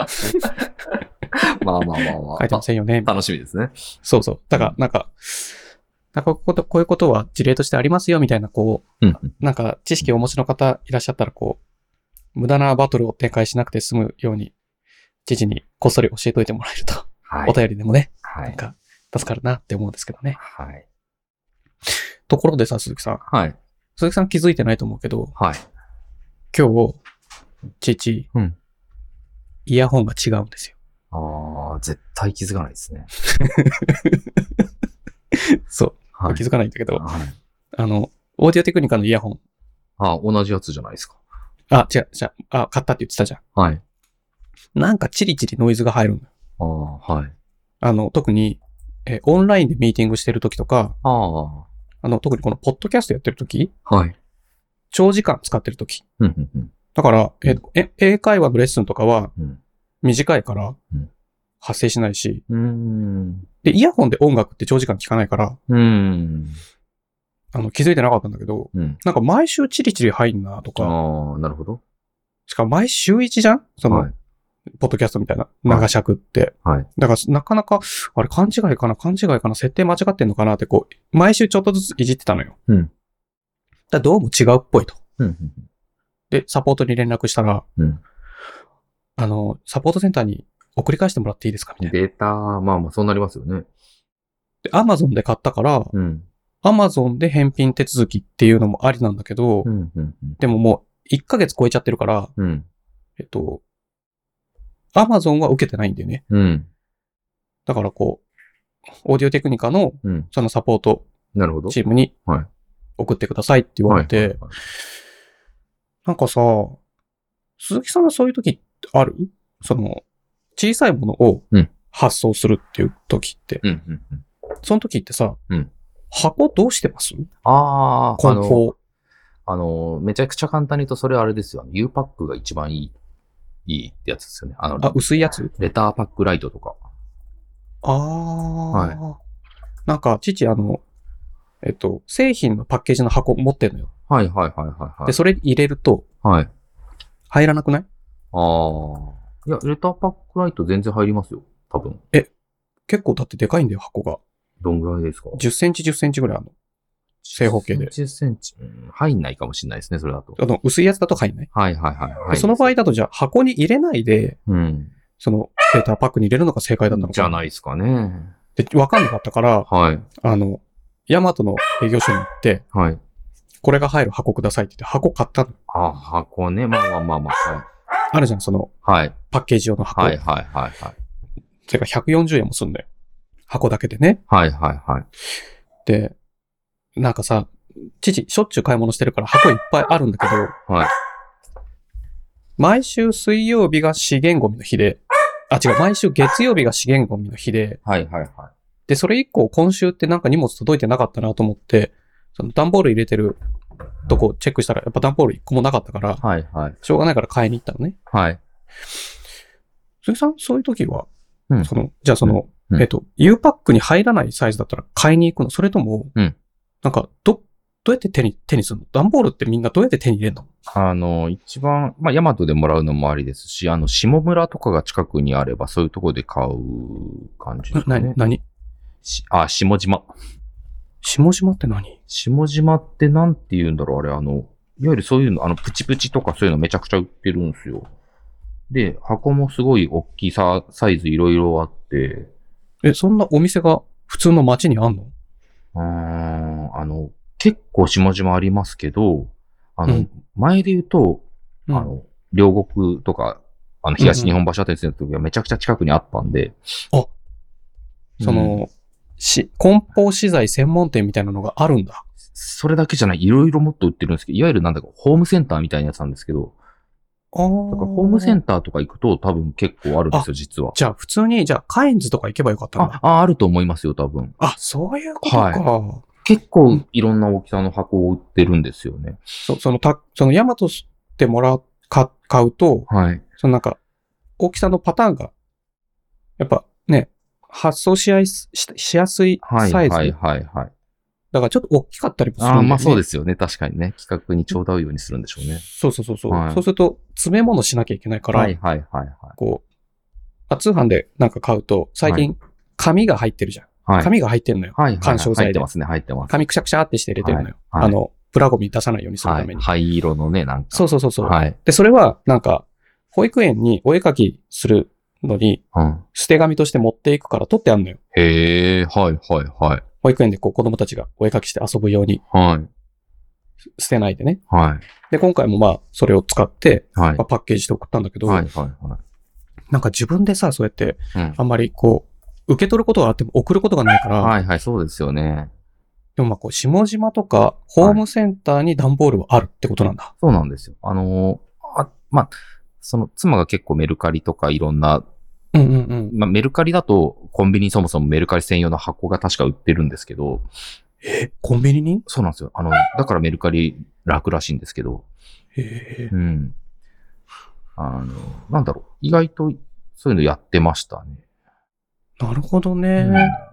[SPEAKER 2] まあまあ まあ。
[SPEAKER 1] いてませんよね。
[SPEAKER 2] 楽しみですね。
[SPEAKER 1] そうそう。だから、なんか、なんかこういうこと、こういうことは事例としてありますよ、みたいな、こ
[SPEAKER 2] うんうん。
[SPEAKER 1] う、なんか知識をお持ちの方いらっしゃったら、こう、無駄なバトルを展開しなくて済むように、知事にこっそり教えといてもらえると、
[SPEAKER 2] は
[SPEAKER 1] お便りでもね、
[SPEAKER 2] は
[SPEAKER 1] なん
[SPEAKER 2] い。
[SPEAKER 1] か、助かるなって思うんですけどね。
[SPEAKER 2] はい。
[SPEAKER 1] ところでさ、鈴木さん。
[SPEAKER 2] はい。
[SPEAKER 1] 鈴木さん気づいてないと思うけど、
[SPEAKER 2] はい。
[SPEAKER 1] 今日、父、
[SPEAKER 2] うん
[SPEAKER 1] イヤホンが違うんですよ。
[SPEAKER 2] ああ、絶対気づかないですね。
[SPEAKER 1] そう。
[SPEAKER 2] はい。
[SPEAKER 1] 気づかないんだけど、
[SPEAKER 2] はい。
[SPEAKER 1] あの、オーディオテクニカのイヤホン。
[SPEAKER 2] あ同じやつじゃないですか。
[SPEAKER 1] あ、違う、違う、あ、買ったって言ってたじゃ
[SPEAKER 2] はい。
[SPEAKER 1] ん。なんかチリチリノイズが入るのよ。
[SPEAKER 2] ああ、はい。
[SPEAKER 1] あの、特に、えー、オンラインでミーティングしてる時とか、
[SPEAKER 2] ああ、
[SPEAKER 1] あの、特にこのポッドキャストやってる時
[SPEAKER 2] はい。
[SPEAKER 1] 長時間使ってる時
[SPEAKER 2] うん、うん、うん。
[SPEAKER 1] だから、えーえ英会話のレッスンとかは
[SPEAKER 2] うん
[SPEAKER 1] 短いから
[SPEAKER 2] うん、
[SPEAKER 1] 発生しないし、
[SPEAKER 2] うーん。
[SPEAKER 1] で、イヤホンで音楽って長時間聞かないから、
[SPEAKER 2] うーん。
[SPEAKER 1] あの、気づいてなかったんだけど、
[SPEAKER 2] うん。
[SPEAKER 1] なんか毎週チリチリ入んなとか、
[SPEAKER 2] ああ、なるほど。
[SPEAKER 1] しかも毎週1じゃんその、
[SPEAKER 2] はい。
[SPEAKER 1] ポッドキャストみたいな、長尺って。
[SPEAKER 2] はい。
[SPEAKER 1] だから、なかなか、あれ、勘違いかな勘違いかな設定間違ってんのかなって、こう、毎週ちょっとずついじってたのよ。
[SPEAKER 2] うん
[SPEAKER 1] だからどうも違うっぽいと。
[SPEAKER 2] うんうん
[SPEAKER 1] で、サポートに連絡したら、
[SPEAKER 2] うん
[SPEAKER 1] あの、サポートセンターに送り返してもらっていいですかみ
[SPEAKER 2] うん。
[SPEAKER 1] たいな。
[SPEAKER 2] データ、まあまあ、そうなりますよね。
[SPEAKER 1] で、アマゾンで買ったから、
[SPEAKER 2] うん。
[SPEAKER 1] アマゾンで返品手続きっていうのもありなんだけど、
[SPEAKER 2] うん、うん、
[SPEAKER 1] でももう、1ヶ月超えちゃってるから、
[SPEAKER 2] うん。うん。
[SPEAKER 1] えっと、アマゾンは受けてないんだよね。
[SPEAKER 2] うん。
[SPEAKER 1] だからこう、オーディオテクニカの
[SPEAKER 2] うん。
[SPEAKER 1] そのサポート
[SPEAKER 2] なるほど。
[SPEAKER 1] チームに
[SPEAKER 2] はい
[SPEAKER 1] 送ってくださいって言われて、
[SPEAKER 2] はいはいはい
[SPEAKER 1] なんかさ、鈴木さんはそういう時ってあるその、小さいものを
[SPEAKER 2] うん
[SPEAKER 1] 発送するっていう時って、
[SPEAKER 2] うん、うん、うん。
[SPEAKER 1] その時ってさ、
[SPEAKER 2] うん
[SPEAKER 1] 箱どうしてます
[SPEAKER 2] ああ、あ
[SPEAKER 1] 梱
[SPEAKER 2] の、
[SPEAKER 1] 包。
[SPEAKER 2] あの、めちゃくちゃ簡単に言うと、それあれですよ。U パックが一番いい、いいってやつですよね。あの、
[SPEAKER 1] あ、薄いやつ
[SPEAKER 2] レターパックライトとか。
[SPEAKER 1] ああ、なんか、父、あの、えっと、製品のパッケージの箱持ってるのよ。
[SPEAKER 2] はい、はい、はい、はい。は
[SPEAKER 1] で、
[SPEAKER 2] い。
[SPEAKER 1] それ入れると
[SPEAKER 2] はい。
[SPEAKER 1] 入らなくない
[SPEAKER 2] ああ。いや、レターパックライト全然入りますよ。多分。
[SPEAKER 1] 結構だってでかいんだよ、箱が。
[SPEAKER 2] どんぐらいですか
[SPEAKER 1] 10センチ、10センチぐらいあるの。正方形で
[SPEAKER 2] 10センチ。うん入んないかもしれないですね、それだと。
[SPEAKER 1] あの、薄いやつだと入んない。
[SPEAKER 2] はいはいはい、はい。
[SPEAKER 1] その場合だと、じゃあ箱に入れないで、
[SPEAKER 2] うん。
[SPEAKER 1] そのデータパックに入れるのが正解だったのか。
[SPEAKER 2] じゃない
[SPEAKER 1] い。
[SPEAKER 2] ですかね。
[SPEAKER 1] で、わかんなかったから、
[SPEAKER 2] はい。
[SPEAKER 1] あの、ヤマトの営業所に行って、
[SPEAKER 2] はい。
[SPEAKER 1] これが入る箱くださいって言って、箱買ったの。
[SPEAKER 2] あ、箱ね。まあまあまあまあ。
[SPEAKER 1] あるじゃん、その
[SPEAKER 2] はい。
[SPEAKER 1] パッケージ用の箱。
[SPEAKER 2] はいはいはいはい。
[SPEAKER 1] それが140円もすんだよ。箱だけでね。
[SPEAKER 2] はいはいはい。
[SPEAKER 1] で、なんかさ、父、しょっちゅう買い物してるから箱いっぱいあるんだけど、
[SPEAKER 2] はい。
[SPEAKER 1] 毎週水曜日が資源ゴミの日で、あ、違う、毎週月曜日が資源ゴミの日で、
[SPEAKER 2] はいはいは
[SPEAKER 1] で、それ以降、今週ってなんか荷物届いてなかったなと思って、その段ボール入れてるとこチェックしたら、やっぱ段ボール1個もなかったから
[SPEAKER 2] い。、はいはい。
[SPEAKER 1] しょうがないから買いに行ったのね。
[SPEAKER 2] はい。
[SPEAKER 1] 鈴木さん、そういう時は、
[SPEAKER 2] うん
[SPEAKER 1] その、じゃあその、
[SPEAKER 2] うんうん
[SPEAKER 1] えっと、U パックに入らないサイズだったら買いに行くのそれとも、
[SPEAKER 2] うん
[SPEAKER 1] なんか、ど、どうやって手に、手にするの段ボールってみんなどうやって手に入れるの
[SPEAKER 2] あの、一番、まあ、ヤマトでもらうのもありですし、あの、下村とかが近くにあれば、そういうところで買う感じですか
[SPEAKER 1] な、
[SPEAKER 2] ね
[SPEAKER 1] な。何
[SPEAKER 2] しあ、下島。
[SPEAKER 1] 下島って何
[SPEAKER 2] 下島ってなんて言うんだろうあれ、あの、いわゆるそういうの、あの、プチプチとかそういうのめちゃくちゃ売ってるんですよ。で、箱もすごい大きさ、サイズいろいろあって、
[SPEAKER 1] え、そんなお店が普通の街にあんの
[SPEAKER 2] うーん、あの、結構下島ありますけど、あの、
[SPEAKER 1] うん
[SPEAKER 2] 前で言うと、
[SPEAKER 1] うん
[SPEAKER 2] あの、両国とか、あの、東日本橋あたりの時はめちゃくちゃ近くにあったんで、
[SPEAKER 1] あそ
[SPEAKER 2] うん
[SPEAKER 1] の、し、梱包資材専門店みたいなのがあるんだ。
[SPEAKER 2] それだけじゃない、いろいろもっと売ってるんですけど、いわゆるなんだか、ホームセンターみたいなやつなんですけど、
[SPEAKER 1] ああ。
[SPEAKER 2] だからホームセンターとか行くと多分結構あるんですよ、実は。
[SPEAKER 1] じゃあ、普通に、じゃあ、カインズとか行けばよかったん
[SPEAKER 2] あ
[SPEAKER 1] だ。、
[SPEAKER 2] ああると思いますよ、多分。
[SPEAKER 1] あ、そういうことか。
[SPEAKER 2] 結構いろんな大きさの箱を売ってるんですよね。
[SPEAKER 1] そその、た、その、ヤマトでもらう、か、買うと、
[SPEAKER 2] はい。
[SPEAKER 1] そのなんか、大きさのパターンが、やっぱね、発想しやすししやすいサイ
[SPEAKER 2] はい
[SPEAKER 1] ズ。
[SPEAKER 2] はいはいはい。
[SPEAKER 1] だからちょっと大きかったりもするん
[SPEAKER 2] あ
[SPEAKER 1] だ
[SPEAKER 2] あ、
[SPEAKER 1] よね。。
[SPEAKER 2] まあそうですすよね。確かにね。企画にちょうど合うようにするんでしょうね。
[SPEAKER 1] そうそうそうそう、
[SPEAKER 2] はい
[SPEAKER 1] そうすると、詰め物しなきゃいけないから、
[SPEAKER 2] はいはいはいは
[SPEAKER 1] こう、あ通販でなんか買うと、最近、紙が入ってるじゃん。
[SPEAKER 2] い。はい。
[SPEAKER 1] 紙が入ってるのよ。
[SPEAKER 2] はいはいはい。
[SPEAKER 1] 緩衝材で
[SPEAKER 2] 入ってますね、入ってます。
[SPEAKER 1] 紙くしゃくしゃってして入れてるのよ。
[SPEAKER 2] はいはい
[SPEAKER 1] あの、プラゴミ出さないようにするた
[SPEAKER 2] は
[SPEAKER 1] め
[SPEAKER 2] い。
[SPEAKER 1] に。
[SPEAKER 2] 灰色のね、なんか。
[SPEAKER 1] そうそうそうそう、
[SPEAKER 2] はい。
[SPEAKER 1] で、それは、なんか、保育園にお絵かきするのに、
[SPEAKER 2] うん。
[SPEAKER 1] 捨て紙として持っていくから取ってあんのよ。
[SPEAKER 2] へえ、はいはいはい。
[SPEAKER 1] 保育園でこう子供たちがお絵かきして遊ぶように
[SPEAKER 2] はい。
[SPEAKER 1] 捨てないでね。
[SPEAKER 2] はい。
[SPEAKER 1] で、今回もまあ、それを使って、
[SPEAKER 2] はい
[SPEAKER 1] まあ、。パッケージして送ったんだけど、
[SPEAKER 2] はいはいは
[SPEAKER 1] なんか自分でさ、そうやって、
[SPEAKER 2] い。うん
[SPEAKER 1] あんまりこう、受け取ることがあっても送ることがないから、
[SPEAKER 2] はいはい、そうですよね。
[SPEAKER 1] でもまあこう、下島とか、ホームセンターに段ボールはあるってことなんだ。
[SPEAKER 2] そうなんですよ。あのーあ、まあ、その妻が結構メルカリとかいろんな、
[SPEAKER 1] うんうんうん。
[SPEAKER 2] まあ、メルカリだとコンビニにそもそもメルカリ専用の箱が確か売ってるんですけど、
[SPEAKER 1] コンビニに
[SPEAKER 2] そうなんですよ。あの、だからメルカリ楽らしいんですけど、
[SPEAKER 1] へえ。
[SPEAKER 2] うん。あの、なんだろう、意外とそういうのやってましたね。
[SPEAKER 1] なるほどね。
[SPEAKER 2] うん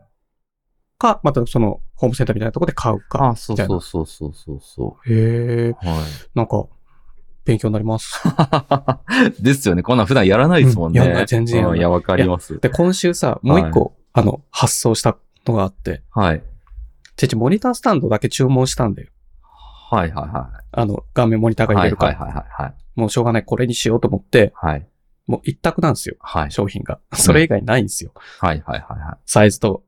[SPEAKER 1] か、またその、ホームセンターみたいなところで買うか。
[SPEAKER 2] あ、そうそうそうそうそうそ
[SPEAKER 1] へえ。
[SPEAKER 2] う。はい。
[SPEAKER 1] なんか、勉強になります。
[SPEAKER 2] ですよね。こんなん普段やらないですもんね。
[SPEAKER 1] うんやらない全然やら
[SPEAKER 2] う
[SPEAKER 1] なんい
[SPEAKER 2] いや、わかります。
[SPEAKER 1] で、今週さ、もう一個、あの、発想したのがあって、
[SPEAKER 2] はい。
[SPEAKER 1] 父、モニタースタンドだけ注文したんだよ。
[SPEAKER 2] はいはいは
[SPEAKER 1] あの、画面モニター
[SPEAKER 2] い。
[SPEAKER 1] が入
[SPEAKER 2] は
[SPEAKER 1] れ
[SPEAKER 2] い
[SPEAKER 1] るから。
[SPEAKER 2] はいはいはい。
[SPEAKER 1] もうしょうがない、これにしようと思って、
[SPEAKER 2] はい。
[SPEAKER 1] もう一択なんですよ、
[SPEAKER 2] はい。
[SPEAKER 1] 商品が。 それ以外ないんですよ。
[SPEAKER 2] はいはいはいはい。
[SPEAKER 1] サイズと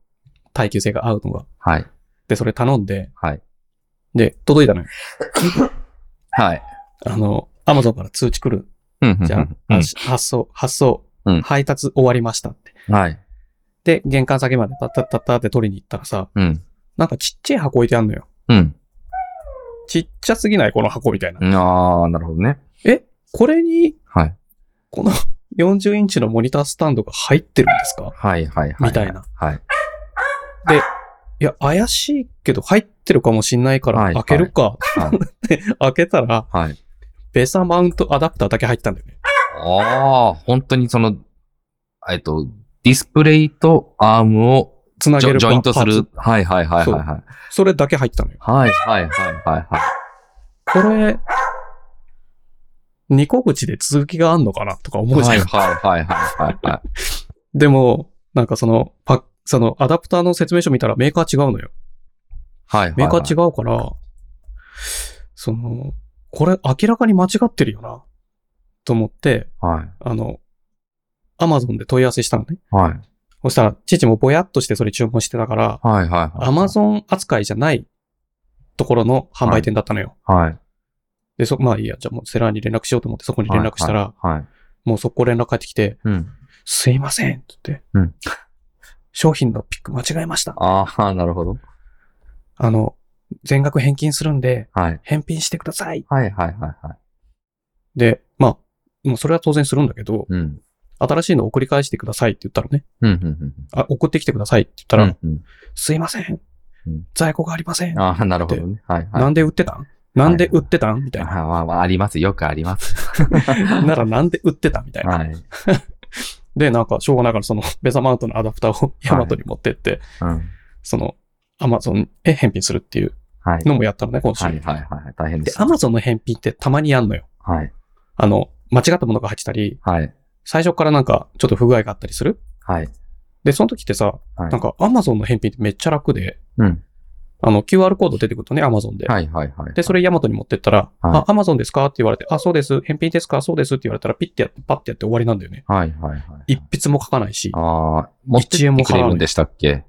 [SPEAKER 1] 耐久性が合うのが。
[SPEAKER 2] はい。
[SPEAKER 1] で、それ頼んで、
[SPEAKER 2] はい。
[SPEAKER 1] で、届いたのよ。
[SPEAKER 2] はい。
[SPEAKER 1] あの、アマゾンから通知来る
[SPEAKER 2] うんうん
[SPEAKER 1] じゃん、
[SPEAKER 2] うん
[SPEAKER 1] あし発送、発送、
[SPEAKER 2] うん
[SPEAKER 1] 配達終わりましたって。
[SPEAKER 2] はい。
[SPEAKER 1] で、玄関先までタッタッタッタって取りに行ったらさ、
[SPEAKER 2] うん。
[SPEAKER 1] なんかちっちゃい箱置いてあんのよ。
[SPEAKER 2] うん。
[SPEAKER 1] ちっちゃすぎないこの箱みたいな。
[SPEAKER 2] ああ、なるほどね。
[SPEAKER 1] え、これに、
[SPEAKER 2] はい。
[SPEAKER 1] この40インチのモニタースタンドが入ってるんですか
[SPEAKER 2] はいはいはい。
[SPEAKER 1] みたいな。
[SPEAKER 2] はい。
[SPEAKER 1] いや、怪しいけど入ってるかもしんないか
[SPEAKER 2] は
[SPEAKER 1] ら
[SPEAKER 2] い
[SPEAKER 1] 開けるか。
[SPEAKER 2] はい。
[SPEAKER 1] 開けたら、
[SPEAKER 2] はい。
[SPEAKER 1] ベサマウントアダプターだけ入ったんだよね。
[SPEAKER 2] ああ、本当にその、えっと、ディスプレイとアームを
[SPEAKER 1] つな
[SPEAKER 2] ジ
[SPEAKER 1] げ
[SPEAKER 2] ョ
[SPEAKER 1] る
[SPEAKER 2] ジョイントす
[SPEAKER 1] パー
[SPEAKER 2] る
[SPEAKER 1] ツ。
[SPEAKER 2] はいはいはいはいはい。
[SPEAKER 1] それだけ入ってたのよ。
[SPEAKER 2] はいはいはいはいはい。
[SPEAKER 1] これ、2個口で続きがあんのかなとか思うじゃん
[SPEAKER 2] はい。はいはいはいはいはい。
[SPEAKER 1] でも、なんかその、パそのアダプターの説明書見たらメーカー違うのよ。
[SPEAKER 2] はいはい。
[SPEAKER 1] メーカー違うから、その、これ明らかに間違ってるよな、と思って、
[SPEAKER 2] う。はい。
[SPEAKER 1] あの、アマゾンで問い合わせしたのね。
[SPEAKER 2] はい。
[SPEAKER 1] そしたら、父もぼやっとしてそれ注文してたから、
[SPEAKER 2] はいはいはい。
[SPEAKER 1] アマゾン扱いじゃないところの販売店だったのよ。
[SPEAKER 2] はい。
[SPEAKER 1] で、そ、まあいいや、じゃあもうセラーに連絡しようと思ってそこに連絡したら、
[SPEAKER 2] はいはい。はい
[SPEAKER 1] もう速攻連絡返ってきて、
[SPEAKER 2] うん。
[SPEAKER 1] すいませんって言って、
[SPEAKER 2] うん
[SPEAKER 1] 商品のピック間違えました。
[SPEAKER 2] ああ、なるほど。
[SPEAKER 1] あの、全額返金するんで、
[SPEAKER 2] はい。
[SPEAKER 1] 返品してください。
[SPEAKER 2] はいはいはいはい。
[SPEAKER 1] で、まあ、もうそれは当然するんだけど、
[SPEAKER 2] うん。
[SPEAKER 1] 新しいの送り返してくださいって言ったらね、
[SPEAKER 2] うん、うん、うん。
[SPEAKER 1] あ、送ってきてくださいって言った
[SPEAKER 2] た
[SPEAKER 1] ら、
[SPEAKER 2] うんうん
[SPEAKER 1] すいません
[SPEAKER 2] うん。
[SPEAKER 1] 在庫がありません。
[SPEAKER 2] ああ、なるほどね。はいはい。
[SPEAKER 1] なんで売ってたんなんで売ってたんみたい
[SPEAKER 2] あ
[SPEAKER 1] な。
[SPEAKER 2] ーまあまあ、あります。よくあります。
[SPEAKER 1] ならなんで売ってたみたいな。
[SPEAKER 2] はい。
[SPEAKER 1] で、なんか、しょうがないから、その、 ベザマウントのアダプターをヤマトに持ってって、
[SPEAKER 2] うん。
[SPEAKER 1] その、アマゾンへ返品するっていう
[SPEAKER 2] はい。
[SPEAKER 1] のもやったのね、今週。
[SPEAKER 2] はいはいはい。大変で
[SPEAKER 1] で、
[SPEAKER 2] す。
[SPEAKER 1] アマゾンの返品ってたまにやんのよ。
[SPEAKER 2] はい。
[SPEAKER 1] あの、間違ったものが入ってたり、
[SPEAKER 2] はい。
[SPEAKER 1] 最初からなんかちょっと不具合があったりする。
[SPEAKER 2] はい。
[SPEAKER 1] で、その時ってさ、
[SPEAKER 2] はい
[SPEAKER 1] なんかアマゾンの返品ってめっちゃ楽で、
[SPEAKER 2] うん。
[SPEAKER 1] あの、QR コード出てくるとね、アマゾンで。
[SPEAKER 2] はいはいはい。
[SPEAKER 1] で、それヤマトに持ってったら、
[SPEAKER 2] はい
[SPEAKER 1] あ、アマゾンですかって言われて、あ、そうです。返品ですかそうですって言われたら、ピッてやって、パッてやって終わりなんだよね。
[SPEAKER 2] はいはいはい。
[SPEAKER 1] 一筆も書かないし。
[SPEAKER 2] ああ、持ってってくれるんでしたっけ
[SPEAKER 1] 円も払わない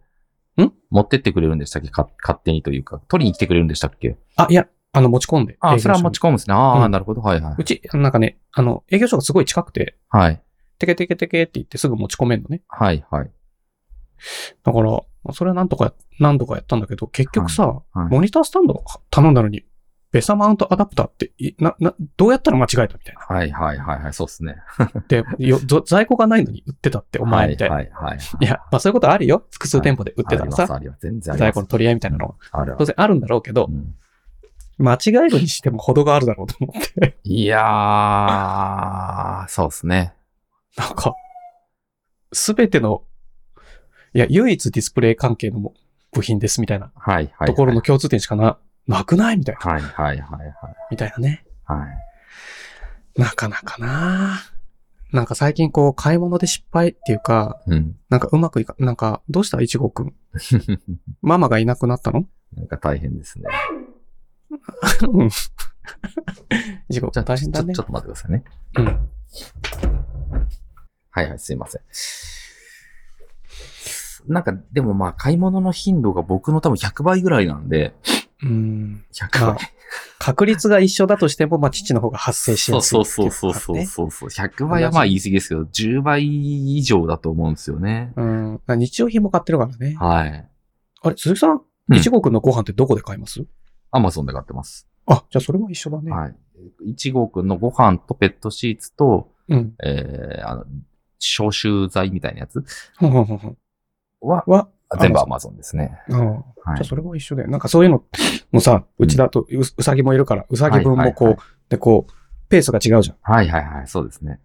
[SPEAKER 1] ん
[SPEAKER 2] 持ってってくれるんでしたっけか勝手にというか。取りに来てくれるんでしたっけ
[SPEAKER 1] あ、いや、あの、持ち込んで。
[SPEAKER 2] あ
[SPEAKER 1] 営業
[SPEAKER 2] あ、それは持ち込むんですね。ああ、なるほど。はいはい。
[SPEAKER 1] うち、なんかね、あの、営業所がすごい近くて、
[SPEAKER 2] はい。
[SPEAKER 1] テケテケテケって言ってすぐ持ち込めんのね。
[SPEAKER 2] はいはい。
[SPEAKER 1] だから、それはなんとかや、何度かやったんだけど、結局さ、
[SPEAKER 2] はい
[SPEAKER 1] モニタースタンド頼んだのに、ベサマウントアダプターってい、な、な、どうやったら間違えたみたいな。
[SPEAKER 2] はいはいはいはい。そうですね。
[SPEAKER 1] で、よぞ在庫がないのに売ってたって、お前みたいな。
[SPEAKER 2] はいはいはい。
[SPEAKER 1] いや、まあそういうことあるよ。複数店舗で売ってたらさ、
[SPEAKER 2] あります、あります。全然あります。
[SPEAKER 1] 在庫の取り合いみたいなの。
[SPEAKER 2] あるあ
[SPEAKER 1] 当
[SPEAKER 2] る。
[SPEAKER 1] 然あるんだろうけど
[SPEAKER 2] う、ん
[SPEAKER 1] 間違えるにしても程があるだろうと思って。
[SPEAKER 2] いや ー、そうですね。
[SPEAKER 1] なんか、すべてのいや、唯一ディスプレイ関係のも部品ですみたいな
[SPEAKER 2] はいはいはい。
[SPEAKER 1] ところの共通点しかな、なくないみたいな。
[SPEAKER 2] はいはいはいはい。
[SPEAKER 1] みたいなね。
[SPEAKER 2] はい。
[SPEAKER 1] なかなかななんか最近こう、買い物で失敗っていうか、
[SPEAKER 2] うん。
[SPEAKER 1] なんかうまくいか、なんか、どうしたいちごくん。ママがいなくなったの
[SPEAKER 2] なんか大変ですね。
[SPEAKER 1] いちご、
[SPEAKER 2] じゃあ、
[SPEAKER 1] 大変だね
[SPEAKER 2] ちょ。ちょっと待ってくださいね。
[SPEAKER 1] うん。
[SPEAKER 2] はいはい、すいません。なんか、でもまあ、買い物の頻度が僕の多分100倍ぐらいなんで、
[SPEAKER 1] うん。
[SPEAKER 2] 100
[SPEAKER 1] まあ
[SPEAKER 2] 倍。
[SPEAKER 1] 確率が一緒だとしても、まあ、父の方が発生し
[SPEAKER 2] そ
[SPEAKER 1] や
[SPEAKER 2] う
[SPEAKER 1] すい
[SPEAKER 2] そ
[SPEAKER 1] っ
[SPEAKER 2] う
[SPEAKER 1] てい
[SPEAKER 2] そうう
[SPEAKER 1] の
[SPEAKER 2] そうそ
[SPEAKER 1] があ
[SPEAKER 2] う
[SPEAKER 1] ってね
[SPEAKER 2] そうそう。100倍はまあ言い過ぎですけど、10倍以上だと思うんですよね。
[SPEAKER 1] うん。まあ日用品も買ってるからね。
[SPEAKER 2] はい。
[SPEAKER 1] あれ、鈴木さん、
[SPEAKER 2] うん
[SPEAKER 1] いちごくんのご飯ってどこで買います、
[SPEAKER 2] アマゾンで買ってます。
[SPEAKER 1] あ、じゃあそれは一緒だね。
[SPEAKER 2] はい。1号くんのご飯とペットシーツと、
[SPEAKER 1] うん。
[SPEAKER 2] えー、あの、消臭剤みたいなやつ
[SPEAKER 1] ふんふんふんふん。
[SPEAKER 2] は、
[SPEAKER 1] は、
[SPEAKER 2] 全部アマゾンですね。
[SPEAKER 1] ああ
[SPEAKER 2] は
[SPEAKER 1] じゃあ
[SPEAKER 2] い。
[SPEAKER 1] それも一緒だよ。なんかそういうのもさ、うちだとううさぎもいるから、うさぎ分もこう、
[SPEAKER 2] はいはい
[SPEAKER 1] でこう、ペースが違うじゃん。
[SPEAKER 2] はいはいはい、そうですね。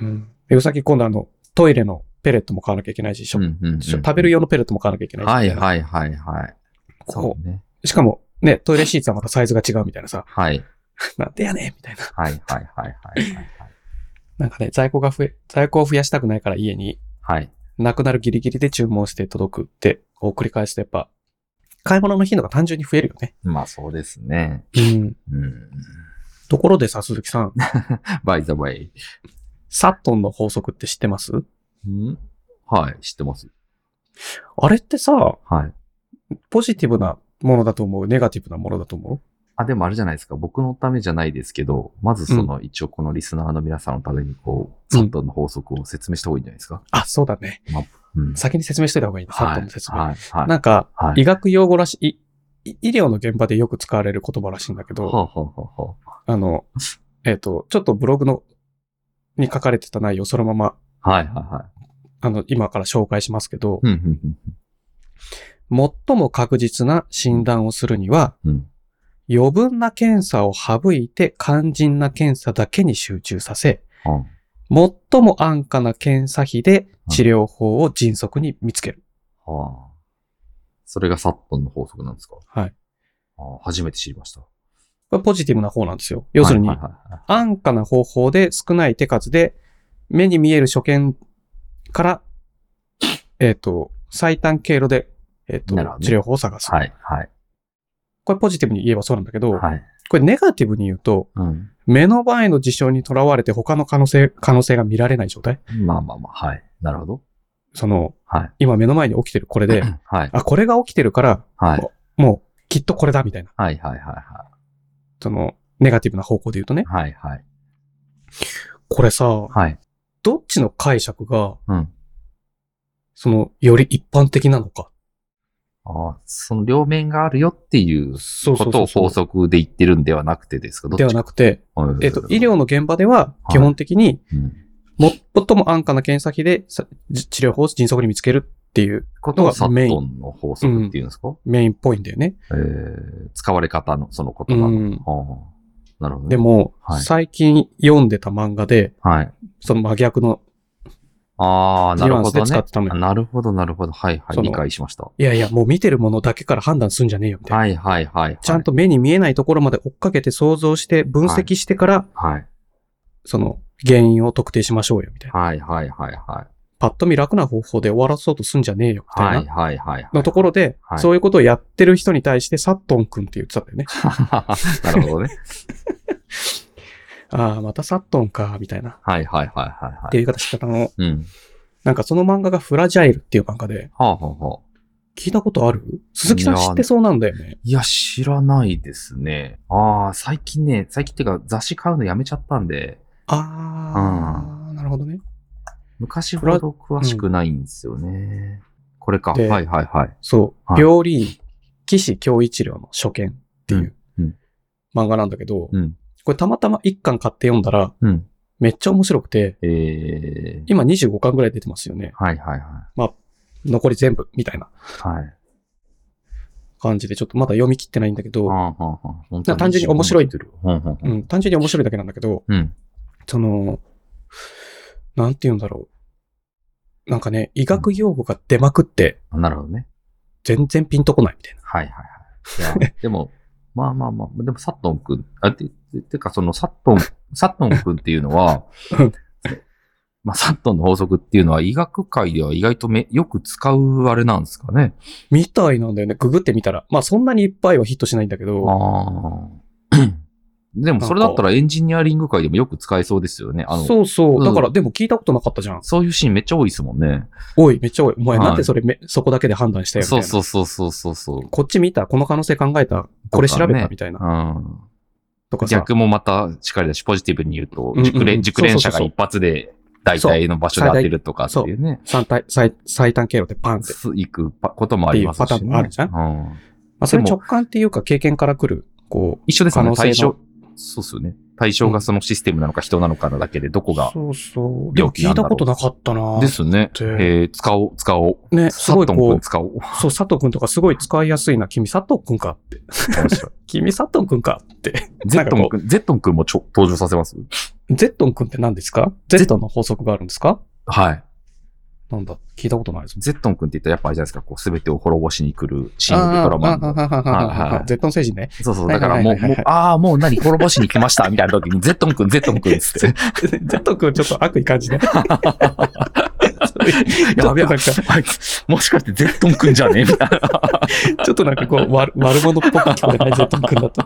[SPEAKER 1] うん。で、うさぎ今度あの、トイレのペレットも買わなきゃいけないし、しょ
[SPEAKER 2] うんうんうん
[SPEAKER 1] しょ食べる用のペレットも買わなきゃいけないし。
[SPEAKER 2] はい
[SPEAKER 1] い。
[SPEAKER 2] はいはいはい。
[SPEAKER 1] こ
[SPEAKER 2] うね。
[SPEAKER 1] う、しかも、ね、トイレシーツはまたサイズが違うみたいなさ、
[SPEAKER 2] はい。
[SPEAKER 1] なんでやねんみたいな。
[SPEAKER 2] はいはいはいはいはい。
[SPEAKER 1] なんかね、在庫が増え、在庫を増やしたくないから家に、
[SPEAKER 2] はい。
[SPEAKER 1] なくなるギリギリで注文して届くって、を繰り返すとやっぱ、買い物の頻度が単純に増えるよね。
[SPEAKER 2] まあそうですね。
[SPEAKER 1] うん。
[SPEAKER 2] うん。
[SPEAKER 1] ところでさ、鈴木さん、
[SPEAKER 2] バイザバイ。
[SPEAKER 1] サットンの法則って知ってます
[SPEAKER 2] んはい、知ってます。
[SPEAKER 1] あれってさ、
[SPEAKER 2] はい。
[SPEAKER 1] ポジティブなものだと思うネガティブなものだと思
[SPEAKER 2] あ、でもあれじゃないですか。僕のためじゃないですけど、まずその、一応このリスナーの皆さんのために、こう、
[SPEAKER 1] う
[SPEAKER 2] サ
[SPEAKER 1] ん
[SPEAKER 2] ットンの法則を説明した方がいいんじゃないですか
[SPEAKER 1] う。。あ、そうだね。
[SPEAKER 2] うん。
[SPEAKER 1] 先に説明しといた方がいいね。サットンの説明。
[SPEAKER 2] はい。はい。
[SPEAKER 1] なんか、
[SPEAKER 2] はい。
[SPEAKER 1] 医学用語らしい、い医療の現場でよく使われる言葉らしいんだけ
[SPEAKER 2] は
[SPEAKER 1] ど、
[SPEAKER 2] あ、はあはあは
[SPEAKER 1] あの、えっ、と、ちょっとブログの、に書かれてた内容そのまま、
[SPEAKER 2] あ、はいはいは
[SPEAKER 1] あの、今から紹介しますけど、
[SPEAKER 2] い。うん、うん、
[SPEAKER 1] 最も確実な診断をするには、
[SPEAKER 2] うん。うん。
[SPEAKER 1] 余分な検査を省いて肝心な検査だけに集中させ、
[SPEAKER 2] うん
[SPEAKER 1] 最も安価な検査費で治療法を迅速に見つける。
[SPEAKER 2] はあ。それがサットンの法則なんですか
[SPEAKER 1] はい。
[SPEAKER 2] ああ初めて知りました。
[SPEAKER 1] これポジティブな方なんですよ。要するに
[SPEAKER 2] はい、はいはいはい
[SPEAKER 1] 安価な方法で少ない手数で、目に見える所見から、えっ、と、最短経路で、えっ、と、
[SPEAKER 2] なるほどね
[SPEAKER 1] 治療法を探す。
[SPEAKER 2] はい、はい。
[SPEAKER 1] これポジティブに言えばそうなんだけど、
[SPEAKER 2] はい。
[SPEAKER 1] これネガティブに言うと、
[SPEAKER 2] うん。
[SPEAKER 1] 目の前の事象にとらわれて他の可能性、可能性が見られない状態。
[SPEAKER 2] まあまあまあ、はい。なるほど。
[SPEAKER 1] その、
[SPEAKER 2] はい。
[SPEAKER 1] 今目の前に起きてるこれ で、
[SPEAKER 2] はい。
[SPEAKER 1] あ、これが起きてるから、
[SPEAKER 2] はい。
[SPEAKER 1] もうきっとこれだみたいな。
[SPEAKER 2] はい、はい、はい、は
[SPEAKER 1] その、ネガティブな方向で言うとね
[SPEAKER 2] い。。はい、はい。
[SPEAKER 1] これさ、
[SPEAKER 2] はい。
[SPEAKER 1] どっちの解釈が、
[SPEAKER 2] うん。
[SPEAKER 1] その、より一般的なのか。
[SPEAKER 2] ああ、その両面があるよっていう
[SPEAKER 1] そう
[SPEAKER 2] こ
[SPEAKER 1] そう
[SPEAKER 2] と
[SPEAKER 1] そう
[SPEAKER 2] を
[SPEAKER 1] そう
[SPEAKER 2] 法則で言ってるんではなくてですかどっち
[SPEAKER 1] ではなくて、えっと、医療の現場では、基本的に、
[SPEAKER 2] うん
[SPEAKER 1] も最も安価な検査費でさじ治療法を迅速に見つけるっていう
[SPEAKER 2] ことをサットンの法則っていうんですか
[SPEAKER 1] メインっぽいんだよね。
[SPEAKER 2] えー使われ方の、その
[SPEAKER 1] う
[SPEAKER 2] 言葉の。
[SPEAKER 1] ん。
[SPEAKER 2] はあなるほどね。
[SPEAKER 1] でも、
[SPEAKER 2] はい
[SPEAKER 1] 最近読んでた漫画で、
[SPEAKER 2] はい。
[SPEAKER 1] その真逆の、
[SPEAKER 2] ああ、なるほ
[SPEAKER 1] ニュア
[SPEAKER 2] ど
[SPEAKER 1] ンスで使
[SPEAKER 2] ね
[SPEAKER 1] ってたの。よ
[SPEAKER 2] なるほど、なるほど。はいは
[SPEAKER 1] そ
[SPEAKER 2] い。
[SPEAKER 1] の
[SPEAKER 2] 理解しました。
[SPEAKER 1] いやいや、もう見てるものだけから判断すんじゃねえよ、みたいな。
[SPEAKER 2] はいはいはい。
[SPEAKER 1] ちゃん。と目に見えないところまで追っかけて想像して分析してから、
[SPEAKER 2] はい。
[SPEAKER 1] その原因を特定しましょうよ、みたいな。
[SPEAKER 2] はいはいはいは
[SPEAKER 1] パッと見楽な方法で終わらそうとすんじゃねえよ、み
[SPEAKER 2] い。
[SPEAKER 1] たいな。
[SPEAKER 2] はいはいはい。
[SPEAKER 1] のところで、
[SPEAKER 2] はい
[SPEAKER 1] そういうことをやってる人に対して、サットン君って言ってたんだよね。
[SPEAKER 2] なるほどね。
[SPEAKER 1] ああ、またサットンか、みたいな。
[SPEAKER 2] はいはいはいはい。は
[SPEAKER 1] って
[SPEAKER 2] い
[SPEAKER 1] いう言い方してたの。
[SPEAKER 2] うん。
[SPEAKER 1] なんかその漫画がフラジャイルっていう漫画で、
[SPEAKER 2] はあはあはあ。
[SPEAKER 1] 聞いたことある鈴木さん
[SPEAKER 2] いや
[SPEAKER 1] 知ってそうなんだよね。
[SPEAKER 2] いや、知らないですね。ああ、最近ね、最近っていうか雑誌買うのやめちゃったんで、
[SPEAKER 1] ああ、なるほどね。
[SPEAKER 2] 昔ほど詳しくないんですよね。これか。は
[SPEAKER 1] で
[SPEAKER 2] いはいはい。
[SPEAKER 1] そう。
[SPEAKER 2] はい
[SPEAKER 1] 病理医、岸京一郎の初見っていう
[SPEAKER 2] うん
[SPEAKER 1] 漫画なんだけど、
[SPEAKER 2] うん。
[SPEAKER 1] これたまたま1巻買って読んだら、
[SPEAKER 2] うん。
[SPEAKER 1] めっちゃ面白くて、
[SPEAKER 2] ええー。
[SPEAKER 1] 今25巻ぐらい出てますよね。
[SPEAKER 2] はいはいはい。
[SPEAKER 1] 残り全部、みたいな
[SPEAKER 2] はい。
[SPEAKER 1] 感じで、ちょっとまだ読み切ってないんだけど、
[SPEAKER 2] はあはあはあ本当
[SPEAKER 1] 単純に面白い
[SPEAKER 2] 自分も言ってる。うん
[SPEAKER 1] う
[SPEAKER 2] うん
[SPEAKER 1] ん、単純に面白いだけなんだけど、
[SPEAKER 2] うん。うん。
[SPEAKER 1] その、なんて言うんだろう。なんかね、医学用語が出まくって、
[SPEAKER 2] なるほどね。
[SPEAKER 1] 全然ピンとこないみたいな。
[SPEAKER 2] はいはいはい。いやでも、まあまあまあ、でも、サットンくん、あ、て、ててか、その、サットン、サットンくんっていうのは
[SPEAKER 1] うん、
[SPEAKER 2] まあ、サットンの法則っていうのは、医学界では意外とめ、よく使うあれなんですかね。
[SPEAKER 1] みたいなんだよね。ググってみたら。まあそんなにいっぱいはヒットしないんだけ
[SPEAKER 2] あ
[SPEAKER 1] ど、
[SPEAKER 2] あ。 でも、それだったらエンジニアリング界でもよく使えそうですよね。あの、
[SPEAKER 1] そうそうう。
[SPEAKER 2] ん
[SPEAKER 1] だから、でも聞いたことなかったじゃん。
[SPEAKER 2] そういうシーンめっちゃ多いですもんね。
[SPEAKER 1] おい、めっちゃ多い。お前
[SPEAKER 2] はい
[SPEAKER 1] なんでそれめ、そこだけで判断したよみた
[SPEAKER 2] そ
[SPEAKER 1] いうな。
[SPEAKER 2] そうそうそうそうそう。
[SPEAKER 1] こっち見た、この可能性考えた、これ調べたみたいな。
[SPEAKER 2] うん。
[SPEAKER 1] とかさ、
[SPEAKER 2] 逆もまたしっかりだし、ポジティブに言うと
[SPEAKER 1] うんう、ん
[SPEAKER 2] 熟練、熟
[SPEAKER 1] そ
[SPEAKER 2] 練者
[SPEAKER 1] うそう
[SPEAKER 2] が
[SPEAKER 1] そう
[SPEAKER 2] 一発で大体の場所で当てるとかっていうね。
[SPEAKER 1] 最短最最短経路でパンって。
[SPEAKER 2] す行くパこともありますし、ね。
[SPEAKER 1] っていうパターンもあるじゃん
[SPEAKER 2] うん
[SPEAKER 1] まあ、それ
[SPEAKER 2] でも
[SPEAKER 1] 直感っていうか経験から来る、こう。
[SPEAKER 2] 一緒ですよね。
[SPEAKER 1] 可能
[SPEAKER 2] 対
[SPEAKER 1] 性の
[SPEAKER 2] 象、そうっすよね。対象がそのシステムなのか人なのかなだけで、どこが。
[SPEAKER 1] そうそう。でも
[SPEAKER 2] 病気
[SPEAKER 1] 聞
[SPEAKER 2] ないん
[SPEAKER 1] た
[SPEAKER 2] だろう
[SPEAKER 1] ことなかったな
[SPEAKER 2] ですね。
[SPEAKER 1] で
[SPEAKER 2] えー、使おう、使おう。
[SPEAKER 1] ね、す
[SPEAKER 2] サ
[SPEAKER 1] ご
[SPEAKER 2] ッ
[SPEAKER 1] い
[SPEAKER 2] トン君
[SPEAKER 1] こ
[SPEAKER 2] 使おう。
[SPEAKER 1] う、そう、佐藤くんとかすごい使いやすいな。君佐藤くんかって。
[SPEAKER 2] 面白い
[SPEAKER 1] 君佐藤くんかって。
[SPEAKER 2] ゼ
[SPEAKER 1] なん
[SPEAKER 2] ッ
[SPEAKER 1] か
[SPEAKER 2] トン
[SPEAKER 1] こ
[SPEAKER 2] 君、ゼットン君もちょ登場させます
[SPEAKER 1] ゼットンくんって何ですかゼットンの法則があるんですか
[SPEAKER 2] はい。
[SPEAKER 1] なんだ、聞いたことないです。
[SPEAKER 2] ゼットン君って言ったらやっぱあれじゃないですか、こう、すべてを滅ぼしに来るシン・ウルトラマンの
[SPEAKER 1] あーあーあーあーあーあー
[SPEAKER 2] はいはい
[SPEAKER 1] ゼットン星人 ね。
[SPEAKER 2] そうそう、
[SPEAKER 1] は
[SPEAKER 2] だ
[SPEAKER 1] い
[SPEAKER 2] か
[SPEAKER 1] は
[SPEAKER 2] ら
[SPEAKER 1] い
[SPEAKER 2] も
[SPEAKER 1] は
[SPEAKER 2] う、
[SPEAKER 1] いはい
[SPEAKER 2] もうああ、もう何、滅ぼしに来ました、みたいな時に、ゼットン君、ゼットン君っつって。
[SPEAKER 1] ゼットンくんちょっと悪意感じ ね。ちょっ
[SPEAKER 2] や
[SPEAKER 1] と
[SPEAKER 2] べ
[SPEAKER 1] な
[SPEAKER 2] え
[SPEAKER 1] んか、
[SPEAKER 2] あいつ、もしかしてゼットン君じゃねえみたいな。
[SPEAKER 1] ちょっとなんかこう、悪悪者っぽく聞こえない、ゼットン君だ と。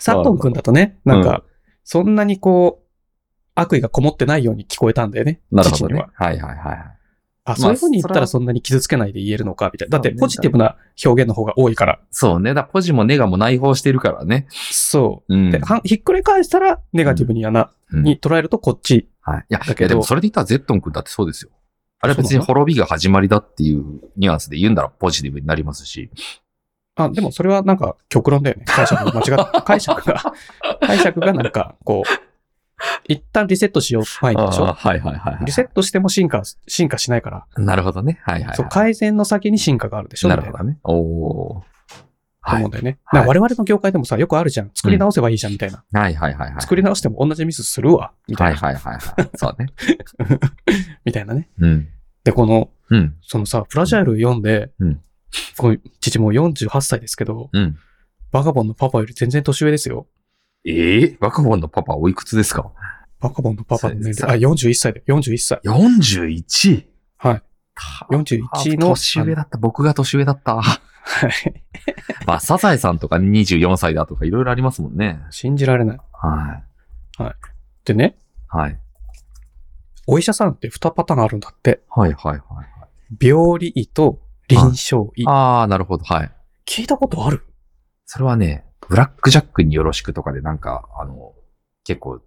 [SPEAKER 1] サットン君だとね、なんか、そんなにこう、悪意がこもってないように聞こえたんだよね。
[SPEAKER 2] なるほど
[SPEAKER 1] 父に
[SPEAKER 2] ね
[SPEAKER 1] は。。
[SPEAKER 2] はいはいはい。
[SPEAKER 1] あ、そういうふうに言ったらそんなに傷つけないで言えるのか、みたいな。だって、ポジティブな表現の方が多いから。
[SPEAKER 2] そうね。だからポジもネガも内包してるからね。
[SPEAKER 1] そうう。
[SPEAKER 2] ん。
[SPEAKER 1] で、はひっくり返したら、ネガティブにやな、
[SPEAKER 2] うん
[SPEAKER 1] に捉えるとこっち。
[SPEAKER 2] はい。いや、
[SPEAKER 1] だけ
[SPEAKER 2] い
[SPEAKER 1] ど
[SPEAKER 2] やでもそれで言ったらゼットン君だってそうですよ。あれは別
[SPEAKER 1] そ
[SPEAKER 2] に
[SPEAKER 1] うな
[SPEAKER 2] 滅びが始まりだっていうニュアンスで言うんならポジティブになりますし。
[SPEAKER 1] あ、でもそれはなんか極論だよね。解釈が間違 った。解釈が、解釈がなんか、こう、一旦リセットしよう範囲でし
[SPEAKER 2] あー
[SPEAKER 1] ょ
[SPEAKER 2] はいはいはい、は
[SPEAKER 1] リセットしても進化、進化しないから、
[SPEAKER 2] い。なるほどね。はいはい、はい。
[SPEAKER 1] そう、改善の先に進化があるでしょ
[SPEAKER 2] な
[SPEAKER 1] み
[SPEAKER 2] る
[SPEAKER 1] たい
[SPEAKER 2] ほ
[SPEAKER 1] な
[SPEAKER 2] どね。おー。は
[SPEAKER 1] 思う
[SPEAKER 2] い
[SPEAKER 1] ん。だよね。
[SPEAKER 2] はい
[SPEAKER 1] なんか我々の業界でもさ、よくあるじゃん。作り直せばいいじゃん、みたいな。
[SPEAKER 2] はいはいはいはい。
[SPEAKER 1] 作り直しても同じミスするわ、みたい
[SPEAKER 2] はい
[SPEAKER 1] な。
[SPEAKER 2] はいはいはい。そうね。
[SPEAKER 1] みたいなね。
[SPEAKER 2] うん。
[SPEAKER 1] で、この、
[SPEAKER 2] うん。
[SPEAKER 1] そのさ、フラジャイル読んで、
[SPEAKER 2] うん
[SPEAKER 1] こう父もう48歳ですけど、
[SPEAKER 2] うん。
[SPEAKER 1] バカボンのパパより全然年上ですよ。
[SPEAKER 2] ええバカボンのパパおいくつですか
[SPEAKER 1] バカボンのパパの年
[SPEAKER 2] そうで
[SPEAKER 1] 齢。あ、41歳だよ。41歳。
[SPEAKER 2] ?41?
[SPEAKER 1] はい。
[SPEAKER 2] 41
[SPEAKER 1] 41の。
[SPEAKER 2] 年上だった。僕が年上だった。
[SPEAKER 1] はい。
[SPEAKER 2] まあ、サザエさんとか24歳だとかいろいろありますもんね。
[SPEAKER 1] 信じられない。
[SPEAKER 2] は
[SPEAKER 1] でね、
[SPEAKER 2] い。はい。
[SPEAKER 1] お医者さんって2パターンあるんだって。
[SPEAKER 2] はいはいはい。
[SPEAKER 1] 病理医と臨床医。
[SPEAKER 2] ああ、なるほど。はい。
[SPEAKER 1] 聞いたことある
[SPEAKER 2] それはね、ブラックジャックによろしくとかでなんか、あの、結構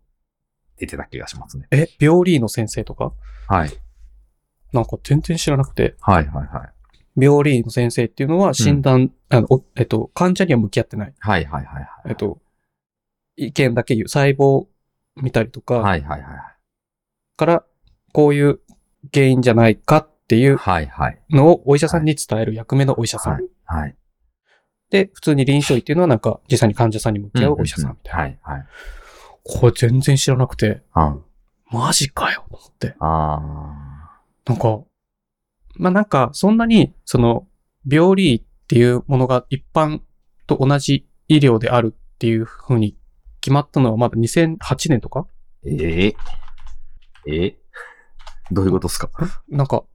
[SPEAKER 2] 出てた気がしますね。
[SPEAKER 1] え、病理医の先生とか
[SPEAKER 2] はい。
[SPEAKER 1] なんか全然知らなくて。
[SPEAKER 2] はいはいはい。
[SPEAKER 1] 病理医の先生っていうのは診断、あの、おえっと、患者には向き合ってない。
[SPEAKER 2] はいはいはいはい。
[SPEAKER 1] えっと、意見だけ言う。細胞見たりとか、
[SPEAKER 2] はいはいはい。
[SPEAKER 1] から、こういう原因じゃないかっていう
[SPEAKER 2] はいはい。
[SPEAKER 1] のをお医者さんに伝える役目のお医者さん。
[SPEAKER 2] はい。はい。
[SPEAKER 1] で、普通に臨床医っていうのはなんか、実際に患者さんに向き合うお医者さんみたいな。
[SPEAKER 2] はいはい。
[SPEAKER 1] これ全然知らなくて、
[SPEAKER 2] あ
[SPEAKER 1] マジかよと思って。
[SPEAKER 2] あ
[SPEAKER 1] なんか、まあ、なんか、そんなに、その、病理医っていうものが一般と同じ医療であるっていうふうに決まったのはまだ2008年とか
[SPEAKER 2] ー。ええええどういうことですか
[SPEAKER 1] なんか、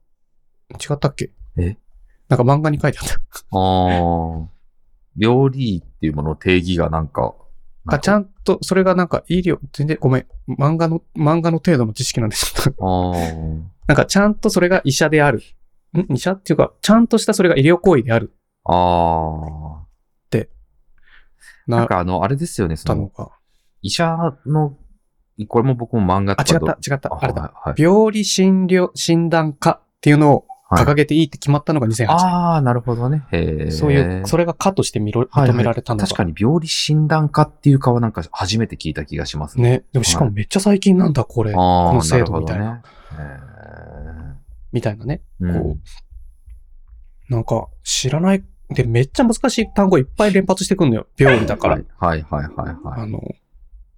[SPEAKER 1] 違ったっけ
[SPEAKER 2] え
[SPEAKER 1] なんか漫画に書いてあった。
[SPEAKER 2] ああ。病理医っていうものの定義がなんか。
[SPEAKER 1] あちゃ
[SPEAKER 2] ん
[SPEAKER 1] んと、それがなんか医療、全然ごめん、漫画の、漫画の程度の知識なんでちょっと
[SPEAKER 2] あー
[SPEAKER 1] なんかちゃんとそれが医者である。ん医者っていうか、ちゃんとしたそれが医療行為である。
[SPEAKER 2] あー。
[SPEAKER 1] な、
[SPEAKER 2] なんかあの、あれですよね、そ
[SPEAKER 1] たの
[SPEAKER 2] の、
[SPEAKER 1] か。
[SPEAKER 2] 医者の、これも僕も漫画
[SPEAKER 1] あ、
[SPEAKER 2] とか
[SPEAKER 1] 違っ
[SPEAKER 2] ど
[SPEAKER 1] た、違った。
[SPEAKER 2] あ
[SPEAKER 1] あれだ。
[SPEAKER 2] はいはい
[SPEAKER 1] 病理診療、診断科っていうのを
[SPEAKER 2] はい
[SPEAKER 1] 掲げていいって決まったのが2008年。
[SPEAKER 2] ああ、なるほどね。へえ。
[SPEAKER 1] そういう、それが科として見ろ
[SPEAKER 2] はい
[SPEAKER 1] 認められたのが、
[SPEAKER 2] 確かに病理診断科っていう科はなんか初めて聞いた気がします。
[SPEAKER 1] ね。でもしかもめっちゃ最近なんだ、これ。
[SPEAKER 2] ああ、
[SPEAKER 1] この制
[SPEAKER 2] なる
[SPEAKER 1] 度
[SPEAKER 2] ほ
[SPEAKER 1] み
[SPEAKER 2] ど
[SPEAKER 1] たいな
[SPEAKER 2] ね。
[SPEAKER 1] みたいなね。
[SPEAKER 2] へー
[SPEAKER 1] こなんか、知らない。で、めっちゃ難しい単語いっぱい連発してくんのよ。病理だから
[SPEAKER 2] は。いはいはいはいは
[SPEAKER 1] あ
[SPEAKER 2] い。
[SPEAKER 1] の、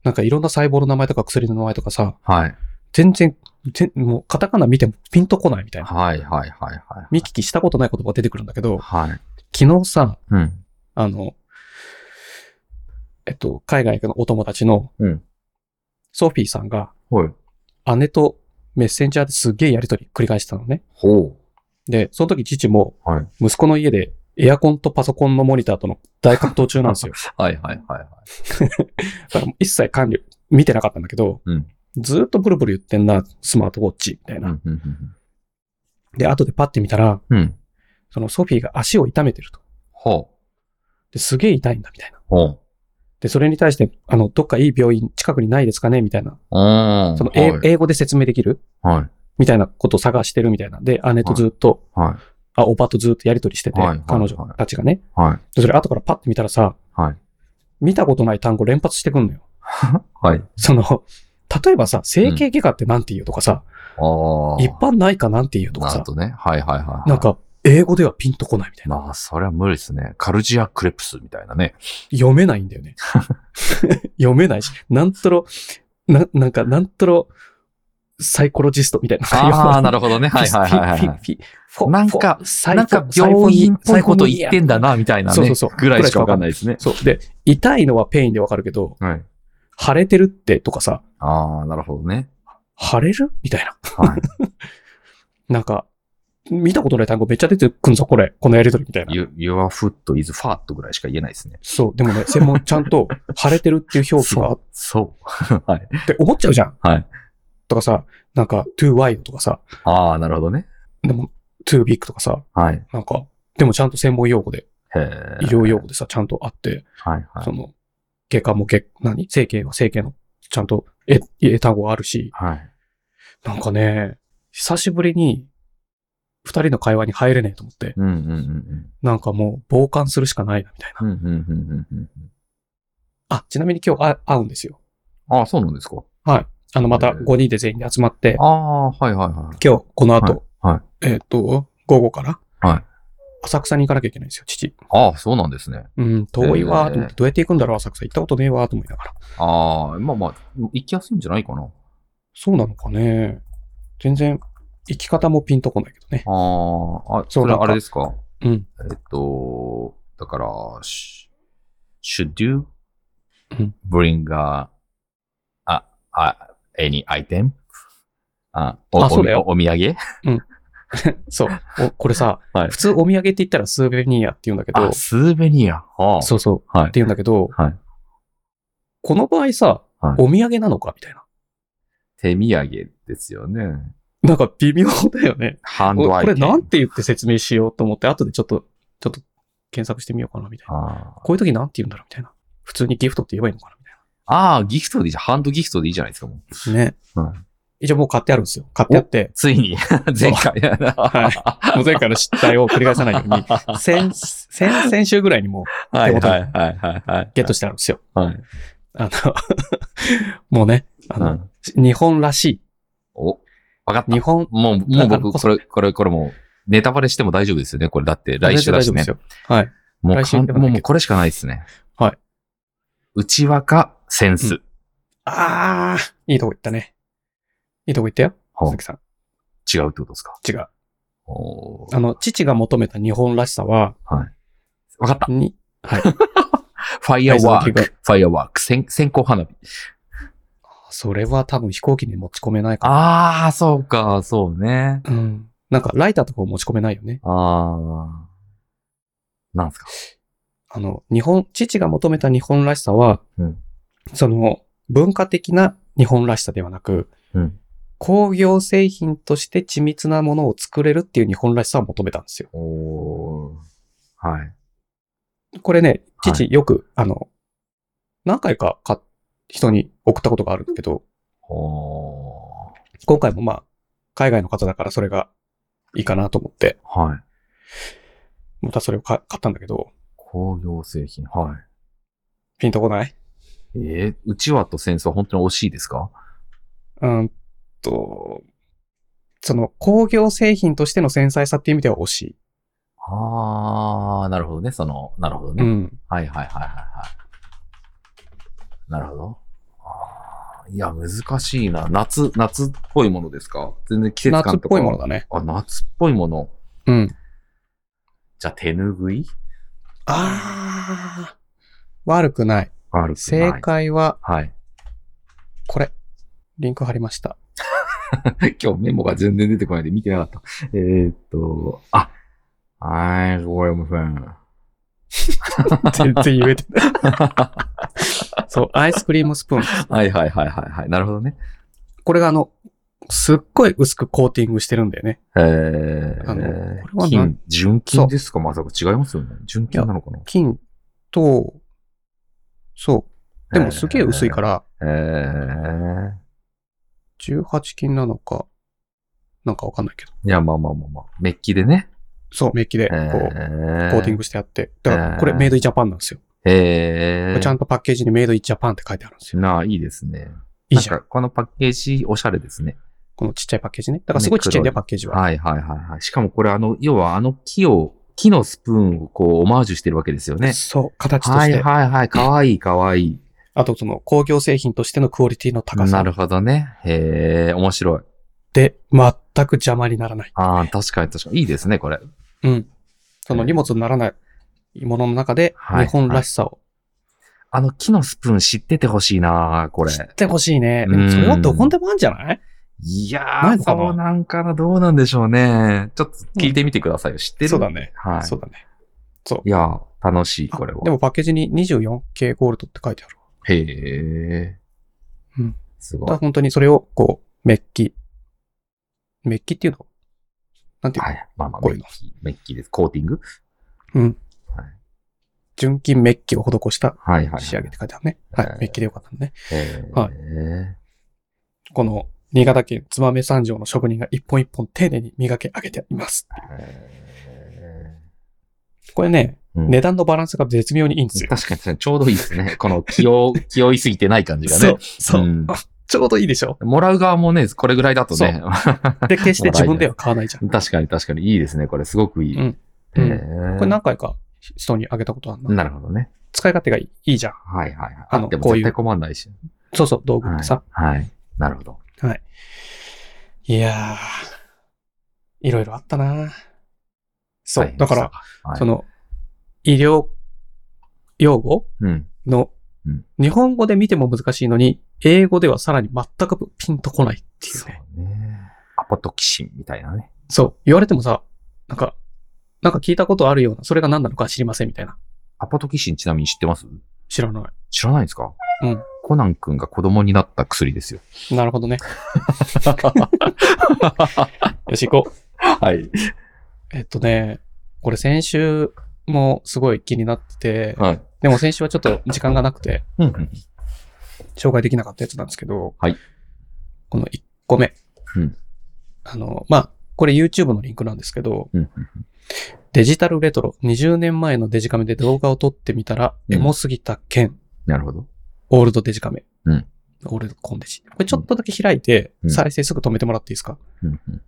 [SPEAKER 1] なんかいろんな細胞の名前とか薬の名前とかさ、
[SPEAKER 2] はい。
[SPEAKER 1] 全然ぜもうカタカナ見てもピンとこないみたいな。
[SPEAKER 2] はいはいはいはい。
[SPEAKER 1] 見聞きしたことない言葉出てくるんだけど、
[SPEAKER 2] はい。
[SPEAKER 1] 昨日さ、
[SPEAKER 2] うん。
[SPEAKER 1] あの、えっと、海外のお友達の
[SPEAKER 2] うん。
[SPEAKER 1] ソフィーさんが
[SPEAKER 2] ほい。
[SPEAKER 1] 姉とメッセンジャーですげえやりとり繰り返してたのね。
[SPEAKER 2] ほ
[SPEAKER 1] で、その時父も
[SPEAKER 2] う。はい。
[SPEAKER 1] 息子の家でエアコンとパソコンのモニターとの大格闘中なんで すよ。
[SPEAKER 2] はいはいはいはい。
[SPEAKER 1] だからもう一切管理見てなかったんだけど、
[SPEAKER 2] うん
[SPEAKER 1] ずーっとブルブル言ってんな、スマートウォッチ、みたいうな。
[SPEAKER 2] んうん
[SPEAKER 1] で、後でパッて見たら、
[SPEAKER 2] うん。うん。
[SPEAKER 1] そのソフィーが足を痛めてると。
[SPEAKER 2] ほう。
[SPEAKER 1] ですげえ痛いんだ、みたいな。
[SPEAKER 2] ほう。
[SPEAKER 1] で、それに対して、あの、どっかいい病院近くにないですかねみたいな。
[SPEAKER 2] ああ。
[SPEAKER 1] その、
[SPEAKER 2] はい
[SPEAKER 1] え英語で説明できる
[SPEAKER 2] はい。
[SPEAKER 1] みたいなことを探してるみたいな。で、姉とずっと、
[SPEAKER 2] はい。
[SPEAKER 1] あ、おばとずっとやりとりしてて、
[SPEAKER 2] はいはい
[SPEAKER 1] 彼女たちがね。
[SPEAKER 2] はい。
[SPEAKER 1] でそれ後からパッて見たらさ、
[SPEAKER 2] はい。
[SPEAKER 1] 見たことない単語連発してくんのよ。
[SPEAKER 2] はい。
[SPEAKER 1] その、例えばさ、整形外科ってなんて言うとかさ、
[SPEAKER 2] ああ。
[SPEAKER 1] 一般内科なんて言うとか
[SPEAKER 2] なる
[SPEAKER 1] さ
[SPEAKER 2] ほ、どね。はいはいはいはい。
[SPEAKER 1] なん。か、英語ではピンとこないみたいな。
[SPEAKER 2] まあ、それは無理ですね。カルジアクレプスみたいなね。
[SPEAKER 1] 読めないんだよね。読めないし、なんとろ、な、なんか、なんとろ、サイコロジストみたいな。
[SPEAKER 2] ああ、なるほどね。はいはいはいは
[SPEAKER 1] フィフィフィフォ
[SPEAKER 2] なんか
[SPEAKER 1] フォサ
[SPEAKER 2] い。
[SPEAKER 1] イ
[SPEAKER 2] なんか病院っぽいこと言ってん
[SPEAKER 1] だ。
[SPEAKER 2] だな、みたいなね。
[SPEAKER 1] そうそうそう
[SPEAKER 2] ぐらいしかわかんないですね。
[SPEAKER 1] そう。で、痛いのはペインでわかるけど、
[SPEAKER 2] はい。
[SPEAKER 1] 腫れてるってとかさ、
[SPEAKER 2] ああ、なるほどね。
[SPEAKER 1] 腫れるみたいな。
[SPEAKER 2] はい。
[SPEAKER 1] なんか、見たことない単語めっちゃ出てくんぞ、これ。このやりとりみたいな。
[SPEAKER 2] You- Your foot is fat ぐらいしか言えないですね。
[SPEAKER 1] そう。でもね、専門ちゃんと、腫れてるっていう表記があっ
[SPEAKER 2] そう。 はい。
[SPEAKER 1] て思っちゃうじゃん。
[SPEAKER 2] はい。
[SPEAKER 1] とかさ、なんか、too wide とかさ、
[SPEAKER 2] ああ、なるほどね。
[SPEAKER 1] でも、too big とかさ、
[SPEAKER 2] はい。
[SPEAKER 1] なんか、でもちゃんと専門用語で、
[SPEAKER 2] へ
[SPEAKER 1] 医
[SPEAKER 2] え。
[SPEAKER 1] 療用語でさ、ちゃんとあって、
[SPEAKER 2] はいは
[SPEAKER 1] そ
[SPEAKER 2] い。
[SPEAKER 1] の、外科も外、何整形は整形の、ちゃんと、え、英単語があるし、
[SPEAKER 2] はい。
[SPEAKER 1] なんかね、久しぶりに、二人の会話に入れねえと思って、
[SPEAKER 2] うんうんうんうん。
[SPEAKER 1] なんかもう、傍観するしかないな、みたいな。
[SPEAKER 2] うんうんうんうんうん。
[SPEAKER 1] あ、ちなみに今日あ会うんですよ。
[SPEAKER 2] ああ、そうなんですか。
[SPEAKER 1] あの、また
[SPEAKER 2] えー
[SPEAKER 1] 5人で全員で集まって、
[SPEAKER 2] ああ、はいはいはい。
[SPEAKER 1] 今日、この後、
[SPEAKER 2] はいはい
[SPEAKER 1] えっ、と、午後から、
[SPEAKER 2] はい
[SPEAKER 1] 浅草に行かなきゃいけないんですよ、父。
[SPEAKER 2] ああ、そうなんですね。
[SPEAKER 1] うん、遠いわーと思っ
[SPEAKER 2] え
[SPEAKER 1] て、どうやって行くんだろう、浅草行ったことねえわーと思いながら。
[SPEAKER 2] ああ、まあまあ、行きやすいんじゃないかな。
[SPEAKER 1] そうなのかね。全然、生き方もピンとこないけどね。
[SPEAKER 2] ああ、あ、
[SPEAKER 1] そう
[SPEAKER 2] それ
[SPEAKER 1] なんか
[SPEAKER 2] あれですか
[SPEAKER 1] うん。
[SPEAKER 2] えっと、だから、し should you
[SPEAKER 1] うん
[SPEAKER 2] bring a, a, a, any item? あ、お
[SPEAKER 1] あそうだよ
[SPEAKER 2] おお土産
[SPEAKER 1] そう。 おこれさ、
[SPEAKER 2] はい
[SPEAKER 1] 普通お土産って言ったらスーベニアって言うんだけど
[SPEAKER 2] あ、、スーベニア。はあ、。
[SPEAKER 1] そううそう。
[SPEAKER 2] はい
[SPEAKER 1] って。言うんだけど、
[SPEAKER 2] はい
[SPEAKER 1] この場合さ、
[SPEAKER 2] はい
[SPEAKER 1] お土産なのかみたいな。
[SPEAKER 2] 手土産ですよね。
[SPEAKER 1] なんか微妙だよね。
[SPEAKER 2] ハン
[SPEAKER 1] お
[SPEAKER 2] ドアイ
[SPEAKER 1] こ
[SPEAKER 2] テ
[SPEAKER 1] れ
[SPEAKER 2] ム。
[SPEAKER 1] なんて言って説明しようと思って、後でちょっと、ちょっと検索してみようかな、みたいな。
[SPEAKER 2] あー
[SPEAKER 1] こういう時なんて言うんだろうみたいな。普通にギフトって言えばいいのかなみ
[SPEAKER 2] あー、ギフトでいいじゃん。ハンドギフトでいいじゃないですか、もう。
[SPEAKER 1] たいな。ね。
[SPEAKER 2] はい
[SPEAKER 1] 一応もう買ってあるんですよ。買ってあって、
[SPEAKER 2] つ いに、前回。は
[SPEAKER 1] もう前回の失態を繰り返さないよ うに、先、先、先週ぐらいにも
[SPEAKER 2] い。はい
[SPEAKER 1] 手元に
[SPEAKER 2] はいはいはいはい。
[SPEAKER 1] ゲットしてあるんですよ。
[SPEAKER 2] はい。
[SPEAKER 1] あの、 もうね、あ
[SPEAKER 2] う
[SPEAKER 1] の、
[SPEAKER 2] ん
[SPEAKER 1] 日本らし
[SPEAKER 2] お、わかっ
[SPEAKER 1] い。
[SPEAKER 2] た
[SPEAKER 1] 日。本、
[SPEAKER 2] もう、も
[SPEAKER 1] だ
[SPEAKER 2] う
[SPEAKER 1] から
[SPEAKER 2] 僕、
[SPEAKER 1] こ
[SPEAKER 2] これ、これ、これもう、ネタバレしても大丈夫ですよね。これだって、来週だ
[SPEAKER 1] 大
[SPEAKER 2] し
[SPEAKER 1] 丈夫で
[SPEAKER 2] ね
[SPEAKER 1] す。よ。はい。
[SPEAKER 2] もう
[SPEAKER 1] 来週行
[SPEAKER 2] かん、
[SPEAKER 1] かなきゃ
[SPEAKER 2] もう、もうこれしかないですね。
[SPEAKER 1] はい。
[SPEAKER 2] 内輪か、センス。
[SPEAKER 1] あー、いいとこ行ったね。いいとこ行ったよ。
[SPEAKER 2] ほう
[SPEAKER 1] 鈴木さん。
[SPEAKER 2] 違うってことですか
[SPEAKER 1] 違う。
[SPEAKER 2] おー
[SPEAKER 1] あの、父が求めた日本らしさは、
[SPEAKER 2] わかった。
[SPEAKER 1] に、はい。
[SPEAKER 2] ファイアワー
[SPEAKER 1] はい
[SPEAKER 2] ク。ファイアワーク。線、線香花火。
[SPEAKER 1] それは多分飛行機に持ち込めないか
[SPEAKER 2] ああ、そうか、そうね。
[SPEAKER 1] ら。うん。なんかライターとかも持ち込めないよね。
[SPEAKER 2] ああ。なんすか。
[SPEAKER 1] あの、日本、父が求めた日本らしさは、
[SPEAKER 2] うん
[SPEAKER 1] その、文化的な日本らしさではなく、
[SPEAKER 2] うん。
[SPEAKER 1] 工業製品として緻密なものを作れるっていう日本らしさを求めたんですよ。
[SPEAKER 2] おー。はい。
[SPEAKER 1] これね、
[SPEAKER 2] はい
[SPEAKER 1] 父よく、あの、何回かか人に送ったことがあるんだけど、
[SPEAKER 2] おー。
[SPEAKER 1] 今回もまあ、海外の方だからそれがいいかなと思って、
[SPEAKER 2] はい。
[SPEAKER 1] またそれをか買ったんだけど、
[SPEAKER 2] 工業製品。はい。
[SPEAKER 1] ピンとこない
[SPEAKER 2] えー、うちわとセンスは本当に惜しいですか
[SPEAKER 1] うーんと、その工業製品としての繊細さっていう意味では惜し
[SPEAKER 2] ああ、なるほどね。その、なるほど
[SPEAKER 1] い。
[SPEAKER 2] ね。
[SPEAKER 1] うん。
[SPEAKER 2] はいはいはいはいはい。なるほど。あーいや、難しいな。夏、夏っぽいものですか全然季節感とか。
[SPEAKER 1] 夏っぽいものだね。
[SPEAKER 2] あ、夏っぽいもの。
[SPEAKER 1] うん。
[SPEAKER 2] じゃあ、手ぬぐい
[SPEAKER 1] あー。悪くない。
[SPEAKER 2] 悪くない。
[SPEAKER 1] 正。解は、
[SPEAKER 2] はい。
[SPEAKER 1] これ。リンク貼りま した。
[SPEAKER 2] 今日メモが全然出てこないで見てなかった。えーっと、あ、I'm warm fan.
[SPEAKER 1] 全然言えてない。 そう、アイスクリームスプーン。
[SPEAKER 2] はいはいはいはいはい。なるほどね。
[SPEAKER 1] これがあの、すっごい薄くコーティングしてるんだよね。
[SPEAKER 2] え
[SPEAKER 1] あの
[SPEAKER 2] ー、
[SPEAKER 1] これはな
[SPEAKER 2] 金、純金ですかまさか違いますよね。純金なのかな
[SPEAKER 1] 金と、そう。でもすげえ薄いから、
[SPEAKER 2] えー、
[SPEAKER 1] 18金なのか、なんかわかんないけど。
[SPEAKER 2] いや、まあまあまあまあ。メッキでね。
[SPEAKER 1] そう、メッキで、こう、コーティン
[SPEAKER 2] グ。
[SPEAKER 1] グしてあって。だから、
[SPEAKER 2] えー
[SPEAKER 1] これメイドインジャパンなんですよ。
[SPEAKER 2] えー、
[SPEAKER 1] ちゃんとパッケージにメイドインジャパンって書いてあるんですよ。
[SPEAKER 2] なあ、いいですね。
[SPEAKER 1] いいじゃん。
[SPEAKER 2] なんかこのパッケージ、おしゃれですね。
[SPEAKER 1] このちっちゃいパッケージね。だからすごいちっちゃいんだよ、
[SPEAKER 2] ね
[SPEAKER 1] パッケージは。
[SPEAKER 2] はいはいはいはい。しかもこれ、あの、要はあの木を、木のスプーンをこう、オマージュしてるわけですよね。
[SPEAKER 1] そう、形と
[SPEAKER 2] は
[SPEAKER 1] して。
[SPEAKER 2] いはいはい。かわいいかわいい。
[SPEAKER 1] あと、その工業製品としてのクオリティの高
[SPEAKER 2] な
[SPEAKER 1] さ
[SPEAKER 2] るほどね。へえ、面白い。
[SPEAKER 1] で、全く邪魔にならない。
[SPEAKER 2] ああ、確かに確かに。いいですね、これ。
[SPEAKER 1] うん。その荷物にならないものの中で、
[SPEAKER 2] はい
[SPEAKER 1] 日本らしさを
[SPEAKER 2] あの木のスプーン知っててほしいな、これ。
[SPEAKER 1] 知ってほしいね。
[SPEAKER 2] う
[SPEAKER 1] で
[SPEAKER 2] ん
[SPEAKER 1] もそれはどこにでもあるんじゃない
[SPEAKER 2] いや
[SPEAKER 1] な
[SPEAKER 2] ー、
[SPEAKER 1] いのかな
[SPEAKER 2] そうなんかな、どうなんでしょうね。ちょっと聞いてみてくださいよ。知ってる
[SPEAKER 1] そうだね。
[SPEAKER 2] はい。
[SPEAKER 1] そうだね。
[SPEAKER 2] いやー、楽しい、これは。
[SPEAKER 1] でもパッケージに 24K ゴールドって書いてある。
[SPEAKER 2] へえ。
[SPEAKER 1] うん。
[SPEAKER 2] す
[SPEAKER 1] だ
[SPEAKER 2] ごい。
[SPEAKER 1] から
[SPEAKER 2] は
[SPEAKER 1] 本当にそれを、こう、メッキ。メッキっていうのなんていうの、
[SPEAKER 2] い。まあまあ、
[SPEAKER 1] こ
[SPEAKER 2] メ
[SPEAKER 1] ういう
[SPEAKER 2] ッ
[SPEAKER 1] の
[SPEAKER 2] キ、メッキです。コーティング
[SPEAKER 1] うん。
[SPEAKER 2] はい
[SPEAKER 1] 純金メッキを施した
[SPEAKER 2] はいはいはい。
[SPEAKER 1] 仕上げって書いてあるね。はい。
[SPEAKER 2] はい
[SPEAKER 1] メッキでよかったのね。
[SPEAKER 2] へー。
[SPEAKER 1] はいこの、新潟県燕三条の職人が一本一本丁寧に磨き上げています。
[SPEAKER 2] へ
[SPEAKER 1] これね、
[SPEAKER 2] ーうん
[SPEAKER 1] 値段のバランスが絶妙にいいんですよ。
[SPEAKER 2] 確かにちょうどいいで すね。この気を、気負いすぎてない感じがね。
[SPEAKER 1] そう、そう、
[SPEAKER 2] うん
[SPEAKER 1] ちょうどいいでしょ。
[SPEAKER 2] もらう側もね、これぐらいだとね。
[SPEAKER 1] で、決して自分では買わないじゃん。
[SPEAKER 2] 確かに確かにいいですね。これすごくいい。
[SPEAKER 1] うん
[SPEAKER 2] へ
[SPEAKER 1] うん
[SPEAKER 2] ー
[SPEAKER 1] これ何回か人にあげたことあるな。
[SPEAKER 2] なるほどね。
[SPEAKER 1] 使い勝手がいいいいじゃん。
[SPEAKER 2] はいはいはい。
[SPEAKER 1] あの
[SPEAKER 2] でも
[SPEAKER 1] こういう
[SPEAKER 2] 絶対困んないし。
[SPEAKER 1] そうそう、道具っ
[SPEAKER 2] は
[SPEAKER 1] て
[SPEAKER 2] い
[SPEAKER 1] さ。
[SPEAKER 2] はい。なるほど。
[SPEAKER 1] い、やー、いろいろあったなそう、
[SPEAKER 2] 大変で
[SPEAKER 1] だ
[SPEAKER 2] した
[SPEAKER 1] から、、
[SPEAKER 2] はい
[SPEAKER 1] そ、の、医療用語
[SPEAKER 2] うん。
[SPEAKER 1] の、
[SPEAKER 2] うん
[SPEAKER 1] 日本語で見ても難しいのに、英語ではさらに全くピンとこないっていうね。
[SPEAKER 2] そうね。アポトキシンみたいなね。
[SPEAKER 1] そう、言われてもさ、なんか、なんか聞いたことあるような、それが何なのか知りませんみたいな。
[SPEAKER 2] アポトキシンちなみに知ってます
[SPEAKER 1] 知らない。
[SPEAKER 2] 知らないんですか
[SPEAKER 1] うん。
[SPEAKER 2] コナン君が子供になった薬ですよ。
[SPEAKER 1] なるほどね。 よし、行こう。
[SPEAKER 2] はい。
[SPEAKER 1] えっとね、これ先週もすごい気になってて、
[SPEAKER 2] はい。
[SPEAKER 1] でも先週はちょっと時間がなくて、
[SPEAKER 2] うんうん。
[SPEAKER 1] 紹介できなかったやつなんですけど、
[SPEAKER 2] はい
[SPEAKER 1] この1個目。
[SPEAKER 2] うん
[SPEAKER 1] あの、まあ、これ YouTube のリンクなんですけど、
[SPEAKER 2] うん
[SPEAKER 1] デジタルレトロ、20年前のデジカメで動画を撮ってみたら、
[SPEAKER 2] うん
[SPEAKER 1] エモすぎた件、
[SPEAKER 2] なるほど。
[SPEAKER 1] オールドデジカメ。
[SPEAKER 2] うん
[SPEAKER 1] オールドコンデジ。これちょっとだけ開いて、
[SPEAKER 2] うん
[SPEAKER 1] 再生すぐ止めてもらっていいですか、
[SPEAKER 2] うんうんうん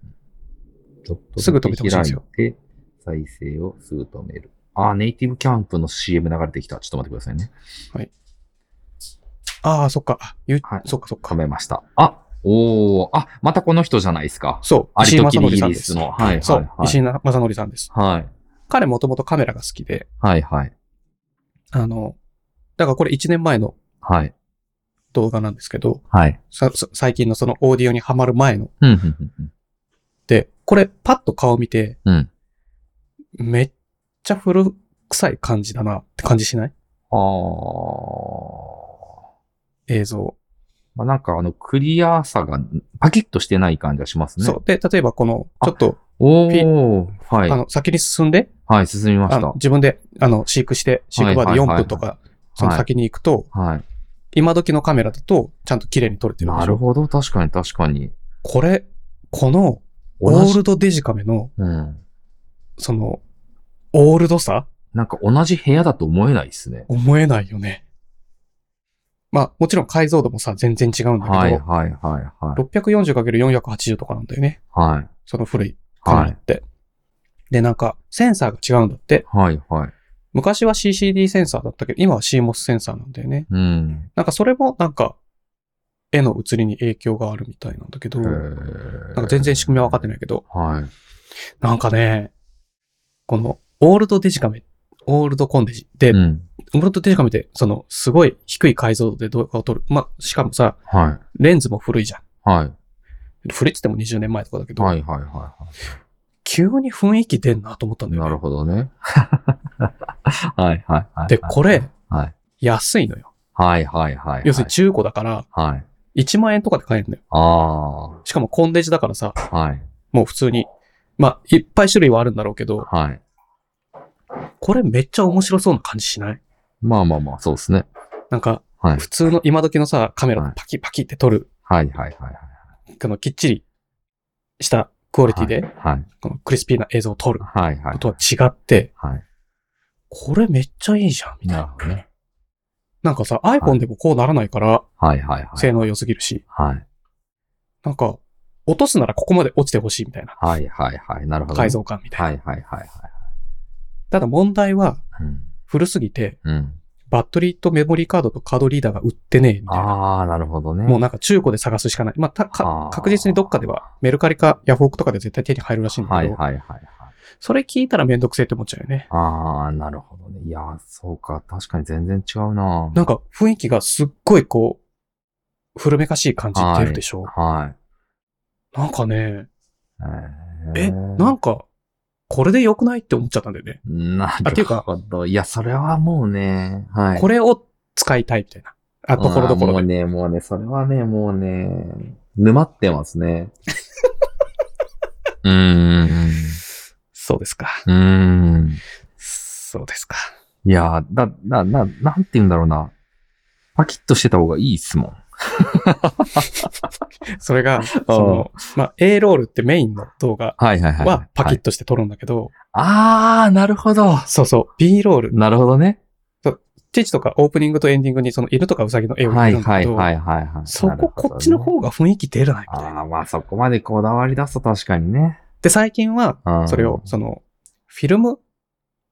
[SPEAKER 2] ちょっと
[SPEAKER 1] すぐ止めてほしいんですよ
[SPEAKER 2] 開いて。再生をすぐ止める。あー、ネイティブキャンプの CM 流れてきた。ちょっと待ってくださいね。
[SPEAKER 1] ああ、そっか。あゆ
[SPEAKER 2] はい
[SPEAKER 1] そっかそっ
[SPEAKER 2] 止
[SPEAKER 1] か。
[SPEAKER 2] めました。あ、おー、あ、またこの人じゃないですか。
[SPEAKER 1] そう、
[SPEAKER 2] あり
[SPEAKER 1] 石井
[SPEAKER 2] と
[SPEAKER 1] 正
[SPEAKER 2] きり
[SPEAKER 1] 則
[SPEAKER 2] イ
[SPEAKER 1] さ
[SPEAKER 2] ギ
[SPEAKER 1] んで
[SPEAKER 2] リ
[SPEAKER 1] す
[SPEAKER 2] ス。の。はい、はい、
[SPEAKER 1] そう、
[SPEAKER 2] は
[SPEAKER 1] 石
[SPEAKER 2] い。
[SPEAKER 1] 井正則さんです。
[SPEAKER 2] はい、
[SPEAKER 1] 彼もともとカメラが好きで、
[SPEAKER 2] はい、はい。
[SPEAKER 1] あの、だからこれ1年前の
[SPEAKER 2] はい、
[SPEAKER 1] 動画なんですけど、
[SPEAKER 2] はい。
[SPEAKER 1] ささ最近のそのオーディオにハマる前の。
[SPEAKER 2] うん、うん、うんうん。
[SPEAKER 1] で、これパッと顔見て、
[SPEAKER 2] うん
[SPEAKER 1] めっちゃ古臭い感じだなって感じしない
[SPEAKER 2] あー。
[SPEAKER 1] 映像。
[SPEAKER 2] まあ、なんかあの、クリアさがパキッとしてない感じがしますね。
[SPEAKER 1] そう。で、例えばこの、ちょっと、
[SPEAKER 2] おー。は
[SPEAKER 1] あ
[SPEAKER 2] い。
[SPEAKER 1] の、先に進んで、
[SPEAKER 2] はい、進みま
[SPEAKER 1] あ
[SPEAKER 2] し
[SPEAKER 1] の
[SPEAKER 2] た。
[SPEAKER 1] 自分で、あの、飼育して、飼育バーで
[SPEAKER 2] はいは
[SPEAKER 1] 4
[SPEAKER 2] いはいは
[SPEAKER 1] 分
[SPEAKER 2] い
[SPEAKER 1] とか、その先に行くと、
[SPEAKER 2] はい。
[SPEAKER 1] 今時のカメラだと、ちゃんと綺麗に撮れてるでしょ
[SPEAKER 2] なるほど。確かに、確かに。
[SPEAKER 1] これ、この、オ
[SPEAKER 2] 同
[SPEAKER 1] ー
[SPEAKER 2] じ。
[SPEAKER 1] ルドデジカメの、
[SPEAKER 2] うん。
[SPEAKER 1] その、オールドさ
[SPEAKER 2] なんか同じ部屋だと思えないですね。
[SPEAKER 1] 思えないよね。まあ、もちろん解像度もさ、全然違うんだけど、
[SPEAKER 2] はい、はい、はい、はい。
[SPEAKER 1] 640×480 とかなんだよね。
[SPEAKER 2] はい。
[SPEAKER 1] その古いカメ
[SPEAKER 2] は
[SPEAKER 1] ラ
[SPEAKER 2] い
[SPEAKER 1] っ。て。で、なんか、センサーが違うんだって。
[SPEAKER 2] はい、はい。
[SPEAKER 1] 昔は CCD センサーだったけど、今は CMOS センサーなんだよね。
[SPEAKER 2] うん。
[SPEAKER 1] なんかそれも、なんか、絵の移りに影響があるみたいなんだけど、なんか全然仕組みは分かってないけど、
[SPEAKER 2] はい。
[SPEAKER 1] なんかね、この、オールドデジカメ、オールドコンデジで、
[SPEAKER 2] うん。
[SPEAKER 1] オールドデジカメって、その、すごい低い解像度で動画を撮る。まあ、しかもさ、
[SPEAKER 2] はい。
[SPEAKER 1] レンズも古いじゃん。
[SPEAKER 2] はい。
[SPEAKER 1] 古いって言っても20年前とかだけど、
[SPEAKER 2] はいはいはいは
[SPEAKER 1] 急に雰囲気出んなと思ったん
[SPEAKER 2] い。
[SPEAKER 1] だよ、ね。
[SPEAKER 2] なるほどね。 はいはいはい。
[SPEAKER 1] で、これ、
[SPEAKER 2] はい。
[SPEAKER 1] 安いのよ。
[SPEAKER 2] はいはいはい。
[SPEAKER 1] 要するに中古だから、
[SPEAKER 2] はい。
[SPEAKER 1] 1万円とかで買えるのよ。
[SPEAKER 2] ああ。は
[SPEAKER 1] しかもコンデジだからさ、
[SPEAKER 2] い。
[SPEAKER 1] もう普通に。まあ、いっぱい種類はあるんだろうけど、
[SPEAKER 2] はい。
[SPEAKER 1] これめっちゃ面白そうな感じしない
[SPEAKER 2] まあまあまあ、そうですね。
[SPEAKER 1] なんか、
[SPEAKER 2] はい。
[SPEAKER 1] 普通の今時のさ、カメラでパキパキって撮る、
[SPEAKER 2] はいはいはい
[SPEAKER 1] このきっちりしたクオリティで、
[SPEAKER 2] はい。はい。
[SPEAKER 1] このクリスピーな映像を撮る
[SPEAKER 2] はいはい
[SPEAKER 1] の。とは違って、
[SPEAKER 2] はい。
[SPEAKER 1] これめっちゃいいじゃん、みたい
[SPEAKER 2] なる
[SPEAKER 1] な
[SPEAKER 2] ほ。どね。
[SPEAKER 1] なんかさ、iPhone でもこうならないから、
[SPEAKER 2] はいはいはい。
[SPEAKER 1] 性能良すぎるし、
[SPEAKER 2] はい。
[SPEAKER 1] なんか、落とすならここまで落ちてほしいみたいな
[SPEAKER 2] はいはいはい。なるほど。
[SPEAKER 1] 改。造感みたいな。
[SPEAKER 2] はいはいはいはい。
[SPEAKER 1] ただ問題は、
[SPEAKER 2] うん。
[SPEAKER 1] 古すぎて、
[SPEAKER 2] うん。
[SPEAKER 1] バッテリーとメモリーカードとカードリーダーが売ってねえ、みたいな。
[SPEAKER 2] ああ、なるほどね。
[SPEAKER 1] もうなんか中古で探すしかない。まあ、たか
[SPEAKER 2] あー
[SPEAKER 1] 確実にどっかでは、メルカリかヤフオクとかで絶対手に入るらしいんだけど、
[SPEAKER 2] はいはいはいはい。
[SPEAKER 1] それ聞いたらめんどくせえって思っちゃうよね。
[SPEAKER 2] ああ、なるほどね。いやー、そうか。確かに全然違うな。
[SPEAKER 1] なんか雰囲気がすっごいこう、古めかしい感じ出るでしょ、
[SPEAKER 2] はい。
[SPEAKER 1] なんかね、
[SPEAKER 2] え
[SPEAKER 1] え、
[SPEAKER 2] ー
[SPEAKER 1] なんか、これで良くないって思っちゃったんだよね。
[SPEAKER 2] な
[SPEAKER 1] あってい
[SPEAKER 2] る
[SPEAKER 1] うか
[SPEAKER 2] ほど。いや、それはもうね、はい。
[SPEAKER 1] これを使いたいみたいな。あ、ところどこ
[SPEAKER 2] あーも
[SPEAKER 1] ろ
[SPEAKER 2] う
[SPEAKER 1] で。
[SPEAKER 2] ね、もうね、それはね、もうね、沼ってますね。 うーん。
[SPEAKER 1] そうですか。
[SPEAKER 2] うーん。
[SPEAKER 1] そうですか。
[SPEAKER 2] いやー、だ、な、な、なんて言うんだろうな。パキッとしてた方がいいっすもん。
[SPEAKER 1] それが、その、まあ、A ロールってメインの動画
[SPEAKER 2] はいはいはい。
[SPEAKER 1] はパキ
[SPEAKER 2] はい
[SPEAKER 1] ッとして撮るんだけど、
[SPEAKER 2] あー、なるほど。
[SPEAKER 1] そうそう、B ロール、
[SPEAKER 2] なるほどね。
[SPEAKER 1] 父とかオープニングとエンディングにその犬とかウサギの絵を
[SPEAKER 2] は
[SPEAKER 1] 入れ
[SPEAKER 2] い
[SPEAKER 1] るんだ
[SPEAKER 2] は
[SPEAKER 1] け
[SPEAKER 2] い
[SPEAKER 1] ど、
[SPEAKER 2] はいはいはい。
[SPEAKER 1] そ
[SPEAKER 2] なる
[SPEAKER 1] こ、
[SPEAKER 2] ほどね
[SPEAKER 1] こっちの方が雰囲気出ないみたいな。
[SPEAKER 2] ああ、まあそこまでこだわり出すと確かにね。
[SPEAKER 1] で、最近は、
[SPEAKER 2] うん
[SPEAKER 1] それを、その、フィルム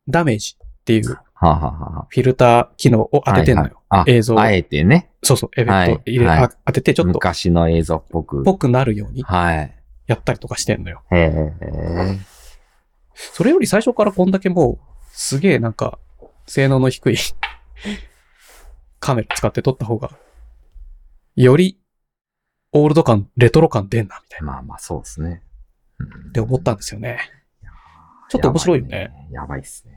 [SPEAKER 1] ダメージっていうフ
[SPEAKER 2] はあ、はあはあ、
[SPEAKER 1] ィルター機能を当ててんのよ。
[SPEAKER 2] はいはいあ
[SPEAKER 1] 映像を
[SPEAKER 2] あえてね、
[SPEAKER 1] そうそう、エフェクト入れ、
[SPEAKER 2] はいはい
[SPEAKER 1] あ当ててちょっと、
[SPEAKER 2] 昔の映像っぽく。
[SPEAKER 1] ぽくなるように
[SPEAKER 2] はい。
[SPEAKER 1] やったりとかしてんのよ。
[SPEAKER 2] へえ。
[SPEAKER 1] それより最初からこんだけもう、すげえなんか、性能の低い カメラ使って撮った方が、より、オールド感、レトロ感出んな、みたいな。っ
[SPEAKER 2] まあまあそうですね。うん
[SPEAKER 1] て思ったんですよね。ちょっと面白いよね。。
[SPEAKER 2] やばいっすね。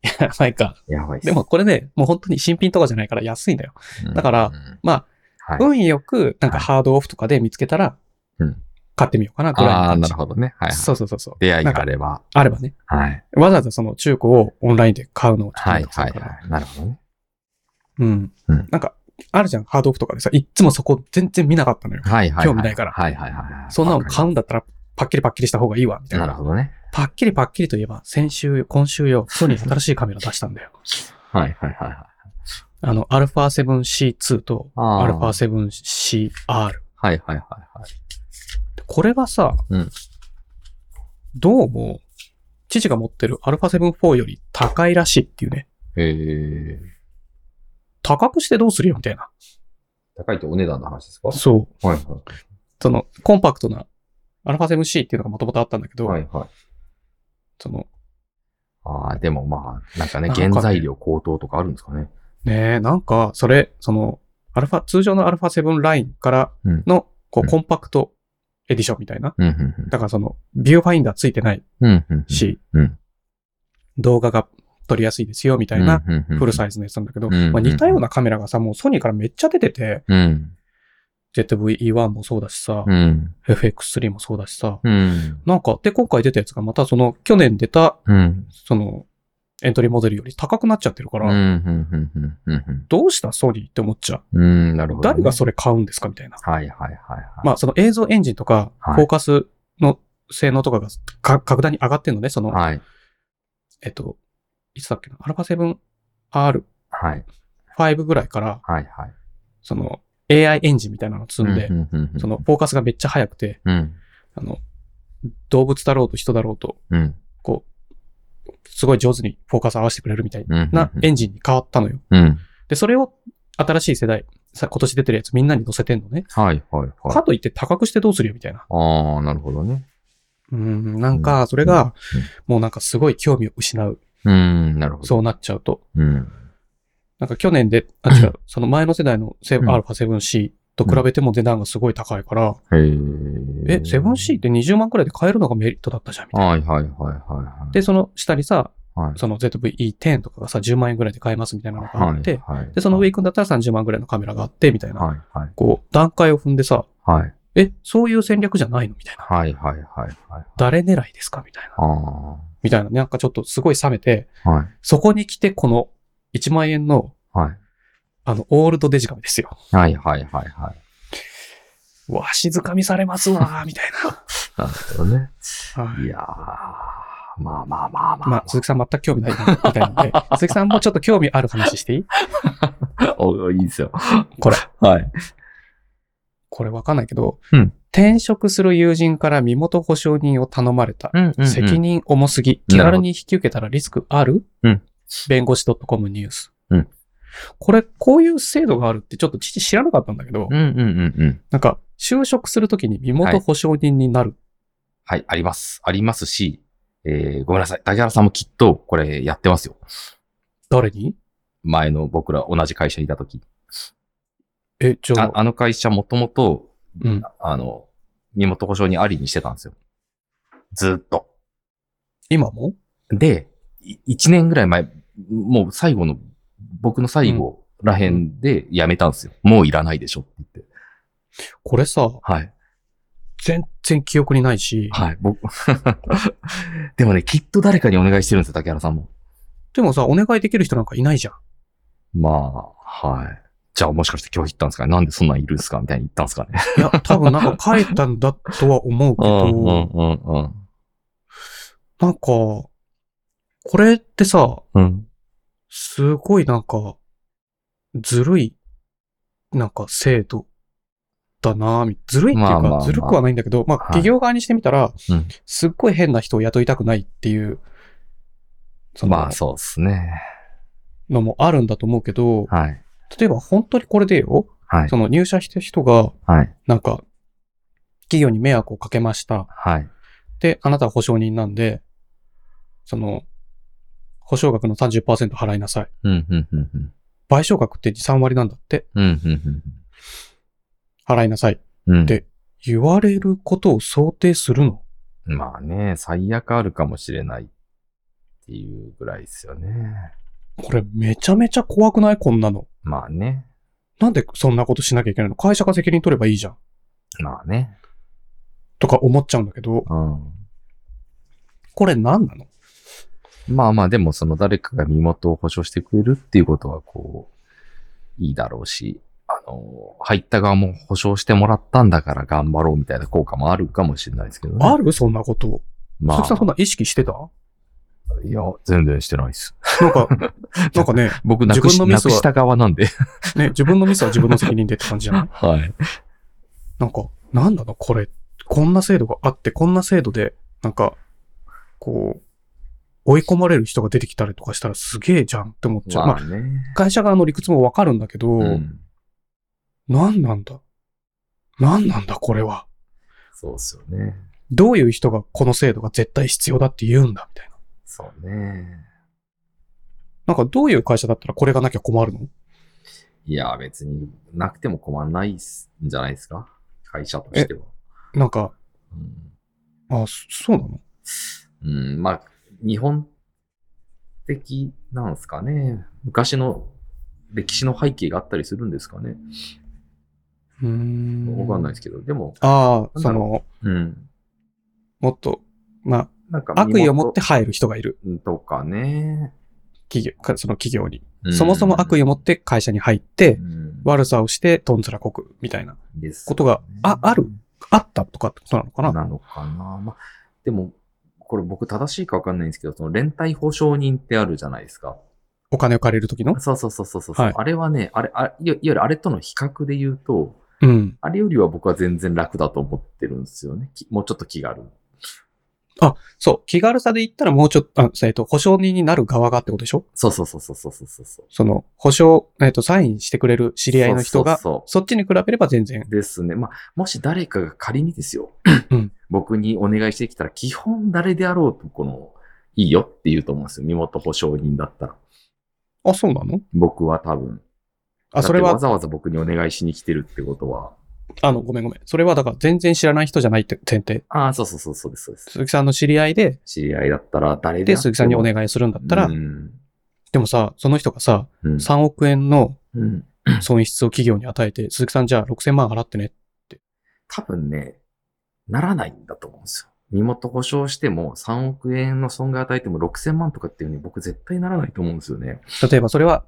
[SPEAKER 1] なんか、
[SPEAKER 2] やばいっす
[SPEAKER 1] でも、これね、もう本当に新品とかじゃないから安いんだよ。だから
[SPEAKER 2] うん
[SPEAKER 1] ま
[SPEAKER 2] はい、
[SPEAKER 1] 運よく、なんか
[SPEAKER 2] はい
[SPEAKER 1] ハードオフとかで見つけたら
[SPEAKER 2] うん、
[SPEAKER 1] 買ってみようかな、ぐらいの
[SPEAKER 2] ああ、
[SPEAKER 1] 感
[SPEAKER 2] な
[SPEAKER 1] じ
[SPEAKER 2] る。ほどね。はい、はい。
[SPEAKER 1] そうそうそうそう。
[SPEAKER 2] 出会い
[SPEAKER 1] なん
[SPEAKER 2] が
[SPEAKER 1] か
[SPEAKER 2] あれば。
[SPEAKER 1] あればね。
[SPEAKER 2] はい。
[SPEAKER 1] わざわざその中古をオンラインで買うのをちょっと
[SPEAKER 2] は
[SPEAKER 1] めん
[SPEAKER 2] い
[SPEAKER 1] どくさ
[SPEAKER 2] はいい
[SPEAKER 1] から
[SPEAKER 2] はい。なるほどね。
[SPEAKER 1] うん
[SPEAKER 2] うん。
[SPEAKER 1] なんか、あるじゃん、ハードオフとかでさ、いっつもそこ全然見なかったのよ。
[SPEAKER 2] はいはいはい。
[SPEAKER 1] 興味ないから
[SPEAKER 2] はいはいはい。
[SPEAKER 1] そんなの買うんだったら、パッキリパッキリした方がいいわ、みたい
[SPEAKER 2] な
[SPEAKER 1] な。
[SPEAKER 2] るほどね。
[SPEAKER 1] パッキリパッキリといえば、先週よ、今週よ、ソニー新しいカメラ出したんだよ。
[SPEAKER 2] はいはいはいはい。
[SPEAKER 1] あの、α7C2 と
[SPEAKER 2] あー
[SPEAKER 1] α7CR。
[SPEAKER 2] はいはいはいはい。
[SPEAKER 1] これがさ、
[SPEAKER 2] うん
[SPEAKER 1] どうも、父が持ってる α7-4 より高いらしいっていうね。
[SPEAKER 2] ええ。
[SPEAKER 1] 高くしてどうするよみたいな。
[SPEAKER 2] 高いとお値段の話ですか
[SPEAKER 1] そう。
[SPEAKER 2] はいは
[SPEAKER 1] その、コンパクトな α7C っていうのがもともとあったんだけど、
[SPEAKER 2] い。はいはい。
[SPEAKER 1] その、
[SPEAKER 2] ああ、でもまあ、なんかね、
[SPEAKER 1] なんかね
[SPEAKER 2] 原材料高騰とかあるんですかね。
[SPEAKER 1] ねえ、なんか、それ、その、アルファ、通常の α7 ラインから
[SPEAKER 2] うん
[SPEAKER 1] の、こ
[SPEAKER 2] う
[SPEAKER 1] う、
[SPEAKER 2] ん
[SPEAKER 1] コンパクトエディションみたいな。
[SPEAKER 2] うん、
[SPEAKER 1] だからその、ビューファインダーついてない
[SPEAKER 2] うん、うん。うん、
[SPEAKER 1] し、
[SPEAKER 2] うん
[SPEAKER 1] 動画が撮りやすいですよ、みたいな、フルサイズのやつなんだけど、
[SPEAKER 2] うん
[SPEAKER 1] まあ、似たようなカメラがさ、もうソニーからめっちゃ出てて、
[SPEAKER 2] うん、
[SPEAKER 1] ZVE1 もそうだしさ、
[SPEAKER 2] うん、
[SPEAKER 1] FX3 もそうだしさ、
[SPEAKER 2] うん、
[SPEAKER 1] なんか、で、今回出たやつがまたその、去年出た、
[SPEAKER 2] うん。
[SPEAKER 1] その、エントリーモデルより高くなっちゃってるか
[SPEAKER 2] うん、う
[SPEAKER 1] ら、
[SPEAKER 2] ん、うん、うん、うん
[SPEAKER 1] どうしたソニーって思っちゃう。
[SPEAKER 2] うん、なるほどね。
[SPEAKER 1] 誰がそれ買うんですかみたいな。
[SPEAKER 2] はいはいはいはい。
[SPEAKER 1] まあ、その映像エンジンとか、
[SPEAKER 2] はい
[SPEAKER 1] フォーカスの性能とかがか格段に上がってんのね、その、
[SPEAKER 2] はい、
[SPEAKER 1] えっと、いつだっけな、α7R5
[SPEAKER 2] はい、
[SPEAKER 1] ぐらいから、
[SPEAKER 2] はい、はい。
[SPEAKER 1] その、AI エンジンみたいなの積んで、
[SPEAKER 2] うん、うん、
[SPEAKER 1] その、フォーカスがめっちゃ速くて、
[SPEAKER 2] うん、
[SPEAKER 1] あの、動物だろうと人だろうと、
[SPEAKER 2] うん、
[SPEAKER 1] こう、すごい上手にフォーカス合わせてくれるみたい
[SPEAKER 2] うん。
[SPEAKER 1] なエンジンに変わったのよ。
[SPEAKER 2] うん、
[SPEAKER 1] で、それを新しい世代、さ今年出てるやつみんなに載せてんのね。
[SPEAKER 2] はいはいは
[SPEAKER 1] か
[SPEAKER 2] い。
[SPEAKER 1] といって高くしてどうするよみたいな。
[SPEAKER 2] ああ、なるほどね。
[SPEAKER 1] うん、なんか、それが
[SPEAKER 2] うんうん、
[SPEAKER 1] もうなんかすごい興味を失う。
[SPEAKER 2] うん、なるほど。
[SPEAKER 1] そうなっちゃうと。
[SPEAKER 2] う。うん。
[SPEAKER 1] なんか去年で、あ、違う、その前の世代のセブン α7C と比べても値段がすごい高いから、
[SPEAKER 2] へ
[SPEAKER 1] え、
[SPEAKER 2] え。
[SPEAKER 1] 7C って20万くらいで買えるのがメリットだったじゃん、みたいな。
[SPEAKER 2] はいはいはいはいはい。
[SPEAKER 1] で、その下にさ、
[SPEAKER 2] はい、
[SPEAKER 1] その ZVE10 とかがさ、10万円くらいで買えますみたいなのがあって、
[SPEAKER 2] はいはい、
[SPEAKER 1] で、その上行くんだったら30万くらいのカメラがあって、みたいな。
[SPEAKER 2] はいはい
[SPEAKER 1] こう、段階を踏んでさ、
[SPEAKER 2] はい
[SPEAKER 1] え、そういう戦略じゃないのみたいな。
[SPEAKER 2] はいはいはいはい。
[SPEAKER 1] 誰狙いですかみたいな。
[SPEAKER 2] あ
[SPEAKER 1] みたいな。なんかちょっとすごい冷めて、
[SPEAKER 2] あ。はい
[SPEAKER 1] そこに来てこの1万円の、
[SPEAKER 2] はい。
[SPEAKER 1] あの、オールドデジカメですよ。
[SPEAKER 2] はいはいはいはい。
[SPEAKER 1] うわ、静かみされますわー、みたい
[SPEAKER 2] なるほどね。
[SPEAKER 1] な。はい
[SPEAKER 2] いやー、まあまあまあまあ。
[SPEAKER 1] まあ、鈴木さん全く興味ないなみたいなんで、鈴木さんもちょっと興味ある話していい
[SPEAKER 2] おいいですよ。
[SPEAKER 1] これ。
[SPEAKER 2] はい。
[SPEAKER 1] これわかんないけど、
[SPEAKER 2] うん
[SPEAKER 1] 転職する友人から身元保証人を頼まれた。
[SPEAKER 2] うん、うん。
[SPEAKER 1] 責任重すぎ。
[SPEAKER 2] な
[SPEAKER 1] 気
[SPEAKER 2] るほど
[SPEAKER 1] 軽に引き受けたらリスクある
[SPEAKER 2] うん
[SPEAKER 1] 弁護士 .com ニュース。
[SPEAKER 2] うん
[SPEAKER 1] これ、こういう制度があるってちょっと父知らなかったんだけど、
[SPEAKER 2] うんうんうんうん。
[SPEAKER 1] なんか、就職するときに身元保証人になる。
[SPEAKER 2] はい、あります。ありますし、えー、ごめんなさい。竹原さんもきっとこれやってますよ。
[SPEAKER 1] 誰に
[SPEAKER 2] 前の僕ら同じ会社にいたとき。
[SPEAKER 1] え、じゃ
[SPEAKER 2] あ
[SPEAKER 1] あ、
[SPEAKER 2] あの会社もともと、
[SPEAKER 1] うん
[SPEAKER 2] あの、身元保証にありにしてたんですよ。ずーっと。
[SPEAKER 1] 今も
[SPEAKER 2] で、い一年ぐらい前、もう最後の、僕の最後らへんで辞めたんですよ。もういらないでしょって言って。
[SPEAKER 1] これさ、
[SPEAKER 2] はい。
[SPEAKER 1] 全然記憶にないし、
[SPEAKER 2] はい。僕、 でもね、きっと誰かにお願いしてるんですよ、竹原さんも。
[SPEAKER 1] でもさ、お願いできる人なんかいないじゃん。
[SPEAKER 2] まあ、はい。じゃあもしかして拒否ったんですかねなんでそんなんいるんですかみたいに言ったんですかね。
[SPEAKER 1] いや、多分なんか帰ったんだとは思うけど、
[SPEAKER 2] うんうん。
[SPEAKER 1] なんか、これってさ、
[SPEAKER 2] うん。
[SPEAKER 1] すごいなんか、ずるい、なんか制度だなぁみずるいっていう
[SPEAKER 2] まあまあま
[SPEAKER 1] か
[SPEAKER 2] あ、
[SPEAKER 1] ずるくはないんだけど、まあ
[SPEAKER 2] はい
[SPEAKER 1] 企業側にしてみたら
[SPEAKER 2] うん、
[SPEAKER 1] すっごい変な人を雇いたくないっていう、そ
[SPEAKER 2] ま
[SPEAKER 1] の
[SPEAKER 2] あ、そうですね。
[SPEAKER 1] のもあるんだと思うけど、
[SPEAKER 2] はい。
[SPEAKER 1] 例えば本当にこれでよ、
[SPEAKER 2] はい
[SPEAKER 1] そ。の入社した人が、
[SPEAKER 2] はい。
[SPEAKER 1] なんか、企業に迷惑をかけました。
[SPEAKER 2] はい。
[SPEAKER 1] で、あなたは保証人なんで、その、保証額の30%払いなさい。
[SPEAKER 2] うん、うん、うん、うん。
[SPEAKER 1] 賠償額って2、3割なんだって、
[SPEAKER 2] うん、うん、
[SPEAKER 1] 払いなさい。
[SPEAKER 2] うん。うん
[SPEAKER 1] で言われることを想定するの
[SPEAKER 2] まあね、最悪あるかもしれないっていうぐらいですよね。
[SPEAKER 1] これめちゃめちゃ怖くないこんなの。
[SPEAKER 2] まあね。
[SPEAKER 1] なんでそんなことしなきゃいけないの会社が責任取ればいいじゃん。
[SPEAKER 2] まあね。
[SPEAKER 1] とか思っちゃうんだけど、
[SPEAKER 2] うん。
[SPEAKER 1] これ何なの
[SPEAKER 2] まあまあ、でもその誰かが身元を保証してくれるっていうことは、こう、いいだろうし、あの、入った側も保証してもらったんだから頑張ろうみたいな効果もあるかもしれないですけどね。
[SPEAKER 1] あるそんなこと。
[SPEAKER 2] ま
[SPEAKER 1] 鈴木さんそんな
[SPEAKER 2] あ、
[SPEAKER 1] 意識してた
[SPEAKER 2] いや、全然してないです。
[SPEAKER 1] なん か、なんかね、
[SPEAKER 2] 僕、なく
[SPEAKER 1] 自
[SPEAKER 2] し
[SPEAKER 1] 分のミ
[SPEAKER 2] な
[SPEAKER 1] スは
[SPEAKER 2] くした側なんで。
[SPEAKER 1] ね、自分のミスは自分の責任でって感じじゃない
[SPEAKER 2] はい。
[SPEAKER 1] なんか、なんだのこれ、こんな制度があって、こんな制度で、なんか、こう、追い込まれる人が出てきたりとかしたらすげえじゃんって思っちゃう。ま
[SPEAKER 2] ま
[SPEAKER 1] あ、
[SPEAKER 2] あね。
[SPEAKER 1] 会社側の理屈もわかるんだけど、
[SPEAKER 2] うん。
[SPEAKER 1] なんなんだなんなんだこれは。
[SPEAKER 2] そうっすよね。
[SPEAKER 1] どういう人がこの制度が絶対必要だって言うんだみたいな。
[SPEAKER 2] そうね。
[SPEAKER 1] なんかどういう会社だったらこれがなきゃ困るの
[SPEAKER 2] いや、別になくても困んないんじゃないですか会社としては。
[SPEAKER 1] なんか、
[SPEAKER 2] うん
[SPEAKER 1] あ、そそうなの
[SPEAKER 2] うん、まあ、日本的なんですかね。昔の歴史の背景があったりするんですかね。
[SPEAKER 1] うーん。
[SPEAKER 2] わかんない
[SPEAKER 1] い。
[SPEAKER 2] ですけど、でも、
[SPEAKER 1] ああ、
[SPEAKER 2] なんだ
[SPEAKER 1] そ
[SPEAKER 2] ろ
[SPEAKER 1] の、
[SPEAKER 2] うん。
[SPEAKER 1] もっと、ま
[SPEAKER 2] なんか
[SPEAKER 1] あ、悪意を持って入る人がいる。
[SPEAKER 2] 身元とかね。
[SPEAKER 1] 企業、かその企業に。そもそも悪
[SPEAKER 2] 意
[SPEAKER 1] 意を持って会社に入って、
[SPEAKER 2] は、
[SPEAKER 1] 悪さをして、とんずらこく、みたいな
[SPEAKER 2] です
[SPEAKER 1] ことが、あ、ある、あったとかってことなのかな
[SPEAKER 2] なのかな。まあ、でも、これ僕正しいかわかんないんですけど、その連帯保証人ってあるじゃないですか。
[SPEAKER 1] お金を借りるときの
[SPEAKER 2] そうそうそうそうそう。
[SPEAKER 1] はい
[SPEAKER 2] あれはね、あれ、あいわいわゆるあれとの比較で言うと、
[SPEAKER 1] うん。
[SPEAKER 2] あれよりは僕は全然楽だと思ってるんですよね。きもうちょっと気軽に。
[SPEAKER 1] そう、気軽さで言ったらもうちょっと、あえっと、保証人になる側がってことでしょ
[SPEAKER 2] そうそうそうそうそうそうそう。
[SPEAKER 1] その、保証、えっと、サインしてくれる知り合いの人が、
[SPEAKER 2] そうそうそ
[SPEAKER 1] そっちに比べれば全然
[SPEAKER 2] う。ですね。まあ、もし誰かが仮にですよ、
[SPEAKER 1] うん
[SPEAKER 2] 僕にお願いしてきたら、基本誰であろうと、この、いいよって言うと思うんですよ。身元保証人だったら。
[SPEAKER 1] あ、そうなの
[SPEAKER 2] 僕は多分。
[SPEAKER 1] あ、それ
[SPEAKER 2] だっ
[SPEAKER 1] は
[SPEAKER 2] て、わざわざ僕にお願いしに来てるってことは。
[SPEAKER 1] あの、ごめんごめん。それはだから全然知らない人じゃないって前提。
[SPEAKER 2] ああ、そうそうそう、そうです、そうです。
[SPEAKER 1] 鈴木さんの知り合いで、
[SPEAKER 2] 知り合いだったら、誰で
[SPEAKER 1] で、
[SPEAKER 2] あって
[SPEAKER 1] 鈴
[SPEAKER 2] も。
[SPEAKER 1] 木さんにお願いするんだったら、
[SPEAKER 2] うん。
[SPEAKER 1] でもさ、その人がさ、
[SPEAKER 2] うん。
[SPEAKER 1] 3億円の
[SPEAKER 2] うん
[SPEAKER 1] 損失を企業に与えて、鈴木さんじゃあ6000万払ってね。
[SPEAKER 2] 多分ね、ならないんだと思うんですよ。身元保証しても3億円の損害与えても6000万とかっていうふうに僕絶対ならないと思うんですよね。
[SPEAKER 1] 例えばそれは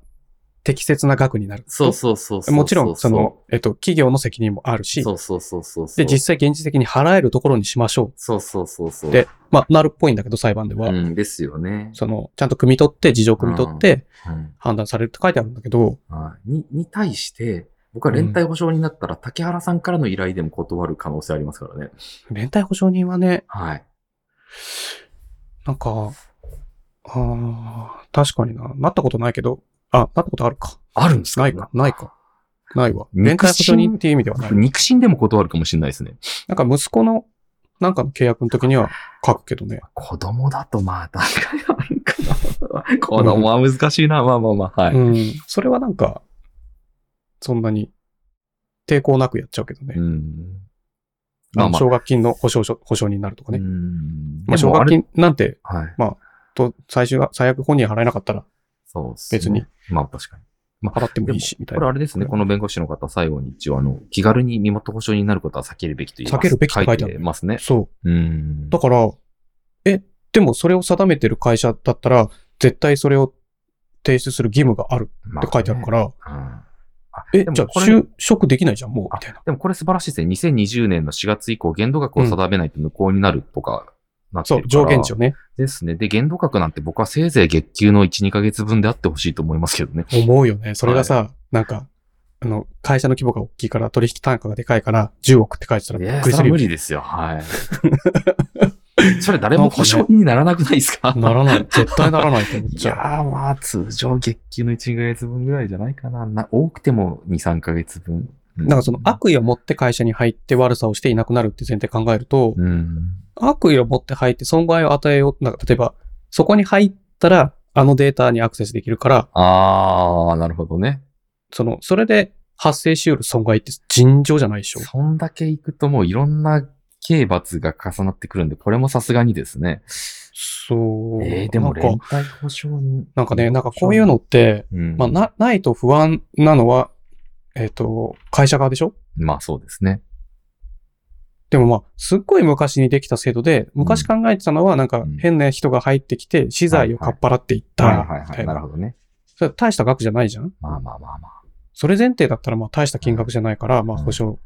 [SPEAKER 1] 適切な額になる。
[SPEAKER 2] そうそうそうそう。
[SPEAKER 1] もちろん、その、えっと、企業の責任もあるし、
[SPEAKER 2] そうそうそうそうそう。
[SPEAKER 1] で、実際現実的に払えるところにしましょ
[SPEAKER 2] そうそうそうそう。
[SPEAKER 1] でう。まあ、なるっぽいんだけど、裁判では。
[SPEAKER 2] うん、ですよね。
[SPEAKER 1] その、ちゃんと汲み取って、事情を汲み取って、
[SPEAKER 2] うん
[SPEAKER 1] 判断されるって書いてあるんだけど、
[SPEAKER 2] はいに、に対して、僕は連帯保証人だったら、竹原さんからの依頼でも断る可能性ありますからね。
[SPEAKER 1] 連帯保証人はね、
[SPEAKER 2] はい。
[SPEAKER 1] なんか、ああ、確かにな。なったことないけど、あ、なったことあるか。
[SPEAKER 2] あるんです
[SPEAKER 1] ないか。ないか。ないわ。連帯
[SPEAKER 2] 肉
[SPEAKER 1] 保
[SPEAKER 2] 親
[SPEAKER 1] 証人っていう意味ではない
[SPEAKER 2] 僕。肉親でも断るかもしれないですね。
[SPEAKER 1] なんか息子の、なんかの契約の時には書くけどね。
[SPEAKER 2] 子供だとまあ、段階あるかな。 子供は難しいな。まあまあまあ、はい。
[SPEAKER 1] うん。それはなんか、そんなに抵抗なくやっちゃうけどね。
[SPEAKER 2] うん。
[SPEAKER 1] あ
[SPEAKER 2] まあ
[SPEAKER 1] の
[SPEAKER 2] まあ
[SPEAKER 1] 奨学金の保証書、保証人になるとかね。
[SPEAKER 2] うん。
[SPEAKER 1] まあ、
[SPEAKER 2] で
[SPEAKER 1] 奨
[SPEAKER 2] もあ
[SPEAKER 1] 学
[SPEAKER 2] れ
[SPEAKER 1] 金なんて、
[SPEAKER 2] はい。
[SPEAKER 1] と、最終が、最悪本人払えなかったら
[SPEAKER 2] そうっすね
[SPEAKER 1] 別に。
[SPEAKER 2] まあ確かに。
[SPEAKER 1] 払ってもいいし、みたい
[SPEAKER 2] これ
[SPEAKER 1] な。
[SPEAKER 2] あれですね、この弁護士の方、最後に一応、あの、気軽に身元保証人になることは避けるべきと言います。
[SPEAKER 1] 避けるべきって書いてある
[SPEAKER 2] ますね。
[SPEAKER 1] そうう。
[SPEAKER 2] ん。
[SPEAKER 1] だから、え、でもそれを定めてる会社だったら、絶対それを提出する義務があるって書いてあるから、
[SPEAKER 2] ら。うんあ
[SPEAKER 1] え
[SPEAKER 2] で、も
[SPEAKER 1] じゃあ
[SPEAKER 2] これ
[SPEAKER 1] 就職できないじゃん、もう、
[SPEAKER 2] あ
[SPEAKER 1] みたいな。
[SPEAKER 2] でもこれ素晴らしいですね。2020年の4月以降、限度額を定めないと無効になるとか、なって
[SPEAKER 1] そ
[SPEAKER 2] る
[SPEAKER 1] う
[SPEAKER 2] か、ら
[SPEAKER 1] 上限値をね。
[SPEAKER 2] ですね。で、限度額なんて僕はせいぜい月給の1、2ヶ月分であってほしいと思いますけどね。
[SPEAKER 1] 思うよね。それがさ、なんか、あの、会社の規模が大きいから、取引単価がでかいから、10億って書いてたら
[SPEAKER 2] い
[SPEAKER 1] びっ
[SPEAKER 2] や、
[SPEAKER 1] くりす
[SPEAKER 2] それは
[SPEAKER 1] るよ
[SPEAKER 2] 無。理ですよ。はい。 それ誰も保証にならなくないですか
[SPEAKER 1] ならない。絶対ならないと思っ
[SPEAKER 2] い
[SPEAKER 1] ち
[SPEAKER 2] や
[SPEAKER 1] ゃ
[SPEAKER 2] ーまあ、通常月給の1ヶ月分ぐらいじゃないかな。な多くても2、3ヶ月分。
[SPEAKER 1] う。なんかその悪意を持って会社に入って悪さをしていなくなるって前提考えると、
[SPEAKER 2] うん。
[SPEAKER 1] 悪意を持って入って損害を与えよう。なんか例えば、そこに入ったら、あのデータにアクセスできるから、
[SPEAKER 2] あー、なるほどね。
[SPEAKER 1] その、それで発生しうる損害って尋常じゃないでしょ。
[SPEAKER 2] そんだけ行くともういろんな刑罰が重なってくるんで、これもさすがにですね。
[SPEAKER 1] そう。
[SPEAKER 2] えー、でも
[SPEAKER 1] なん
[SPEAKER 2] 連
[SPEAKER 1] か
[SPEAKER 2] 帯、保証人。
[SPEAKER 1] なんかね、なんかこういうのって、
[SPEAKER 2] うん、
[SPEAKER 1] まあ、な、ないと不安なのは、えっ、と、会社側でしょ
[SPEAKER 2] まあそうですね。
[SPEAKER 1] でもまあ、すっごい昔にできた制度で、昔考えてたのは、なんか
[SPEAKER 2] うん
[SPEAKER 1] 変な人が入ってきて、資材をかっぱらっていっ
[SPEAKER 2] はい
[SPEAKER 1] た。
[SPEAKER 2] はい
[SPEAKER 1] み
[SPEAKER 2] は
[SPEAKER 1] た
[SPEAKER 2] い。
[SPEAKER 1] い
[SPEAKER 2] なる
[SPEAKER 1] な。
[SPEAKER 2] ほどね。
[SPEAKER 1] それ大した額じゃないじゃん
[SPEAKER 2] まあまあまあまあ。
[SPEAKER 1] それ前提だったら、まあ大した金額じゃないから、まあ
[SPEAKER 2] うん
[SPEAKER 1] 保証。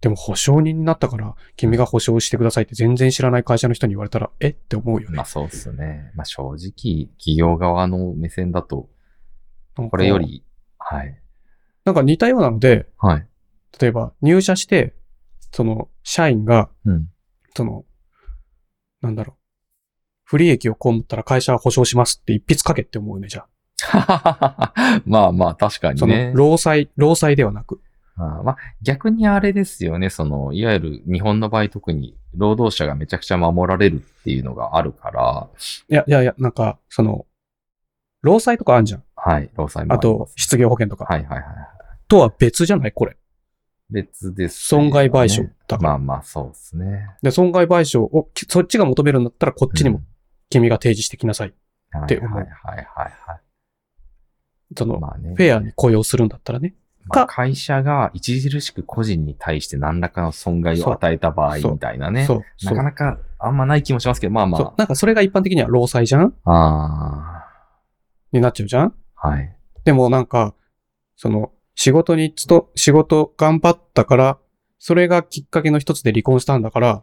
[SPEAKER 1] でも保証人になったから、君が保証してくださいって全然知らない会社の人に言われたら、えって思うよね
[SPEAKER 2] まあ。そうですね。まあ正直、企業側の目線だと、
[SPEAKER 1] こ
[SPEAKER 2] これよ。り、はい。
[SPEAKER 1] なんか似たようなので、
[SPEAKER 2] はい。
[SPEAKER 1] 例えば入社して、その、社員が、
[SPEAKER 2] うん。
[SPEAKER 1] その、なんだろう。不利益を被ったら会社は保証しますって一筆書けって思うね、じゃあ。
[SPEAKER 2] まあまあ、確かに
[SPEAKER 1] そ
[SPEAKER 2] ね
[SPEAKER 1] の、。労災、労災ではなく。
[SPEAKER 2] あーまあ、逆にあれですよね。その、いわゆる日本の場合特に、労働者がめちゃくちゃ守られるっていうのがあるから、
[SPEAKER 1] いや、いやいや、なんか、その、労災とかあるじゃん。
[SPEAKER 2] はい、労災も
[SPEAKER 1] あ
[SPEAKER 2] りま
[SPEAKER 1] と、
[SPEAKER 2] す
[SPEAKER 1] 失業保険とか。
[SPEAKER 2] はいはいはい。
[SPEAKER 1] とは別じゃないこれ。
[SPEAKER 2] 別ですよね、
[SPEAKER 1] 損害賠償だから。
[SPEAKER 2] まあまあ、そうですね。
[SPEAKER 1] で、損害賠償を、きそっちが求めるんだったら、こっちにも
[SPEAKER 2] うん
[SPEAKER 1] 君が提示してきなさい。
[SPEAKER 2] はい
[SPEAKER 1] て
[SPEAKER 2] はい
[SPEAKER 1] 思う
[SPEAKER 2] はいはいは
[SPEAKER 1] そ
[SPEAKER 2] い。
[SPEAKER 1] の、
[SPEAKER 2] まあね。
[SPEAKER 1] フェアに雇用するんだったらね。
[SPEAKER 2] まあ
[SPEAKER 1] か
[SPEAKER 2] 会社が著しく個人に対して何らかの損害を与えた場合
[SPEAKER 1] そう
[SPEAKER 2] みたいなね。
[SPEAKER 1] そう、そ
[SPEAKER 2] な
[SPEAKER 1] う。
[SPEAKER 2] かなかあんまない気もしますけど、まあ
[SPEAKER 1] そう
[SPEAKER 2] ま
[SPEAKER 1] なんかそれが一般的には労災じゃん
[SPEAKER 2] あ。あ
[SPEAKER 1] になっちゃうじゃん
[SPEAKER 2] あ。はい。
[SPEAKER 1] でもなんか、その、仕事につと、仕事頑張ったから、それがきっかけの一つで離婚したんだから、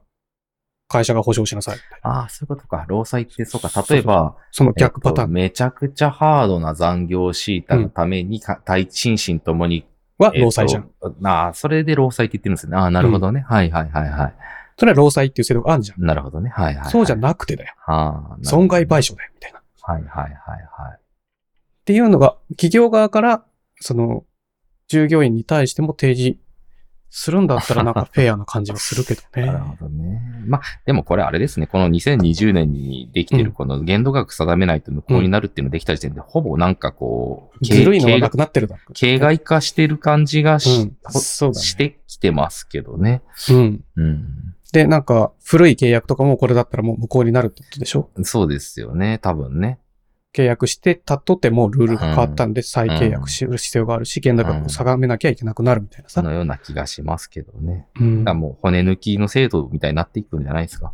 [SPEAKER 1] 会社が保証しなさい。
[SPEAKER 2] ああ、そういうことか。労災って、そうか
[SPEAKER 1] そう。そう
[SPEAKER 2] 例えば、
[SPEAKER 1] その逆パタ
[SPEAKER 2] え
[SPEAKER 1] ー
[SPEAKER 2] っと
[SPEAKER 1] ン
[SPEAKER 2] めちゃくちゃハードな残業を強いたがためにか、体心身ともに。
[SPEAKER 1] は
[SPEAKER 2] えっと
[SPEAKER 1] 労災じゃん。。
[SPEAKER 2] ああ、それで労災って言ってるんですよね。ああ、なるほどね。はいはいはいはい。
[SPEAKER 1] それは労災っていう制度があるじゃん。
[SPEAKER 2] なるほどね。はいはい、はい。
[SPEAKER 1] そうじゃなくてだよ。
[SPEAKER 2] はあ、
[SPEAKER 1] 損害賠
[SPEAKER 2] 償。
[SPEAKER 1] 償だよ、みたいな。っ
[SPEAKER 2] はいはいはいはい。
[SPEAKER 1] ていうのが、企業側から、その、従業員に対しても提示するんだったらなん かフェアな感じはするけど
[SPEAKER 2] な
[SPEAKER 1] ね
[SPEAKER 2] る。ほどね。まあ、でもこれあれですね。この2020年にできて
[SPEAKER 1] う
[SPEAKER 2] る
[SPEAKER 1] ん
[SPEAKER 2] この限度額定めないと無効になるっていうのができた時点で、ほぼなんかこう、
[SPEAKER 1] ずるいのは
[SPEAKER 2] 形
[SPEAKER 1] な
[SPEAKER 2] が
[SPEAKER 1] くなってるだろう
[SPEAKER 2] 形骸化してる感じがし,
[SPEAKER 1] うん
[SPEAKER 2] ほ、
[SPEAKER 1] そうだね
[SPEAKER 2] してきてますけどね。
[SPEAKER 1] うん。
[SPEAKER 2] うん。
[SPEAKER 1] で、なんか、古い契約とかもこれだったらもう無効になるってことでしょ
[SPEAKER 2] そうですよね。多分ね。
[SPEAKER 1] 契約してたとてもルールが変わったんで再契約する必要があるし、限度額を定めなきゃいけなくなるみたいな
[SPEAKER 2] そ
[SPEAKER 1] さ。
[SPEAKER 2] のような気がしますけどね。
[SPEAKER 1] うん
[SPEAKER 2] だからもう骨抜きの制度みたいになっていくんじゃないですか。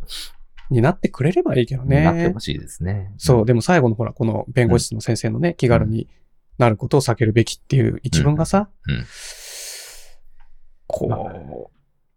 [SPEAKER 1] になってくれればいいけど
[SPEAKER 2] なって
[SPEAKER 1] ね
[SPEAKER 2] ほ。しいですね。
[SPEAKER 1] そう、でも最後のほら、この弁護士の先生のね、気軽になることを避けるべきっていう一文がさ、
[SPEAKER 2] うんうん
[SPEAKER 1] こ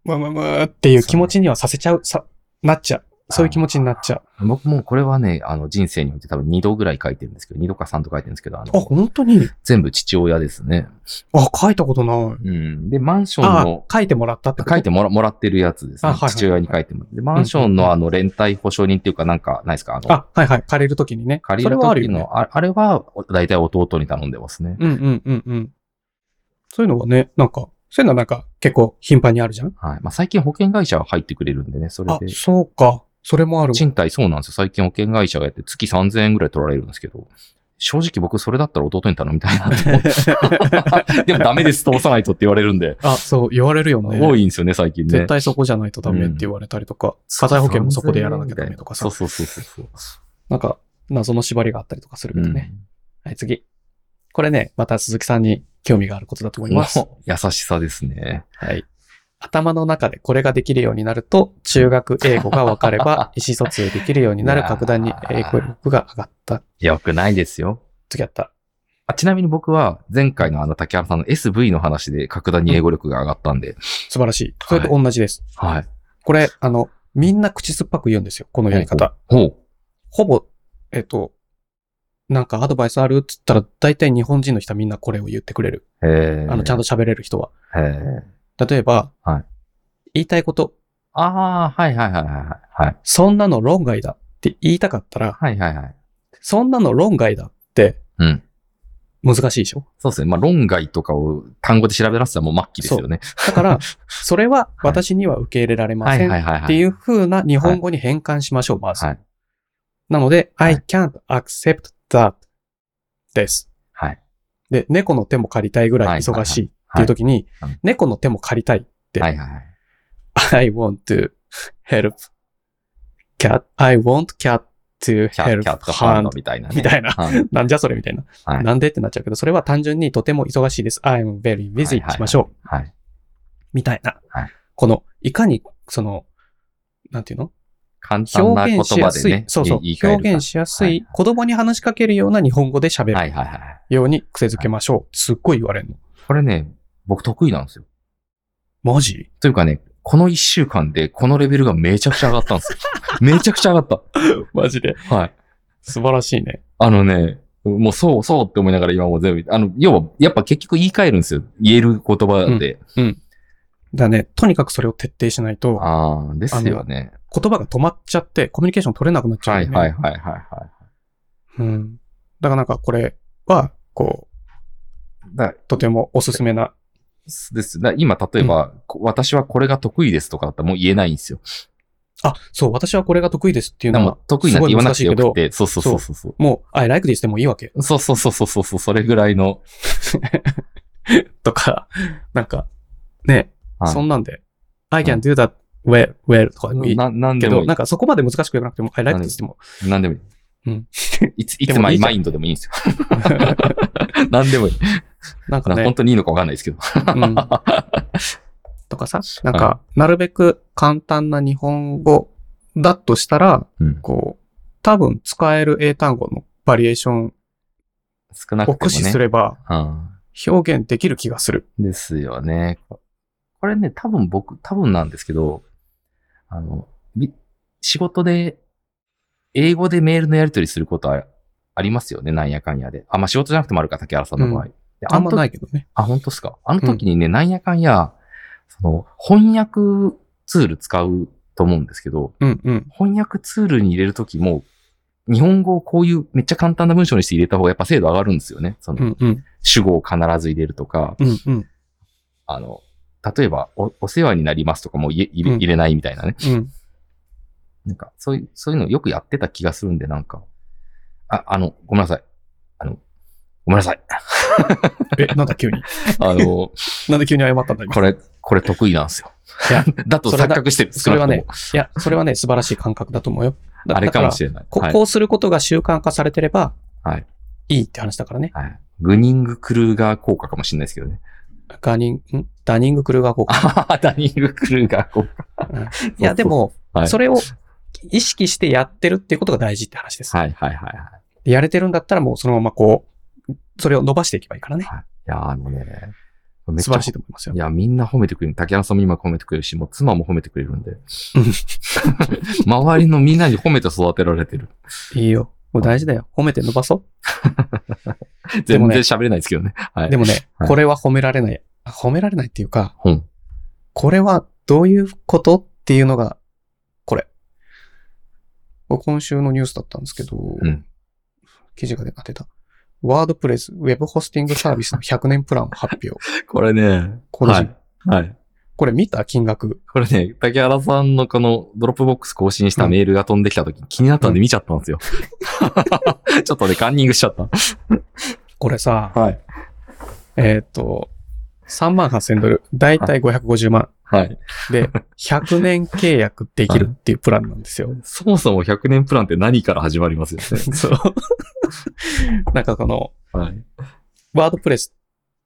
[SPEAKER 1] う、むむむっていう気持ちにはさせちゃう、さ、なっちゃう。そういう気持ちになっちゃう。
[SPEAKER 2] 僕もこれはね、あの人生において多分2度ぐらい書いてるんですけど、2度か3度書いてるんですけど、あ
[SPEAKER 1] あ、
[SPEAKER 2] の
[SPEAKER 1] 本当に
[SPEAKER 2] 全部父親ですね。
[SPEAKER 1] あ、書いたことない。
[SPEAKER 2] うん。で、マンション
[SPEAKER 1] あ
[SPEAKER 2] の、
[SPEAKER 1] 書いてもらったってこと
[SPEAKER 2] 書いてもらもらってるやつですね。
[SPEAKER 1] あはいはい
[SPEAKER 2] 父親に書いてもらって。で、マンション
[SPEAKER 1] うんうん
[SPEAKER 2] のあの連帯保証人っていうかなんかないですかあの、
[SPEAKER 1] あ、はいはい。借りるときにね。
[SPEAKER 2] 借
[SPEAKER 1] そ
[SPEAKER 2] り
[SPEAKER 1] れ
[SPEAKER 2] る
[SPEAKER 1] はある
[SPEAKER 2] 時
[SPEAKER 1] よ
[SPEAKER 2] の、
[SPEAKER 1] ね。
[SPEAKER 2] ああれは大体弟に頼んでますね。
[SPEAKER 1] うんうんうんうん。そういうのはね、なんか、そういうのはなんか結構頻繁にあるじゃん
[SPEAKER 2] はい。まあ、最近保険会社は入ってくれるんでね、それ
[SPEAKER 1] あ
[SPEAKER 2] で、。
[SPEAKER 1] そうか。それもあるわ。
[SPEAKER 2] 賃貸そうなんですよ。最近保険会社がやって月3000円ぐらい取られるんですけど、正直僕それだったら弟に頼みたいなと思って。 でもダメです、通さないとって言われるんで。
[SPEAKER 1] あ、そう、言われるよね。
[SPEAKER 2] 多いんですよね、最近ね。
[SPEAKER 1] 絶対そこじゃないとダメって言われたりとか、火災保険もそこでやらなきゃダメとかさ
[SPEAKER 2] そう、そうそうそうそ
[SPEAKER 1] なんか謎の縛りがあったりとかする
[SPEAKER 2] う。
[SPEAKER 1] けどね。はい、次。これね、また鈴木さんに興味があることだと
[SPEAKER 2] う
[SPEAKER 1] 思
[SPEAKER 2] ん
[SPEAKER 1] います。
[SPEAKER 2] もう優しさですね。
[SPEAKER 1] はい。頭の中でこれができるようになると、中学英語が分かれ ば、意思疎通できるようになる格段に英語力が上がった。
[SPEAKER 2] よくないですよ。
[SPEAKER 1] 次あった。
[SPEAKER 2] あちなみに僕は前回のあの竹原さんの SV の話で格段に英語力が上がったんで、
[SPEAKER 1] 素晴らしい。それと同じです。
[SPEAKER 2] はい。
[SPEAKER 1] これ、あの、みんな口酸っぱく言うんですよ、このやり方。
[SPEAKER 2] ほう。
[SPEAKER 1] ほぼ、えっと、なんかアドバイスあるっつったら、大体日本人の人はみんなこれを言ってくれる。
[SPEAKER 2] えー、
[SPEAKER 1] あの、ちゃん
[SPEAKER 2] と。
[SPEAKER 1] と喋れる人は。
[SPEAKER 2] えー、
[SPEAKER 1] 例えば、
[SPEAKER 2] はい
[SPEAKER 1] 言いたいこと、
[SPEAKER 2] ああ、はいはいはいはいはい。
[SPEAKER 1] そんなの論外だって言いたかったら、
[SPEAKER 2] はいはいはい。
[SPEAKER 1] そんなの論外だって
[SPEAKER 2] うん。
[SPEAKER 1] 難しいでしょ
[SPEAKER 2] そうですね。まあ、論外とかを単語で調べ出したらもう末期ですよね。
[SPEAKER 1] だ から、それは私には受け入れられま
[SPEAKER 2] はい
[SPEAKER 1] せん
[SPEAKER 2] はい
[SPEAKER 1] っ
[SPEAKER 2] はいはい。
[SPEAKER 1] て
[SPEAKER 2] う。
[SPEAKER 1] いう風な日本語に変換しましょう、まず
[SPEAKER 2] は。い。
[SPEAKER 1] なので、
[SPEAKER 2] はい
[SPEAKER 1] I can't accept that です。
[SPEAKER 2] はい。
[SPEAKER 1] で、猫の手も借りたいぐらい忙しいっていう時に
[SPEAKER 2] はいはいはいはい、
[SPEAKER 1] 猫の手も借りたいて
[SPEAKER 2] はいはいはい。
[SPEAKER 1] I want to help cat, I want cat to
[SPEAKER 2] キャッ
[SPEAKER 1] help
[SPEAKER 2] キャットハンド
[SPEAKER 1] hand
[SPEAKER 2] みたいな、ね。
[SPEAKER 1] みたいな。
[SPEAKER 2] はい。
[SPEAKER 1] なんじゃそれみたいな。
[SPEAKER 2] はい
[SPEAKER 1] なんでってなっちゃうけど、それは単純にとても忙しいです。I'm very
[SPEAKER 2] はい
[SPEAKER 1] busy
[SPEAKER 2] はい
[SPEAKER 1] しましょう。
[SPEAKER 2] はい。
[SPEAKER 1] みたいな。
[SPEAKER 2] はい
[SPEAKER 1] この、いかに、その、なんていうの
[SPEAKER 2] 簡単な
[SPEAKER 1] 表
[SPEAKER 2] 言
[SPEAKER 1] 現しや
[SPEAKER 2] 葉
[SPEAKER 1] す
[SPEAKER 2] で
[SPEAKER 1] い、
[SPEAKER 2] ね。
[SPEAKER 1] そうそう
[SPEAKER 2] 言い。換えるか
[SPEAKER 1] 表現しやすい、
[SPEAKER 2] はい
[SPEAKER 1] 子供に話しかけるような日本語で喋
[SPEAKER 2] は
[SPEAKER 1] る
[SPEAKER 2] いはいはい。
[SPEAKER 1] ように癖づけましょう。すっごい言われるの。
[SPEAKER 2] これね、僕得意なんですよ。
[SPEAKER 1] マジ
[SPEAKER 2] というかね、この一週間でこのレベルがめちゃくちゃ上がったん ですよ。めちゃくちゃ上がっ
[SPEAKER 1] マジで。
[SPEAKER 2] た。はい。
[SPEAKER 1] 素晴らしいね。
[SPEAKER 2] あのね、もうそうそうって思いながら今もう全部、あの、要は、やっぱ結局言い換えるんですよ。言える言葉で。
[SPEAKER 1] だね、とにかくそれを徹底しないと、
[SPEAKER 2] ああ、ですよね。
[SPEAKER 1] 言葉が止まっちゃって、コミュニケーション取れなくなっちゃう
[SPEAKER 2] は
[SPEAKER 1] よ
[SPEAKER 2] い
[SPEAKER 1] ね、
[SPEAKER 2] はいはいはいはい。
[SPEAKER 1] うん。だからなんかこれは、こ
[SPEAKER 2] だ
[SPEAKER 1] う、とてもおすすめな。
[SPEAKER 2] です。だ今、例えば、こ私はこれが得意ですとかだったらもう言えないんですよ。
[SPEAKER 1] あ、そう、私はこれが得意ですっていう
[SPEAKER 2] で
[SPEAKER 1] の
[SPEAKER 2] も
[SPEAKER 1] は、、
[SPEAKER 2] 得意なんて言わなくてよ
[SPEAKER 1] すご
[SPEAKER 2] く
[SPEAKER 1] い難
[SPEAKER 2] て、そうそうそうそうそう。
[SPEAKER 1] もう、I like this でもいいわけ。
[SPEAKER 2] そうそうそうそうそうそう、それぐらいの。
[SPEAKER 1] とか、 なんか、ね、
[SPEAKER 2] はい
[SPEAKER 1] そんなんで、I can do that well, well とかでもいい
[SPEAKER 2] ななん
[SPEAKER 1] け
[SPEAKER 2] でも
[SPEAKER 1] ど、
[SPEAKER 2] いい
[SPEAKER 1] なんかそこまで難しく言わなくても、I like this でも。
[SPEAKER 2] なんでもいい。
[SPEAKER 1] うん。
[SPEAKER 2] いつ、い
[SPEAKER 1] で
[SPEAKER 2] つ
[SPEAKER 1] も
[SPEAKER 2] マ
[SPEAKER 1] いい
[SPEAKER 2] イ
[SPEAKER 1] じゃん
[SPEAKER 2] マインドでもいいんですよ。 なんでもいい。
[SPEAKER 1] なんか
[SPEAKER 2] 本
[SPEAKER 1] ね、
[SPEAKER 2] 当にいいのかわかんないですけど。
[SPEAKER 1] うん。とかさ、なん
[SPEAKER 2] は
[SPEAKER 1] か、なるべく簡単な日本語だとしたら、
[SPEAKER 2] うん
[SPEAKER 1] こう、多分使える英単語のバリエーション
[SPEAKER 2] 少なく
[SPEAKER 1] を
[SPEAKER 2] てもね。
[SPEAKER 1] 駆使すれば、
[SPEAKER 2] うん
[SPEAKER 1] 表現できる気がする。
[SPEAKER 2] ですよね。ここれね、多分僕、多分なんですけど、あの、び仕事で、英語でメールのやり取りすることはありますよね、なんやかんやで。あ、まあ仕事じゃなくてもあるか、竹原さんの場合。
[SPEAKER 1] う
[SPEAKER 2] で。
[SPEAKER 1] あんまないいけどね。
[SPEAKER 2] あ、本当ですか。あの時にね、なんやかんや、その、翻訳ツール使うと思うんですけど、
[SPEAKER 1] うんうん。
[SPEAKER 2] 翻訳ツールに入れるときも、日本語をこういうめっちゃ簡単な文章にして入れた方がやっぱ精度上がるんですよね。そうの
[SPEAKER 1] んうん。
[SPEAKER 2] 主語を必ず入れるとか、
[SPEAKER 1] うんうん。
[SPEAKER 2] あの、例えばお、お世話になりますとかも入れ入れ
[SPEAKER 1] うん
[SPEAKER 2] 入れないみたいなね。
[SPEAKER 1] うん。
[SPEAKER 2] なんか、そういう、そういうのよくやってた気がするんで、なんか、あ、あの、ごめんなさい。あの、ごめんな さい。
[SPEAKER 1] え、なんだ急に。
[SPEAKER 2] あの、
[SPEAKER 1] なんで急に謝ったんだ今
[SPEAKER 2] これ、これ得意なんですよ。
[SPEAKER 1] いや
[SPEAKER 2] だと
[SPEAKER 1] それは
[SPEAKER 2] 錯
[SPEAKER 1] だ
[SPEAKER 2] 覚してる。
[SPEAKER 1] それはね
[SPEAKER 2] 少なくとも
[SPEAKER 1] いや、それはね、素晴らしい感覚だと思うよ。だ
[SPEAKER 2] あれかもし
[SPEAKER 1] れ
[SPEAKER 2] れない。
[SPEAKER 1] こ
[SPEAKER 2] はい
[SPEAKER 1] こうすることが習慣化されてれば、
[SPEAKER 2] はい。
[SPEAKER 1] いいって話だからね。
[SPEAKER 2] はい。グニングクルーガー効果かもしれないですけどね。
[SPEAKER 1] ガニン、んダニングクルーガー効果。
[SPEAKER 2] ああ、ダニングクルーガー効果。
[SPEAKER 1] いや、でも、
[SPEAKER 2] はい
[SPEAKER 1] それを意識してやってるっていうことが大事って話です。
[SPEAKER 2] はいはいはいはい。
[SPEAKER 1] でやれてるんだったらもうそのままこう、それを伸ばしていけばいいからね。
[SPEAKER 2] はい、いやー、あのね、めっ
[SPEAKER 1] 素晴らしいと思いますよ
[SPEAKER 2] い。や、みんな褒めてくれる。竹原さんも今褒めてくれるし、もう妻も褒めてくれる んで。周りのみんなに褒めて育てられてる。
[SPEAKER 1] いいよ。もう大事だよ。褒めて伸ばそで
[SPEAKER 2] 全
[SPEAKER 1] も
[SPEAKER 2] 然
[SPEAKER 1] ね
[SPEAKER 2] 喋れないですけどね。は
[SPEAKER 1] う。
[SPEAKER 2] い。
[SPEAKER 1] で
[SPEAKER 2] も、
[SPEAKER 1] もね、
[SPEAKER 2] はい
[SPEAKER 1] これは褒められない。あ褒められないっていうか、
[SPEAKER 2] うん。
[SPEAKER 1] これはどういうことっていうのが、これ。これ今週のニュースだったんですけど、
[SPEAKER 2] うん。
[SPEAKER 1] 記事が出た出た。ワードプレス、ウェブホスティングサービスの100年プランを発表。
[SPEAKER 2] これね、
[SPEAKER 1] これ
[SPEAKER 2] は
[SPEAKER 1] じ
[SPEAKER 2] い。はい。
[SPEAKER 1] これ見た金額。
[SPEAKER 2] これね、竹原さんのこのドロップボックス更新したメールが飛んできた時、気になったんで見ちゃったんで すよ。ちょっとね、カンニングしちゃった。
[SPEAKER 1] これさ、
[SPEAKER 2] はい。
[SPEAKER 1] えーっと、3万8000ドル。だいたい550万。
[SPEAKER 2] はい。
[SPEAKER 1] で、100年契約できるっていうプランなんですよ。
[SPEAKER 2] そもそも100年プランって何から始まりますよ ね。
[SPEAKER 1] そう。なんかこの、
[SPEAKER 2] はい。
[SPEAKER 1] ワードプレス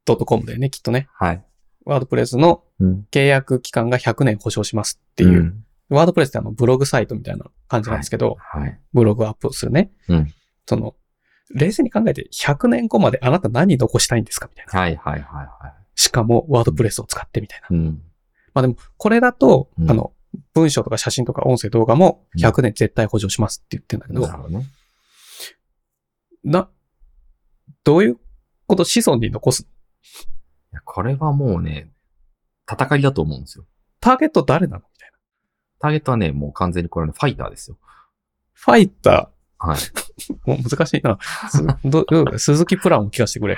[SPEAKER 1] .com だよね、きっとね。
[SPEAKER 2] はい。
[SPEAKER 1] ワードプレスの
[SPEAKER 2] うん。っ
[SPEAKER 1] 契約期間が100年保証しますっていう。ワードプレスってあのブログサイトみたいな感じなんですけど、
[SPEAKER 2] はい。
[SPEAKER 1] ブログアップするね。
[SPEAKER 2] うん
[SPEAKER 1] その、冷静に考えて100年後まであなた何残したいんですかみたいな。
[SPEAKER 2] はいはいはいは
[SPEAKER 1] しかもワードプレスを使ってみたいな。
[SPEAKER 2] い。うん。
[SPEAKER 1] まあでも、これだと、
[SPEAKER 2] うん
[SPEAKER 1] あの、文章とか写真とか音声動画も100年絶対補助しますって言ってんだけど、
[SPEAKER 2] なるほどね。
[SPEAKER 1] な、どういうこと子孫に残す
[SPEAKER 2] いやこれはもうね、戦いだと思うんですよ。
[SPEAKER 1] ターゲット誰なのみたいな。
[SPEAKER 2] ターゲットはね、もう完全にこれね、ファイターですよ。
[SPEAKER 1] ファイタ
[SPEAKER 2] はい。
[SPEAKER 1] ー、もう難しいな。すどどういうこと鈴木プランを聞かせてくれ。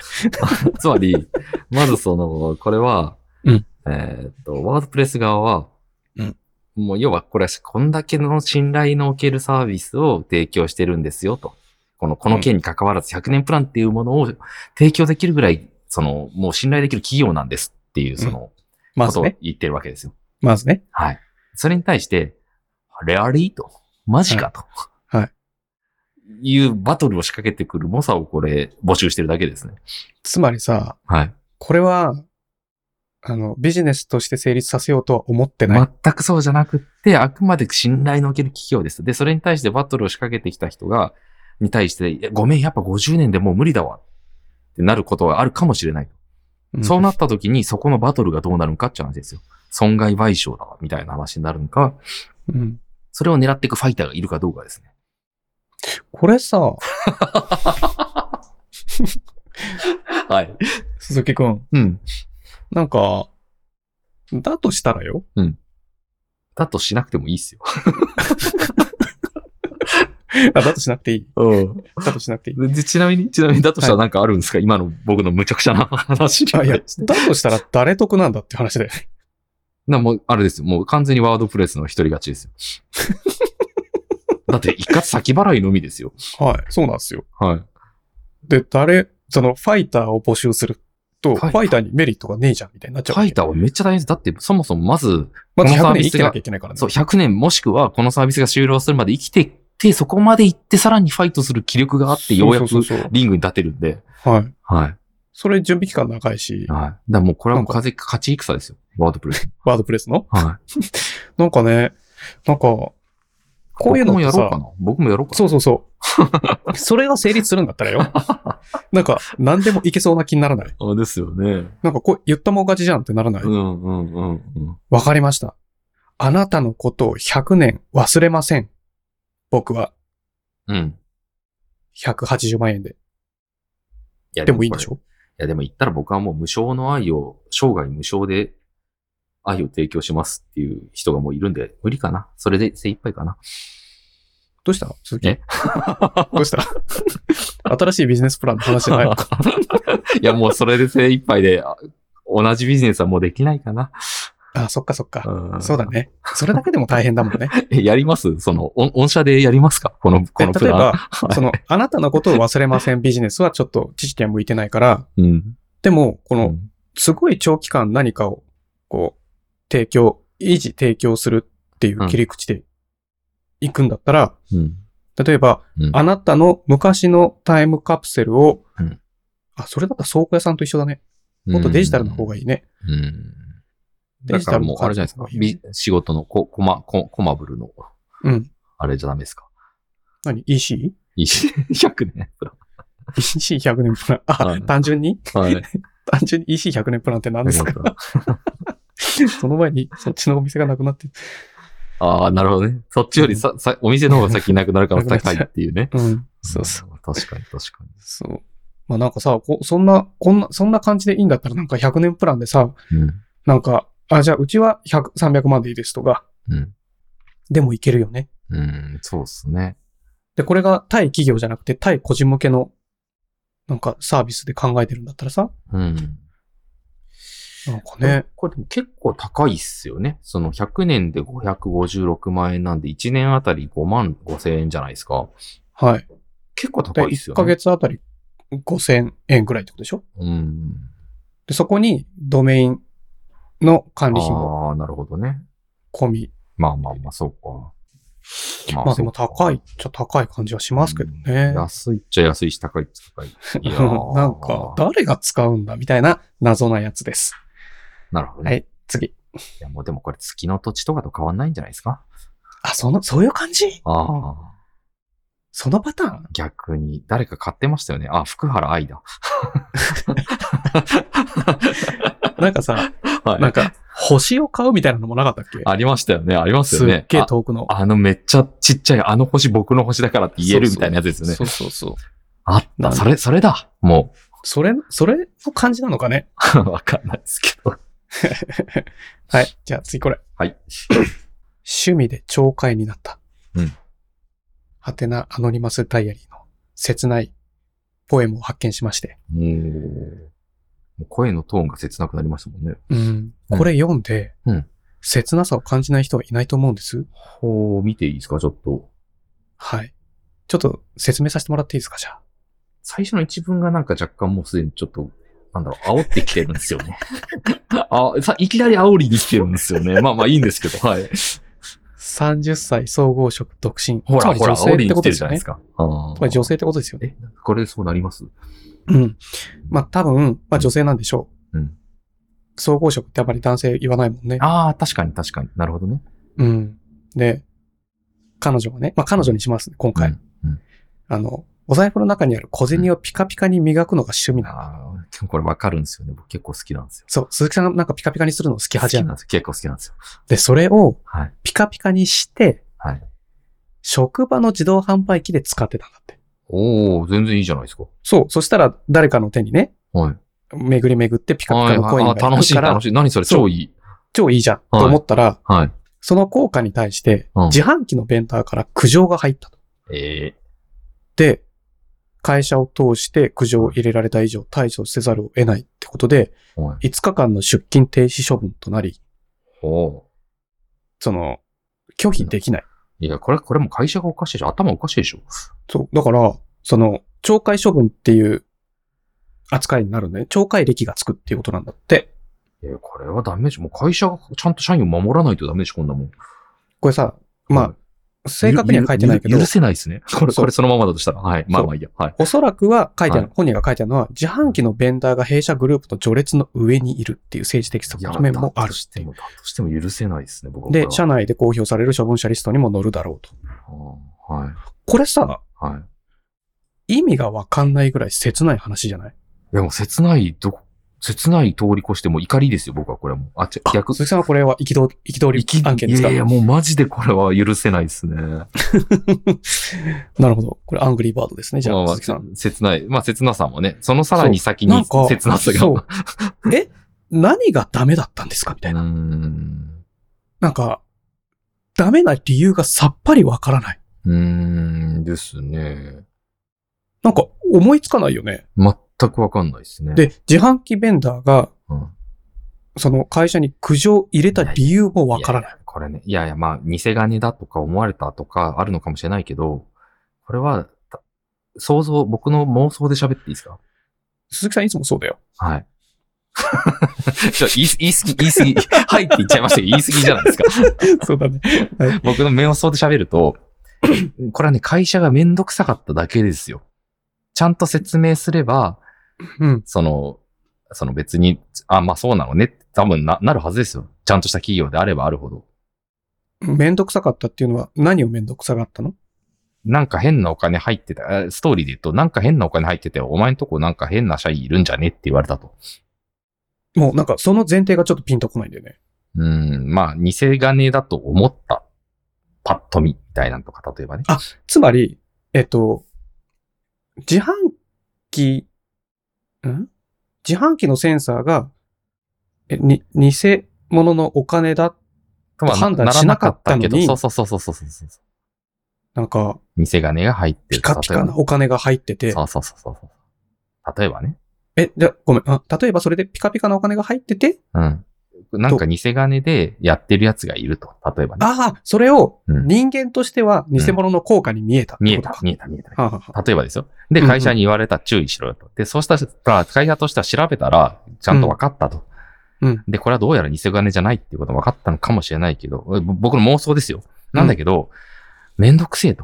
[SPEAKER 2] つまり、まずその、これは、
[SPEAKER 1] うん
[SPEAKER 2] えーっと、ワードプレス側は、
[SPEAKER 1] うん
[SPEAKER 2] もう要はこれはこんだけの信頼のおけるサービスを提供してるんですよと。この、この件に関わらず100年プランっていうものを提供できるぐらい、その、もう信頼できる企業なんですっていう、その、
[SPEAKER 1] ま
[SPEAKER 2] こ
[SPEAKER 1] ず
[SPEAKER 2] とを
[SPEAKER 1] ね。
[SPEAKER 2] 言ってるわけですよ。
[SPEAKER 1] まずね。
[SPEAKER 2] はい。それに対して、レアリーと、マジかと。。
[SPEAKER 1] はいはい
[SPEAKER 2] いうバトルを仕掛けてくる猛者をこれ、募集してるだけですね。
[SPEAKER 1] つまりさ、
[SPEAKER 2] はい。
[SPEAKER 1] これは、あの、ビジネスとして成立させようとは思ってない。
[SPEAKER 2] 全くそうじゃなくって、あくまで信頼のおける企業です。で、それに対してバトルを仕掛けてきた人が、に対して、いやごめん、やっぱ50年でもう無理だわ。ってなることはあるかもしれない。
[SPEAKER 1] ん
[SPEAKER 2] そうなった時に、そこのバトルがどうなるのかって話ですよ。損害賠償だわ、みたいな話になるのか、
[SPEAKER 1] うん。
[SPEAKER 2] それを狙っていくファイターがいるかどうかですね。
[SPEAKER 1] これさ、
[SPEAKER 2] はい。
[SPEAKER 1] 鈴木くん、
[SPEAKER 2] うん。
[SPEAKER 1] なんか、だとしたらよ。
[SPEAKER 2] だとしなくてもいいっすよ。
[SPEAKER 1] あだとしなくていい。
[SPEAKER 2] うん。
[SPEAKER 1] だとしなくていい。
[SPEAKER 2] で、ちなみに、ちなみに、だとしたらなんかあるんですか、今の僕の無茶苦茶な話に
[SPEAKER 1] あいや
[SPEAKER 2] 対、して。
[SPEAKER 1] だとしたら誰得なんだって話だよね。
[SPEAKER 2] な、もう、あれですよ。もう完全にワードプレスの一人勝ちですよ。だって、一括先払いのみですよ。
[SPEAKER 1] はい、そうなんですよ。
[SPEAKER 2] はい。
[SPEAKER 1] で、誰、その、ファイターを募集すると、フ
[SPEAKER 2] はい
[SPEAKER 1] ァイターにメリットがねえじゃん、みたいになっち
[SPEAKER 2] フ
[SPEAKER 1] ゃうわ
[SPEAKER 2] ァ
[SPEAKER 1] け。
[SPEAKER 2] イターはめっちゃ大変です。だって、そもそもまず、
[SPEAKER 1] まず
[SPEAKER 2] このサ
[SPEAKER 1] 100
[SPEAKER 2] ー
[SPEAKER 1] 年生
[SPEAKER 2] ビス
[SPEAKER 1] きてな
[SPEAKER 2] が
[SPEAKER 1] きゃいけないからね。
[SPEAKER 2] そう、100年もしくはこのサービスが終了するまで生きてって、そこまで行ってさらにファイトする気力があって、ようやく
[SPEAKER 1] そうそうそう
[SPEAKER 2] リングに立てるんで。
[SPEAKER 1] そうはい。
[SPEAKER 2] はい。
[SPEAKER 1] それ準備期間長いし、
[SPEAKER 2] はい。だからもうこれはもう風、勝ち戦ですよ。ワードプレス。
[SPEAKER 1] ワードプレスの。
[SPEAKER 2] はい。
[SPEAKER 1] なんかね、なんか、こういうのっ
[SPEAKER 2] 僕もや
[SPEAKER 1] て
[SPEAKER 2] ろうか
[SPEAKER 1] さ、
[SPEAKER 2] な。僕もやろうかな。
[SPEAKER 1] そうそうそう。 それが成立するんだったら よ。なんか、何でもいけそうな気にならない。
[SPEAKER 2] あですよね。
[SPEAKER 1] なんか、こう、言ったもん勝ちじゃんってならない。
[SPEAKER 2] んうんうんうん。
[SPEAKER 1] わかりました。あなたのことを100年忘れません。僕は
[SPEAKER 2] うん。
[SPEAKER 1] 180万円で。
[SPEAKER 2] いや
[SPEAKER 1] でもいいんでし
[SPEAKER 2] ょい
[SPEAKER 1] ょ
[SPEAKER 2] やでも言ったら僕はもう無償の愛を生涯無償で愛を提供しますっていう人がもういるんで、無理かな。それで精一 杯かな。
[SPEAKER 1] どうした鈴木。
[SPEAKER 2] え
[SPEAKER 1] どうした 新しいビジネスプランの話じゃないのか。
[SPEAKER 2] いや、もうそれで精一杯で、あ同じビジネスはもうできないかな。
[SPEAKER 1] あ、そっかそっか。
[SPEAKER 2] ん
[SPEAKER 1] そうだ。ね。それだけでも大変だもんね。
[SPEAKER 2] え やりますその、お御社でやりますかこの、 こ
[SPEAKER 1] で
[SPEAKER 2] の
[SPEAKER 1] 例
[SPEAKER 2] プ
[SPEAKER 1] え
[SPEAKER 2] ラン。
[SPEAKER 1] ば、
[SPEAKER 2] い
[SPEAKER 1] その、あなたのことを忘れませんビジネスはちょっと知識は向いてないから、
[SPEAKER 2] うん。
[SPEAKER 1] でも、こ
[SPEAKER 2] う
[SPEAKER 1] の、
[SPEAKER 2] ん
[SPEAKER 1] すごい長期間何かを、こう、提供、維持提供するっていう切り口で行くんだったら、
[SPEAKER 2] うん。
[SPEAKER 1] 例えば、
[SPEAKER 2] うん
[SPEAKER 1] あなたの昔のタイムカプセルを、
[SPEAKER 2] うん
[SPEAKER 1] あ、それだったら倉庫屋さんと一緒だね。もっとデジタルの方がいいね。
[SPEAKER 2] うん。
[SPEAKER 1] デ
[SPEAKER 2] だ
[SPEAKER 1] ジ
[SPEAKER 2] か
[SPEAKER 1] タ
[SPEAKER 2] ら
[SPEAKER 1] ル
[SPEAKER 2] も
[SPEAKER 1] の
[SPEAKER 2] う、あれじゃないですか。び仕事のココマ、ココマブルの、
[SPEAKER 1] うん。
[SPEAKER 2] あれじゃダメですか。
[SPEAKER 1] 何 ?EC?EC100
[SPEAKER 2] いいし100年プラ
[SPEAKER 1] 年プラン。あ、
[SPEAKER 2] はい
[SPEAKER 1] 単純に
[SPEAKER 2] ン。 はい。
[SPEAKER 1] 単純に EC100 年プランって何ですかその前にそっちのお店がなくなって。。
[SPEAKER 2] ああ、なるほどね。そっちよりさ、さ、お店の方が先なくなるから高いっていうね
[SPEAKER 1] うん。そうそう。
[SPEAKER 2] うん。確かに、確か
[SPEAKER 1] そう。まあなんかさ、こそんな、こんな、そんな感じでいいんだったらなんか100年プランでさ、
[SPEAKER 2] に。うん。
[SPEAKER 1] なんか、あ、じゃあうちは100、300万でいいですとか、
[SPEAKER 2] うん。
[SPEAKER 1] でもいけるよね。
[SPEAKER 2] うん、そうっすね。
[SPEAKER 1] で、これが対企業じゃなくて対個人向けの、なんかサービスで考えてるんだったらさ、
[SPEAKER 2] うん。
[SPEAKER 1] なんかね、
[SPEAKER 2] これでも結構高いっすよね。その100年で556万円なんで、1年あたり5万5千円じゃないですか。
[SPEAKER 1] はい。
[SPEAKER 2] 結構高
[SPEAKER 1] で、
[SPEAKER 2] いっす
[SPEAKER 1] 1
[SPEAKER 2] よ
[SPEAKER 1] ヶ
[SPEAKER 2] ね。
[SPEAKER 1] 月あたり5000円ぐらいってことでしょ
[SPEAKER 2] うん。
[SPEAKER 1] で、そこにドメインの管理費も
[SPEAKER 2] ああ、なるほどね。
[SPEAKER 1] 込み。
[SPEAKER 2] まあまあまあ、そうか。ま
[SPEAKER 1] まあでも
[SPEAKER 2] そうか
[SPEAKER 1] 高いっちゃ高い感じはしますけど
[SPEAKER 2] う
[SPEAKER 1] ね
[SPEAKER 2] ん。安いっちゃ安いし、高いっちゃ高 い。いやー
[SPEAKER 1] なんか、誰が使うんだみたいな謎なやつです。
[SPEAKER 2] なるほどね。
[SPEAKER 1] はい、次。
[SPEAKER 2] いや、もうでもこれ月の土地とかと変わんないんじゃないですか
[SPEAKER 1] あ、その、そういう感じ
[SPEAKER 2] あ
[SPEAKER 1] あ
[SPEAKER 2] あ。
[SPEAKER 1] そのパター ン
[SPEAKER 2] 逆に、誰か買ってましたよね。あ、福原愛だ。
[SPEAKER 1] なんかさ、
[SPEAKER 2] は
[SPEAKER 1] なんか、星を買うみたいなのもなかったっけ
[SPEAKER 2] ありましたよね。あります
[SPEAKER 1] す
[SPEAKER 2] よ
[SPEAKER 1] っ
[SPEAKER 2] ね。
[SPEAKER 1] げえ
[SPEAKER 2] あ
[SPEAKER 1] 遠くの。
[SPEAKER 2] あのめっちゃちっちゃい、あの星僕の星だからって言えるみたいなやつですよね。
[SPEAKER 1] そうそうそう。
[SPEAKER 2] あっ
[SPEAKER 1] なん
[SPEAKER 2] た。
[SPEAKER 1] で
[SPEAKER 2] それ、それだ。も
[SPEAKER 1] それ、それの感じなのかね。
[SPEAKER 2] う、 わかんないですけど。
[SPEAKER 1] はい。じゃあ次これ。
[SPEAKER 2] はい。
[SPEAKER 1] 趣味で懲戒になった。
[SPEAKER 2] うん。
[SPEAKER 1] はてなアノニマスダイアリーの切ないポエムを発見しまして。
[SPEAKER 2] もう、もう声のトーンが切なくなりましたもんね。
[SPEAKER 1] うん。これ読んで、
[SPEAKER 2] うん
[SPEAKER 1] 切なさを感じない人はいないと思うんです。
[SPEAKER 2] ほう、見ていいですかちょっと。
[SPEAKER 1] はい。ちょっと説明させてもらっていいですか、じゃあ。
[SPEAKER 2] 最初の一文がなんか若干もうすでにちょっと、なんだろう、煽ってきてるんですよね。 あさ、いきなり煽りに来てるんですよね。まあまあいいんですけど、はい。
[SPEAKER 1] 30歳総合職独身。
[SPEAKER 2] ほ
[SPEAKER 1] つま
[SPEAKER 2] ら、
[SPEAKER 1] り
[SPEAKER 2] ほら、
[SPEAKER 1] 女性
[SPEAKER 2] 煽
[SPEAKER 1] っ
[SPEAKER 2] り
[SPEAKER 1] て
[SPEAKER 2] に
[SPEAKER 1] こ
[SPEAKER 2] 来
[SPEAKER 1] とで
[SPEAKER 2] てる
[SPEAKER 1] す
[SPEAKER 2] じゃ
[SPEAKER 1] よ
[SPEAKER 2] ない
[SPEAKER 1] ね
[SPEAKER 2] で。すか。あ
[SPEAKER 1] つま
[SPEAKER 2] あ
[SPEAKER 1] り女性ってことですよね。
[SPEAKER 2] え、これそうなります
[SPEAKER 1] うん。まあ多分、まあ女性なんでしょう。
[SPEAKER 2] うん
[SPEAKER 1] 総合職ってあんまり男性言わないもんね。
[SPEAKER 2] ああ、確かに確かに。なるほどね。
[SPEAKER 1] うん。で、彼女がね、まあ彼女にします、今回。
[SPEAKER 2] うんうん
[SPEAKER 1] あの、お財布の中にある小銭をピカピカに磨くのが趣味なの。
[SPEAKER 2] ああ、結構これわかるんですよね。僕結構好きなんですよ。
[SPEAKER 1] そう、鈴木さんなんかピカピカにするの好き
[SPEAKER 2] 好
[SPEAKER 1] 派じゃ
[SPEAKER 2] き
[SPEAKER 1] ん
[SPEAKER 2] なん。ですよ。結構好きなんですよ。
[SPEAKER 1] で、それを
[SPEAKER 2] はい。
[SPEAKER 1] ピカピカにして、
[SPEAKER 2] はい。
[SPEAKER 1] 職場の自動販売機で使ってたんだって。
[SPEAKER 2] おお全然いいじゃないですか。
[SPEAKER 1] そう、そしたら誰かの手にね、
[SPEAKER 2] はい。
[SPEAKER 1] 巡り巡ってピカピ
[SPEAKER 2] は
[SPEAKER 1] カ
[SPEAKER 2] い、
[SPEAKER 1] のコ
[SPEAKER 2] は
[SPEAKER 1] イ
[SPEAKER 2] い。
[SPEAKER 1] ン
[SPEAKER 2] あ
[SPEAKER 1] が
[SPEAKER 2] ー楽しい、楽
[SPEAKER 1] しい。
[SPEAKER 2] しい。何それ
[SPEAKER 1] そう
[SPEAKER 2] 超いい。
[SPEAKER 1] 超いいじゃん、と思ったら、
[SPEAKER 2] はい。
[SPEAKER 1] その効果に対して、
[SPEAKER 2] うん
[SPEAKER 1] 自販機のベンダーから苦情が入ったと。
[SPEAKER 2] ええ
[SPEAKER 1] で、会社を通して苦情を入れられた以上対処せざるを得ないってことで、
[SPEAKER 2] はい。
[SPEAKER 1] 5日間の出勤停止処分となり、
[SPEAKER 2] おお
[SPEAKER 1] その、拒否できない。
[SPEAKER 2] いや、これ、これも会社がおかしいでしょ。頭おかしいでしょ。
[SPEAKER 1] そう。だから、その、懲戒処分っていう扱いになるんで、ね、懲戒歴がつくっていうことなんだって。
[SPEAKER 2] いや、これはダメでしょ。もう会社がちゃんと社員を守らないとダメでしょ、こんなもん。
[SPEAKER 1] これさ、まあ、正確には書いてないけ
[SPEAKER 2] ゆ
[SPEAKER 1] ど
[SPEAKER 2] ゆ許、せないで すね。これ、
[SPEAKER 1] そう
[SPEAKER 2] これそのままだとしたら。はい。まあまあいいや。はい。
[SPEAKER 1] おそらくは書いてある、
[SPEAKER 2] は
[SPEAKER 1] 本人が書いてあるのは、自販機のベンダーが弊社グループの序列の上にいるっていう政治的側面もある
[SPEAKER 2] だとし
[SPEAKER 1] って
[SPEAKER 2] て
[SPEAKER 1] いう。
[SPEAKER 2] も、だとしても許せないですね、僕は。
[SPEAKER 1] で、
[SPEAKER 2] これは
[SPEAKER 1] 社内で公表される処分者リストにも載るだろうと。
[SPEAKER 2] あはい。
[SPEAKER 1] これさ、
[SPEAKER 2] はい。
[SPEAKER 1] 意味がわかんないぐらい切ない話じゃない
[SPEAKER 2] いや、もう切ない、ど、切ない通り越してもう怒りですよ、僕はこれはもう。あ、ちゃ逆。
[SPEAKER 1] 鈴木さんはこれは憤り、憤り案件です
[SPEAKER 2] い
[SPEAKER 1] か
[SPEAKER 2] やいや、もうマジでこれは許せないですね。
[SPEAKER 1] なるほど。これアングリーバードですね、じゃ
[SPEAKER 2] ま
[SPEAKER 1] あ、
[SPEAKER 2] ま
[SPEAKER 1] 鈴木さん。
[SPEAKER 2] 切ない。まあ、切なさもね。そのさらに先
[SPEAKER 1] なん
[SPEAKER 2] に
[SPEAKER 1] か、
[SPEAKER 2] 切なさが。
[SPEAKER 1] そう。え何がダメだったんですかみたいな。
[SPEAKER 2] ん。
[SPEAKER 1] なんか、ダメな理由がさっぱりわからない。
[SPEAKER 2] うーんですね。
[SPEAKER 1] なんか思いつかないよね。
[SPEAKER 2] 全くわかんないですね。、
[SPEAKER 1] で、自販機ベンダーが、
[SPEAKER 2] うん
[SPEAKER 1] その会社に苦情を入れた理由もわからない。
[SPEAKER 2] ややこれね、いやいや、まあ、偽金だとか思われたとかあるのかもしれないけど、これは、た想像、僕の妄想で喋っていいですか
[SPEAKER 1] 鈴木さんいつもそうだよ。
[SPEAKER 2] はい。 ちょ言い言い過ぎ、言い過ぎ、はいって言っちゃいましたけど、言い過ぎじゃないですか。
[SPEAKER 1] そうだね。
[SPEAKER 2] 僕の妄想で喋ると、これはね、会社がめんどくさかっただけですよ。ちゃんと説明すれば、
[SPEAKER 1] うん。
[SPEAKER 2] その、その別に、あ、まあそうなのねって多分な、なるはずですよ。ちゃんとした企業であればあるほど。
[SPEAKER 1] めんどくさかったっていうのは何をめんどくさかったの
[SPEAKER 2] なんか変なお金入ってた、あストーリーで言うと、なんか変なお金入ってて、お前んとこなんか変な社員いるんじゃねって言われたと。
[SPEAKER 1] もうなんかその前提がちょっとピンとこないんだよね。
[SPEAKER 2] うーん、まあ、偽金だと思った。パッと見、みたいなのとか、例えばね。
[SPEAKER 1] つまり、えっと、自販機、ん自販機のセンサーが、え、に、偽物のお金だ。
[SPEAKER 2] とは
[SPEAKER 1] 判断しなかったのに
[SPEAKER 2] ならなかったけどそうそうそうそうそうそう。
[SPEAKER 1] なんか、
[SPEAKER 2] 偽金が入って
[SPEAKER 1] ピ
[SPEAKER 2] る。
[SPEAKER 1] カピカな
[SPEAKER 2] 例
[SPEAKER 1] お金が入って
[SPEAKER 2] え
[SPEAKER 1] て、
[SPEAKER 2] ばそうそうそうそう。例えばね。
[SPEAKER 1] え、じゃ、ごめん、あ例えばそれでピカピカなお金が入ってて、
[SPEAKER 2] うん。なんか偽金でやってるやつがいると。例えばね。
[SPEAKER 1] ああ、それを
[SPEAKER 2] うん
[SPEAKER 1] 人間としては偽物の効果に見えたって
[SPEAKER 2] 見え
[SPEAKER 1] こと
[SPEAKER 2] た
[SPEAKER 1] か。、
[SPEAKER 2] 見えた、見えた。
[SPEAKER 1] はあはあはあ
[SPEAKER 2] 例えばですよ。で、
[SPEAKER 1] うんうん
[SPEAKER 2] 会社に言われた注意しろよと。で、そうしたら、会社としては調べたら、ちゃんと分かったと。
[SPEAKER 1] うん
[SPEAKER 2] で、これはどうやら偽金じゃないっていうことが分かったのかもしれないけど、ぼ僕の妄想ですよ。なんだけど、めんどくせえと。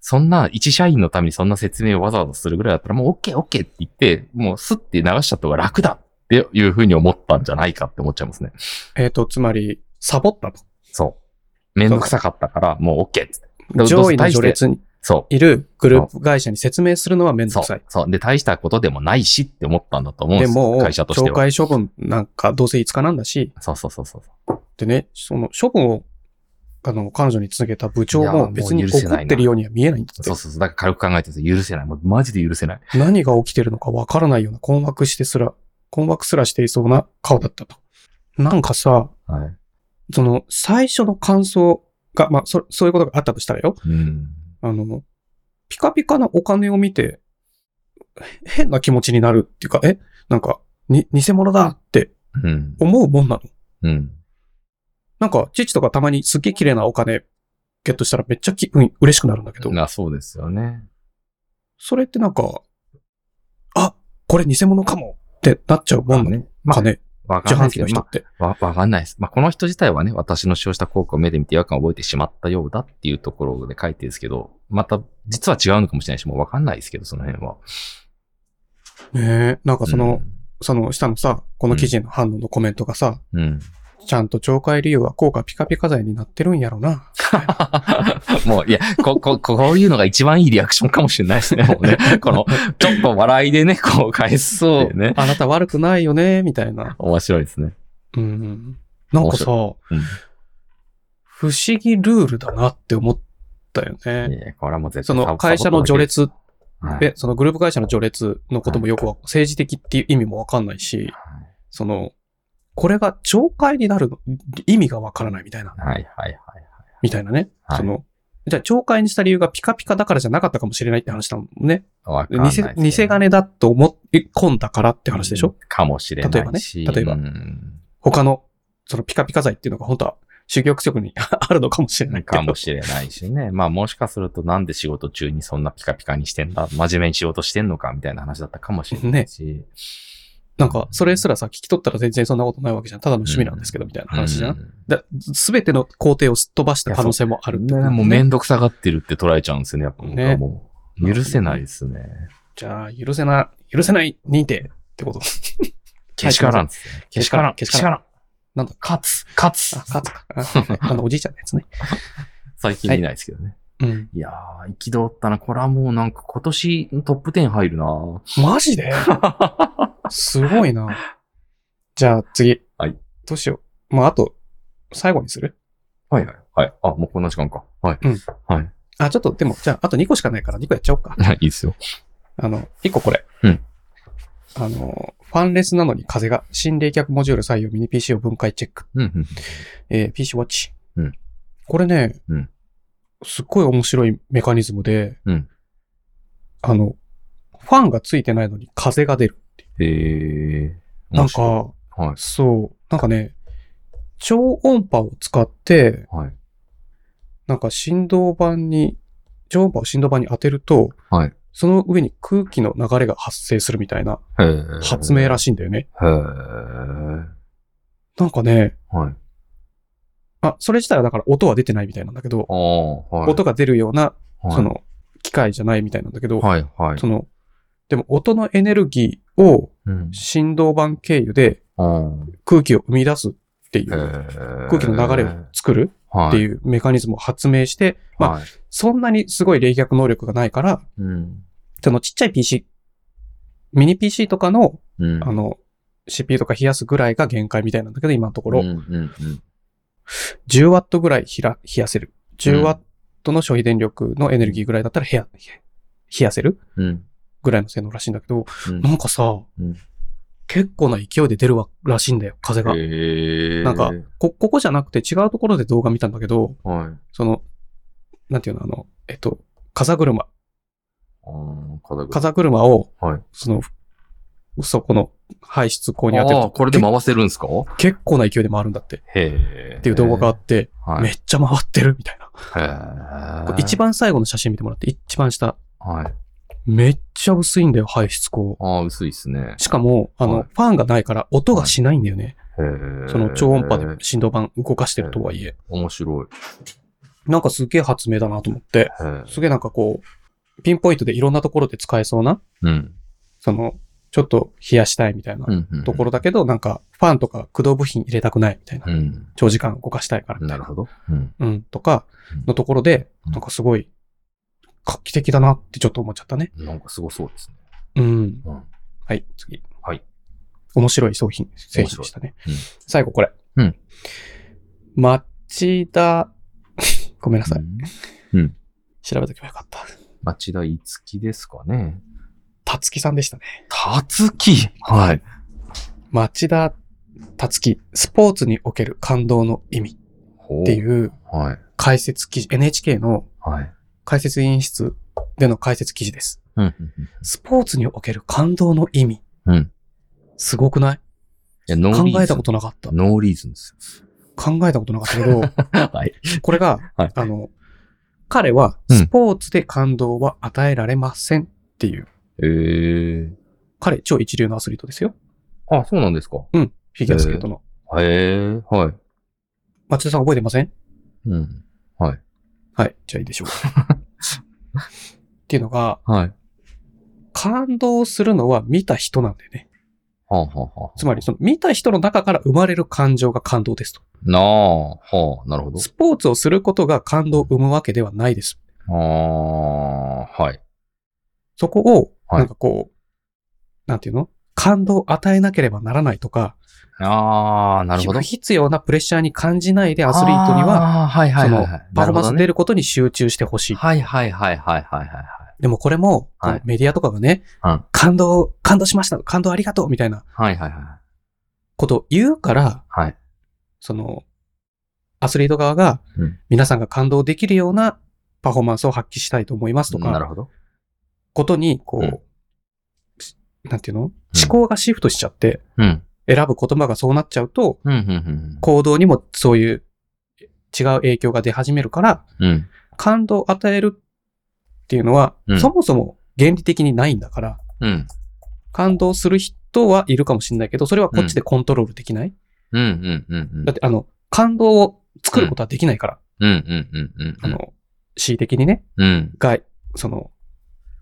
[SPEAKER 2] そんな、一社員のためにそんな説明をわざわざするぐらいだったら、もう OK、OK って言って、もうスッて流しちゃった方が楽だっていうふうに思ったんじゃないかって思っちゃいますね。
[SPEAKER 1] えっと、つまり、サボったと。
[SPEAKER 2] そう。めんどくさかったから、もう OK っつって。どどう
[SPEAKER 1] 上
[SPEAKER 2] せ
[SPEAKER 1] 位の
[SPEAKER 2] 大して
[SPEAKER 1] 序列に
[SPEAKER 2] そう。
[SPEAKER 1] いるグループ会社に説明するのはめんど
[SPEAKER 2] そう
[SPEAKER 1] くさい。
[SPEAKER 2] そう。で、大したことでもないしって思ったんだと思うんで
[SPEAKER 1] ですも
[SPEAKER 2] よ。
[SPEAKER 1] う、
[SPEAKER 2] 会社として
[SPEAKER 1] 懲
[SPEAKER 2] は。
[SPEAKER 1] 戒処分なんかどうせ5日なんだし、
[SPEAKER 2] そうそうそうそう。
[SPEAKER 1] でね、その処分を、あの、彼女に告げた部長
[SPEAKER 2] いやも
[SPEAKER 1] も
[SPEAKER 2] う
[SPEAKER 1] 別に
[SPEAKER 2] 許せ
[SPEAKER 1] 怒
[SPEAKER 2] ないな
[SPEAKER 1] ってるようには見えないんだって
[SPEAKER 2] そう。そうそう。だから軽く考えてるんですよ許せない。もうマジで許せない。
[SPEAKER 1] 何が起きてるのかわからないような困惑してすら、困惑すらしていそうな顔だったと。なんかさ、
[SPEAKER 2] はい。
[SPEAKER 1] その、最初の感想が、まあ、そ、そういうことがあったとしたらよ。
[SPEAKER 2] うん。
[SPEAKER 1] あの、ピカピカなお金を見て、へ変な気持ちになるっていうか、えなんか、に、偽物だって
[SPEAKER 2] うん。
[SPEAKER 1] 思うもんなの
[SPEAKER 2] うん。
[SPEAKER 1] なんか、父とかたまにすっげえ綺麗なお金ゲットしたらめっちゃき、うん、嬉しくなるんだけど、
[SPEAKER 2] な、そうですよね。
[SPEAKER 1] それってなんか、あ、これ偽物かもってなっちゃうもんなの
[SPEAKER 2] ね。まあ、
[SPEAKER 1] かね、
[SPEAKER 2] わか
[SPEAKER 1] 自
[SPEAKER 2] んない
[SPEAKER 1] 販機
[SPEAKER 2] ですけ
[SPEAKER 1] の
[SPEAKER 2] ど、
[SPEAKER 1] 人
[SPEAKER 2] ま
[SPEAKER 1] って。
[SPEAKER 2] あ、わわかんないです。まあ、この人自体はね、私の使用した効果を目で見て違和感を覚えてしまったようだっていうところで書いてるんですけど、また、実は違うのかもしれないし、もうわかんないですけど、その辺は。
[SPEAKER 1] ねえ、なんかその、
[SPEAKER 2] うん
[SPEAKER 1] その下のさ、この記事の反応のコメントがさ、
[SPEAKER 2] うん。
[SPEAKER 1] ちゃんと懲戒理由は効果ピカピカ罪になってるんやろな。
[SPEAKER 2] もう、いや、こ、こ、 こういうのが一番いいリアクションかもしれないですね、もうね。 この、ちょっと笑いでね、こう返す
[SPEAKER 1] そ
[SPEAKER 2] っていううね。
[SPEAKER 1] あなた悪くないよね、みたいな。
[SPEAKER 2] 面白いですね。
[SPEAKER 1] うん。なんかさ、
[SPEAKER 2] うん。
[SPEAKER 1] 不思議ルールだなって思ったよね。
[SPEAKER 2] いや、これはもう絶対
[SPEAKER 1] その会社の序列、
[SPEAKER 2] はい
[SPEAKER 1] で、そのグループ会社の序列のこともよくわ政治的っていう意味もわかんないし、その、これが懲戒になるの意味がわからないみたいな、
[SPEAKER 2] はいはいはい
[SPEAKER 1] みたいなね。
[SPEAKER 2] はい
[SPEAKER 1] その、じゃあ懲戒にした理由がピカピカだからじゃなかったかもしれないって話だもんね。
[SPEAKER 2] はい。わかんないですけど
[SPEAKER 1] 偽、偽金だと思い込んだからって話でしょ、
[SPEAKER 2] かもしれないし。
[SPEAKER 1] 例えばね
[SPEAKER 2] うん
[SPEAKER 1] 他の、そのピカピカ罪っていうのが本当は修行規則にあるのかもしれないけ
[SPEAKER 2] か
[SPEAKER 1] ど
[SPEAKER 2] も。しれない しね。まあもしかするとなんで仕事中にそんなピカピカにしてんだ真面目に仕事してんのかみたいな話だったかもしれないし。
[SPEAKER 1] なんか、それすらさ、聞き取ったら全然そんなことないわけじゃん。ただの趣味なんですけど、みたいな話じゃん。
[SPEAKER 2] ん
[SPEAKER 1] すべての工程をすっ飛ばした可能性もあるってこと
[SPEAKER 2] ね
[SPEAKER 1] だ
[SPEAKER 2] もうめんどくさがってるって捉えちゃうんですよね、やっぱ、
[SPEAKER 1] ね
[SPEAKER 2] もう。許せないですね。
[SPEAKER 1] じゃあ、許せな、許せない認定ってこと。
[SPEAKER 2] けしからんっすね。
[SPEAKER 1] けしからん
[SPEAKER 2] けしからん。
[SPEAKER 1] なんだ、
[SPEAKER 2] 勝つ勝つ
[SPEAKER 1] あ、勝つか。 ああの、おじいちゃんのやつね。
[SPEAKER 2] 最近見ないですけどね。
[SPEAKER 1] うん。
[SPEAKER 2] いやー、憤ったな。これはもうなんか今年のトップ10入るな
[SPEAKER 1] マジ ですごいな。じゃあ、次。
[SPEAKER 2] はい。
[SPEAKER 1] どうしよう。まあ、あと、最後にする
[SPEAKER 2] はいはい。はい。あ、もうこんな時間か。はい。
[SPEAKER 1] うん
[SPEAKER 2] はい。
[SPEAKER 1] あ、ちょっと、でも、じゃあ、あと2個しかないから2個やっちゃおうか。
[SPEAKER 2] いいっすよ。
[SPEAKER 1] あの、1個これ。
[SPEAKER 2] うん。
[SPEAKER 1] あの、ファンレスなのに風が、新冷却モジュール採用ミニ PC を分解チェック。
[SPEAKER 2] うんうん
[SPEAKER 1] えー PC ウォッチ。
[SPEAKER 2] うん
[SPEAKER 1] これね、
[SPEAKER 2] うん
[SPEAKER 1] すっごい面白いメカニズムで、
[SPEAKER 2] うん
[SPEAKER 1] あの、ファンがついてないのに風が出る。
[SPEAKER 2] へえー。
[SPEAKER 1] なん
[SPEAKER 2] 面白
[SPEAKER 1] か、
[SPEAKER 2] い。はい。
[SPEAKER 1] そう、なんかね、超音波を使って、
[SPEAKER 2] はい。
[SPEAKER 1] なんか振動板に、超音波を振動板に当てると、
[SPEAKER 2] はい
[SPEAKER 1] その上に空気の流れが発生するみたいな
[SPEAKER 2] へー
[SPEAKER 1] 発明らしいんだよね。
[SPEAKER 2] へー
[SPEAKER 1] なんかね、
[SPEAKER 2] はい。
[SPEAKER 1] あ、それ自体はだから音は出てないみたいなんだけど
[SPEAKER 2] あ、あ、はい。
[SPEAKER 1] 音が出るような、
[SPEAKER 2] はい、
[SPEAKER 1] その、機械じゃないみたいなんだけど、
[SPEAKER 2] はい、はい。
[SPEAKER 1] その、でも音のエネルギーを
[SPEAKER 2] うん。
[SPEAKER 1] 振動板経由で
[SPEAKER 2] あー
[SPEAKER 1] 空気を生み出すっていう、空
[SPEAKER 2] 空
[SPEAKER 1] 気の流れを作る
[SPEAKER 2] っ、
[SPEAKER 1] っていううメカニズムを発明して、まあ、
[SPEAKER 2] はい
[SPEAKER 1] そんなにすごい冷却能力がないから、
[SPEAKER 2] うん。
[SPEAKER 1] そのちっちゃい PC、ミニ PC とかの、
[SPEAKER 2] うん。
[SPEAKER 1] あの、CPU とか冷やすぐらいが限界みたいなんだけど、今のところ
[SPEAKER 2] うん、、うん、うん。
[SPEAKER 1] 10W ぐらいひら冷やせる。
[SPEAKER 2] うん
[SPEAKER 1] 10W の消費電力のエネルギーぐらいだったら冷や、冷やせる
[SPEAKER 2] うん。
[SPEAKER 1] ぐらいの性能らしいんだけど、
[SPEAKER 2] うん
[SPEAKER 1] なんかさ、
[SPEAKER 2] うん
[SPEAKER 1] 結構な勢いで出るわらしいんだよ、風が。
[SPEAKER 2] へえ。
[SPEAKER 1] なんか、こ、ここじゃなくて違うところで動画見たんだけど、
[SPEAKER 2] はい。
[SPEAKER 1] その、なんていうの、あの、えっと、風車。
[SPEAKER 2] あー風が
[SPEAKER 1] 風車を、
[SPEAKER 2] はい
[SPEAKER 1] その、そこの排出口に当てる
[SPEAKER 2] あ
[SPEAKER 1] と
[SPEAKER 2] ー、これで回せるんすか
[SPEAKER 1] け結構な勢いで回るんだって。っ
[SPEAKER 2] へえ。って
[SPEAKER 1] いう動画があって、
[SPEAKER 2] が、は
[SPEAKER 1] め
[SPEAKER 2] い、
[SPEAKER 1] っちゃ回ってるみたいな。
[SPEAKER 2] へ
[SPEAKER 1] こ
[SPEAKER 2] え
[SPEAKER 1] れ一、番最後の写真見てもらって、一番下。
[SPEAKER 2] はい。
[SPEAKER 1] めっちゃ薄いんだよ、排出口。
[SPEAKER 2] ああ、薄いっすね。
[SPEAKER 1] しかも、あの、
[SPEAKER 2] はい
[SPEAKER 1] ファンがないから音がしないんだよね。
[SPEAKER 2] へえ。
[SPEAKER 1] その超音波で振動板動かしてるとはいえ。
[SPEAKER 2] 面白い。
[SPEAKER 1] なんかすげえ発明だなと思って、
[SPEAKER 2] へえ。
[SPEAKER 1] すげえなんかこう、ピンポイントでいろんなところで使えそうな、
[SPEAKER 2] うん。
[SPEAKER 1] その、ちょっと冷やしたいみたいな
[SPEAKER 2] うんうん。
[SPEAKER 1] ところだけど、なんかファンとか駆動部品入れたくないみたいな
[SPEAKER 2] う。ん。
[SPEAKER 1] 長時間動かしたいからみた
[SPEAKER 2] ないる
[SPEAKER 1] な。
[SPEAKER 2] ほど。うん。
[SPEAKER 1] うん、とか、のところで、
[SPEAKER 2] うん
[SPEAKER 1] なんかすごい、画期的だなってちょっと思っちゃったね。
[SPEAKER 2] なんかすごそうですね。
[SPEAKER 1] うん。
[SPEAKER 2] うん。
[SPEAKER 1] はい、次。
[SPEAKER 2] はい。
[SPEAKER 1] 面白い商品、製品でしたね。
[SPEAKER 2] 面白いうん
[SPEAKER 1] 最後これ。
[SPEAKER 2] うん。
[SPEAKER 1] 町田、 ごめんなさい。
[SPEAKER 2] うん
[SPEAKER 1] 調べとけばよかった。
[SPEAKER 2] 町田いつきですかね。
[SPEAKER 1] たつきさんでしたね。
[SPEAKER 2] たつきはい。
[SPEAKER 1] 町田たつき、スポーツにおける感動の意味
[SPEAKER 2] っ
[SPEAKER 1] ってい。う
[SPEAKER 2] はい。
[SPEAKER 1] 解説記事、NHK の
[SPEAKER 2] はい。
[SPEAKER 1] 解説委員室での解説記事です。
[SPEAKER 2] うん。
[SPEAKER 1] スポーツにおける感動の意味。
[SPEAKER 2] うん。
[SPEAKER 1] すごくない
[SPEAKER 2] いや、ノー
[SPEAKER 1] 考
[SPEAKER 2] リーズン。
[SPEAKER 1] えたことなかった。
[SPEAKER 2] ノーリーズンです
[SPEAKER 1] 考えたことなかったけ ど、
[SPEAKER 2] よ。はい。
[SPEAKER 1] これが、
[SPEAKER 2] はい
[SPEAKER 1] あの、彼は
[SPEAKER 2] うん
[SPEAKER 1] スポーツで感動は与えられませんっていう、
[SPEAKER 2] えー。
[SPEAKER 1] 彼超一流のアスリートですよ。
[SPEAKER 2] あ、そうなんですか。
[SPEAKER 1] うん。フィギュアスケートの。
[SPEAKER 2] へえー。はい。
[SPEAKER 1] 松田さん覚えてません
[SPEAKER 2] うん。
[SPEAKER 1] はい。じゃあいいで しょう。っていうのが、
[SPEAKER 2] はい。
[SPEAKER 1] 感動するのは見た人なんだよね。
[SPEAKER 2] はあ、はあはあ、
[SPEAKER 1] つまり、その見た人の中から生まれる感情が感動ですと。
[SPEAKER 2] なあ、はあ、なるほど。
[SPEAKER 1] スポーツをすることが感動を生むわけではないです。
[SPEAKER 2] ああー、はい。
[SPEAKER 1] そこを、
[SPEAKER 2] はい
[SPEAKER 1] なんかこう、なんていうの感動を与えなければならないとか、
[SPEAKER 2] ああ、なるほど。
[SPEAKER 1] 不必要なプレッシャーに感じないでアスリートには、
[SPEAKER 2] あー、はいは
[SPEAKER 1] そ
[SPEAKER 2] いは
[SPEAKER 1] の
[SPEAKER 2] いはい。
[SPEAKER 1] パフォーマンス出
[SPEAKER 2] る
[SPEAKER 1] ることに集中してほしい。
[SPEAKER 2] ほどね。はいはいはいはいはいはいはい。
[SPEAKER 1] でもこれも、こ
[SPEAKER 2] は
[SPEAKER 1] の
[SPEAKER 2] い
[SPEAKER 1] メディアとかがね、
[SPEAKER 2] うん
[SPEAKER 1] 感動、感動しました、感動ありがとうみたいな
[SPEAKER 2] はいはいはい。
[SPEAKER 1] ことを言うから、
[SPEAKER 2] はい。
[SPEAKER 1] その、アスリート側が
[SPEAKER 2] うん、
[SPEAKER 1] 皆さんが感動できるようなパフォーマンスを発揮したいと思いますと
[SPEAKER 2] なる
[SPEAKER 1] か、
[SPEAKER 2] ほど。
[SPEAKER 1] ことに、こう、
[SPEAKER 2] うん
[SPEAKER 1] しなんていうの思考がシフトしちゃって、
[SPEAKER 2] うん。
[SPEAKER 1] 選ぶ言葉がそうなっちゃうと、
[SPEAKER 2] うん、うん、
[SPEAKER 1] 行動にもそういう違う影響が出始めるから、
[SPEAKER 2] うん。うん。
[SPEAKER 1] 感動を与えるっていうのは、
[SPEAKER 2] うん
[SPEAKER 1] そもそも原理的にないんだから、
[SPEAKER 2] うん。
[SPEAKER 1] 感動する人はいるかもしれないけど、それはこっちでコントロールできない、
[SPEAKER 2] うん、うん、うん、うん。
[SPEAKER 1] だって、あの、感動を作ることはできないから、
[SPEAKER 2] うん、うん、うん、うん。
[SPEAKER 1] あの、恣意的にね、
[SPEAKER 2] うん。
[SPEAKER 1] が、その、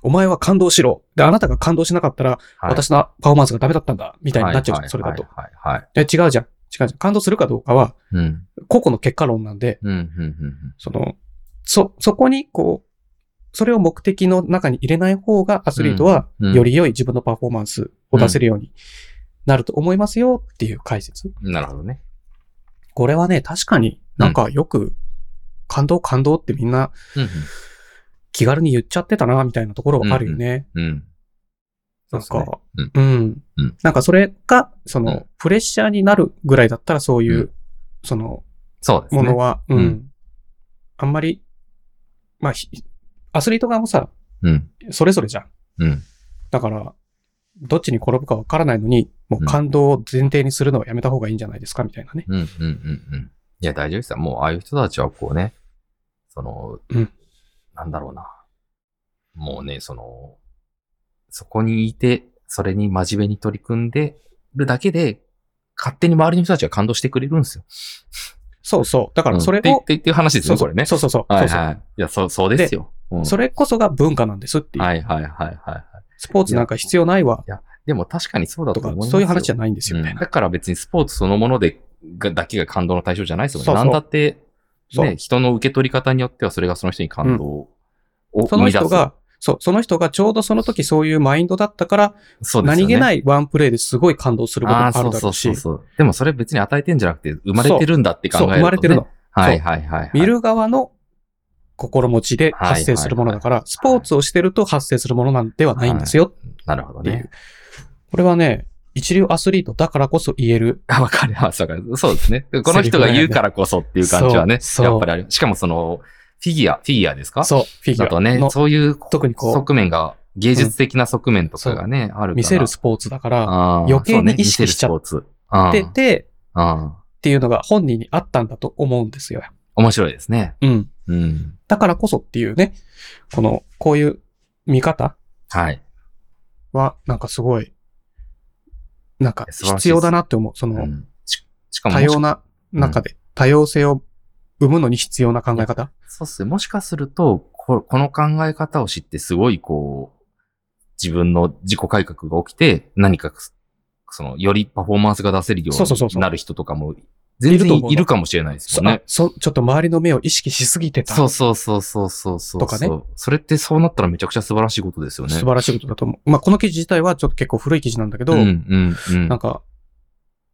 [SPEAKER 1] お前は感動しろ。で、あなたが感動しなかったら、
[SPEAKER 2] はい
[SPEAKER 1] 私のパフォーマンスがダメだったんだ、みたいになっちゃうじゃん、それだと。
[SPEAKER 2] はい、はい、はい。
[SPEAKER 1] え、違うじゃん。違うじゃん。感動するかどうかは、
[SPEAKER 2] うん。
[SPEAKER 1] 個々の結果論なんで、
[SPEAKER 2] うん、うん、
[SPEAKER 1] その、そ、そこに、こう、それを目的の中に入れない方が、アスリートは、
[SPEAKER 2] うんうん
[SPEAKER 1] より良い自分のパフォーマンスを出せるようになると思いますよっていう解説。
[SPEAKER 2] うん。なるほどね。
[SPEAKER 1] これはね、確かになんかよく、感動感動ってみんな
[SPEAKER 2] うん、
[SPEAKER 1] 気軽に言っちゃってたな、みたいなところはあるよね。
[SPEAKER 2] うん。
[SPEAKER 1] なん
[SPEAKER 2] そうです
[SPEAKER 1] か、
[SPEAKER 2] うん
[SPEAKER 1] うん
[SPEAKER 2] うん。
[SPEAKER 1] なんかそれが、そうの
[SPEAKER 2] ん、、
[SPEAKER 1] プレッシャーになるぐらいだったら、そういううんその、
[SPEAKER 2] そうですね。
[SPEAKER 1] ものは、う。
[SPEAKER 2] うん
[SPEAKER 1] あんまり、まあ、ひアスリート側もさ、
[SPEAKER 2] うん。
[SPEAKER 1] それぞれじゃん。
[SPEAKER 2] うん。
[SPEAKER 1] だから、どっちに転ぶかわからないのに、もう
[SPEAKER 2] うん
[SPEAKER 1] 感動を前提にするのはやめた方がいいんじゃないですか、みたいなね。
[SPEAKER 2] うん。うん。うん。うん。いや、大丈夫ですよ。もう、ああいう人たちはこうね、その、
[SPEAKER 1] うん
[SPEAKER 2] なんだろうな。もうね、その、そこにいて、それに真面目に取り組んでるだけで、勝手に周りの人たちが感動してくれるんですよ。
[SPEAKER 1] そうそう。だからそれ
[SPEAKER 2] うんっ
[SPEAKER 1] を
[SPEAKER 2] て、ってっていう話です
[SPEAKER 1] そ
[SPEAKER 2] ね、
[SPEAKER 1] うそ
[SPEAKER 2] こ
[SPEAKER 1] う
[SPEAKER 2] れね。
[SPEAKER 1] そうそうそう。
[SPEAKER 2] はい
[SPEAKER 1] そう
[SPEAKER 2] はい。いや、そう、そうですよ。う
[SPEAKER 1] そうんそれこそが文化なんですっていう。
[SPEAKER 2] はいはいはいはいはい。
[SPEAKER 1] スポーツなんか必要ないわ、
[SPEAKER 2] でも確かにそうだ
[SPEAKER 1] と
[SPEAKER 2] と
[SPEAKER 1] か
[SPEAKER 2] 思いま、すよ。
[SPEAKER 1] そういう話じゃないんですよ
[SPEAKER 2] う
[SPEAKER 1] ね
[SPEAKER 2] ん。だから別にスポーツそのもので、がだけが感動の対象じゃないですよね。
[SPEAKER 1] そうそう
[SPEAKER 2] なんだって、
[SPEAKER 1] そう
[SPEAKER 2] ね、人の受け取り方によってはそれがその人に感動を
[SPEAKER 1] そ
[SPEAKER 2] 生
[SPEAKER 1] の
[SPEAKER 2] み出す。
[SPEAKER 1] 人が、そう、その人がちょうどその時そういうマインドだったから、
[SPEAKER 2] そうですよね、
[SPEAKER 1] 何気ないいワンプレーですごい感動すること
[SPEAKER 2] あ
[SPEAKER 1] が
[SPEAKER 2] あ、
[SPEAKER 1] あ
[SPEAKER 2] そ
[SPEAKER 1] る
[SPEAKER 2] う
[SPEAKER 1] だ
[SPEAKER 2] そ
[SPEAKER 1] ろ
[SPEAKER 2] う
[SPEAKER 1] う
[SPEAKER 2] そう
[SPEAKER 1] し、
[SPEAKER 2] そう。でもそれ別に与えてんじゃなくて、生まれてるんだって考え
[SPEAKER 1] そ
[SPEAKER 2] る
[SPEAKER 1] う、
[SPEAKER 2] と、ね。
[SPEAKER 1] 生まれてるの。。
[SPEAKER 2] はいはいはいはい。
[SPEAKER 1] 見る側の心持ちで発生するものだから、スポーツをしてると発生するものなんではないんですよ
[SPEAKER 2] なるほど
[SPEAKER 1] っていう。
[SPEAKER 2] ね。
[SPEAKER 1] これはね、一流アスリートだからこそ言える。
[SPEAKER 2] あ、わかります。わかります。そうですね。この人が言うからこそっていう感じはね、
[SPEAKER 1] そうそう
[SPEAKER 2] やっぱりある。しかもその、フィギュア、フィギュアですか
[SPEAKER 1] そう、フィギ
[SPEAKER 2] だと
[SPEAKER 1] ュア
[SPEAKER 2] ね
[SPEAKER 1] の、
[SPEAKER 2] そういう
[SPEAKER 1] 特にこ
[SPEAKER 2] 側面が、芸術的な側面とかがね、あるから。
[SPEAKER 1] う、見せるスポーツだから、
[SPEAKER 2] あー
[SPEAKER 1] 余計に
[SPEAKER 2] そうね
[SPEAKER 1] 意識しちゃ
[SPEAKER 2] 見せるスポーツ。
[SPEAKER 1] で、
[SPEAKER 2] うん
[SPEAKER 1] で、
[SPEAKER 2] うん
[SPEAKER 1] っていうのが本人にあったんだと思うんですよ。
[SPEAKER 2] 面白いですね。
[SPEAKER 1] うん。
[SPEAKER 2] うん。
[SPEAKER 1] だからこそっていうね、この、こういう見方
[SPEAKER 2] はい。
[SPEAKER 1] は、なんかすごい、なんか
[SPEAKER 2] 素晴らしいです
[SPEAKER 1] 必要だなって思う。そうの、
[SPEAKER 2] ん、ししかも
[SPEAKER 1] 多
[SPEAKER 2] もし
[SPEAKER 1] 様な中で、多様性を生むのに必要な考え方
[SPEAKER 2] そうっすね。もしかするとこ、この考え方を知って、すごいこう、自分の自己改革が起きて、何かす、その、よりパフォーマンスが出せるよ
[SPEAKER 1] そうそうそう
[SPEAKER 2] う
[SPEAKER 1] そう
[SPEAKER 2] になる人とかも、全
[SPEAKER 1] いると思う
[SPEAKER 2] 然
[SPEAKER 1] の
[SPEAKER 2] いるかもしれないです
[SPEAKER 1] そ
[SPEAKER 2] よ
[SPEAKER 1] う
[SPEAKER 2] ね。
[SPEAKER 1] そちょっと周りの目を意識しすぎてた。
[SPEAKER 2] そうそうそうそうそうそう。
[SPEAKER 1] とかね。
[SPEAKER 2] それってそうなったらめちゃくちゃ素晴らしいことですよね。
[SPEAKER 1] 素晴らしいことだと思う。まあ、この記事自体はちょっと結構古い記事なんだけど、
[SPEAKER 2] うんうんうん。
[SPEAKER 1] なんか、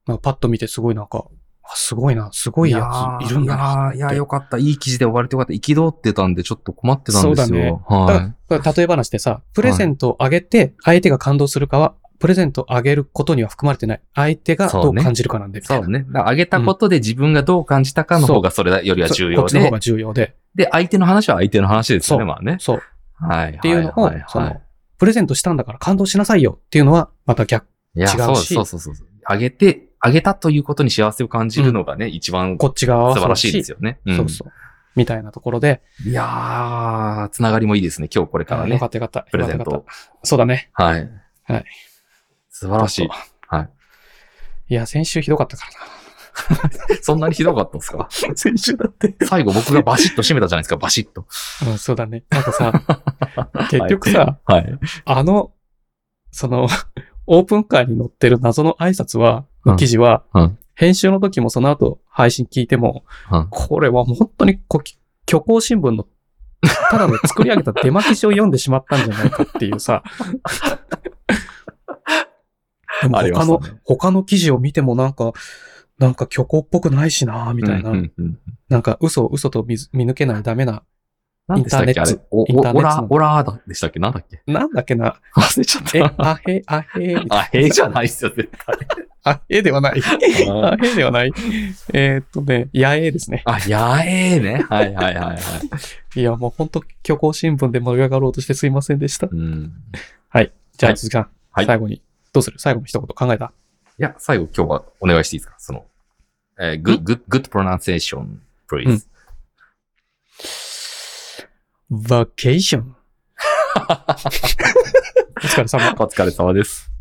[SPEAKER 1] なんかパッと見てすごいなんか、あすごいな、すごいやついるんだな。
[SPEAKER 2] いやーいやー、よかった。いい記事で終われてよかった。憤ってたんで、ちょっと困ってたんですよ。
[SPEAKER 1] そうだね
[SPEAKER 2] は
[SPEAKER 1] だから例え話でさ、プレゼントをあげて相手が感動するかは、プレゼントをあげることには含まれてない。相手がどう感じるかなんで、
[SPEAKER 2] い。
[SPEAKER 1] みたい
[SPEAKER 2] そ
[SPEAKER 1] な
[SPEAKER 2] うね。だからあげたことで自分がどう感じたかの方がそれよりは
[SPEAKER 1] そうこ
[SPEAKER 2] 重要
[SPEAKER 1] っちの
[SPEAKER 2] で
[SPEAKER 1] 方、が重要で。
[SPEAKER 2] で、相手の話は相手の話です
[SPEAKER 1] そ
[SPEAKER 2] よね、
[SPEAKER 1] う
[SPEAKER 2] まあね。
[SPEAKER 1] そう。
[SPEAKER 2] はい。
[SPEAKER 1] っていうのを
[SPEAKER 2] ははは
[SPEAKER 1] そのプレゼントしたんだから感動しなさいよっていうのは、また逆、
[SPEAKER 2] いや、
[SPEAKER 1] 違うし
[SPEAKER 2] そうそうそうそう。あげて、あげたということに幸せを感じるのがね、一番
[SPEAKER 1] こ
[SPEAKER 2] 素
[SPEAKER 1] っち側は
[SPEAKER 2] 晴らしいです
[SPEAKER 1] よ。
[SPEAKER 2] よね。
[SPEAKER 1] そうそう。みたたいなところで、
[SPEAKER 2] うん。いやー、つながりもいいですね、今日これから
[SPEAKER 1] よ
[SPEAKER 2] ね
[SPEAKER 1] か。ったよかった。
[SPEAKER 2] プレゼン
[SPEAKER 1] よかったよ
[SPEAKER 2] ト
[SPEAKER 1] か。った。そうだね。
[SPEAKER 2] はい。
[SPEAKER 1] はい。
[SPEAKER 2] 素晴らしい。はい。
[SPEAKER 1] いや、先週ひどかったから
[SPEAKER 2] そんなにひどかったですか
[SPEAKER 1] な。先週だって。
[SPEAKER 2] 最後僕がバシッと締めたじゃないですか、バシッと。
[SPEAKER 1] うん、そうだね。なんか さ、結局さ、
[SPEAKER 2] はい。
[SPEAKER 1] あの、その、 オープンカーに載ってる謎の挨拶は、
[SPEAKER 2] うん
[SPEAKER 1] の記事は、
[SPEAKER 2] うん
[SPEAKER 1] 編集の時もその後配信聞いても、
[SPEAKER 2] うん
[SPEAKER 1] これはもう本当にこ虚構新聞の、ただの作り上げた出巻き紙を読んでしまったんじゃないかっていう さ。でも
[SPEAKER 2] ありま
[SPEAKER 1] 他
[SPEAKER 2] し
[SPEAKER 1] の、
[SPEAKER 2] たね
[SPEAKER 1] 他の記事を見てもなんか、なんか虚構っぽくないしなみたいな。
[SPEAKER 2] うんうんうん
[SPEAKER 1] なんか嘘を嘘と見ず見抜けないダメな、
[SPEAKER 2] 何でしたっ
[SPEAKER 1] イン
[SPEAKER 2] け
[SPEAKER 1] ター
[SPEAKER 2] あ
[SPEAKER 1] ネッ
[SPEAKER 2] れ
[SPEAKER 1] ト。
[SPEAKER 2] おお
[SPEAKER 1] インターネット
[SPEAKER 2] オラ
[SPEAKER 1] の、
[SPEAKER 2] オラーでしたっけなんだっけ
[SPEAKER 1] なんだっけな、
[SPEAKER 2] 忘れちゃっ
[SPEAKER 1] え、
[SPEAKER 2] た。
[SPEAKER 1] あへ、あへ、みたいな
[SPEAKER 2] あ、へえじゃないっすよ、絶対。
[SPEAKER 1] あ、えではない。
[SPEAKER 2] ん
[SPEAKER 1] あ、えではない。えーっとね、やえですね。
[SPEAKER 2] あ、やえーね。はいはいはいはい。
[SPEAKER 1] いや、もうほんと虚構新聞で盛り上がろうとしてすいませんでした。
[SPEAKER 2] うん、い
[SPEAKER 1] じゃあ、
[SPEAKER 2] はい
[SPEAKER 1] 鈴木さん。
[SPEAKER 2] はい
[SPEAKER 1] 最後に。どうする最後の一言考えた
[SPEAKER 2] や、最後今日はお願いしていいですかその、えー、good, good, good pronunciation,
[SPEAKER 1] う
[SPEAKER 2] please.、
[SPEAKER 1] ん ?vacation。お疲れ様。
[SPEAKER 2] お疲れ様です。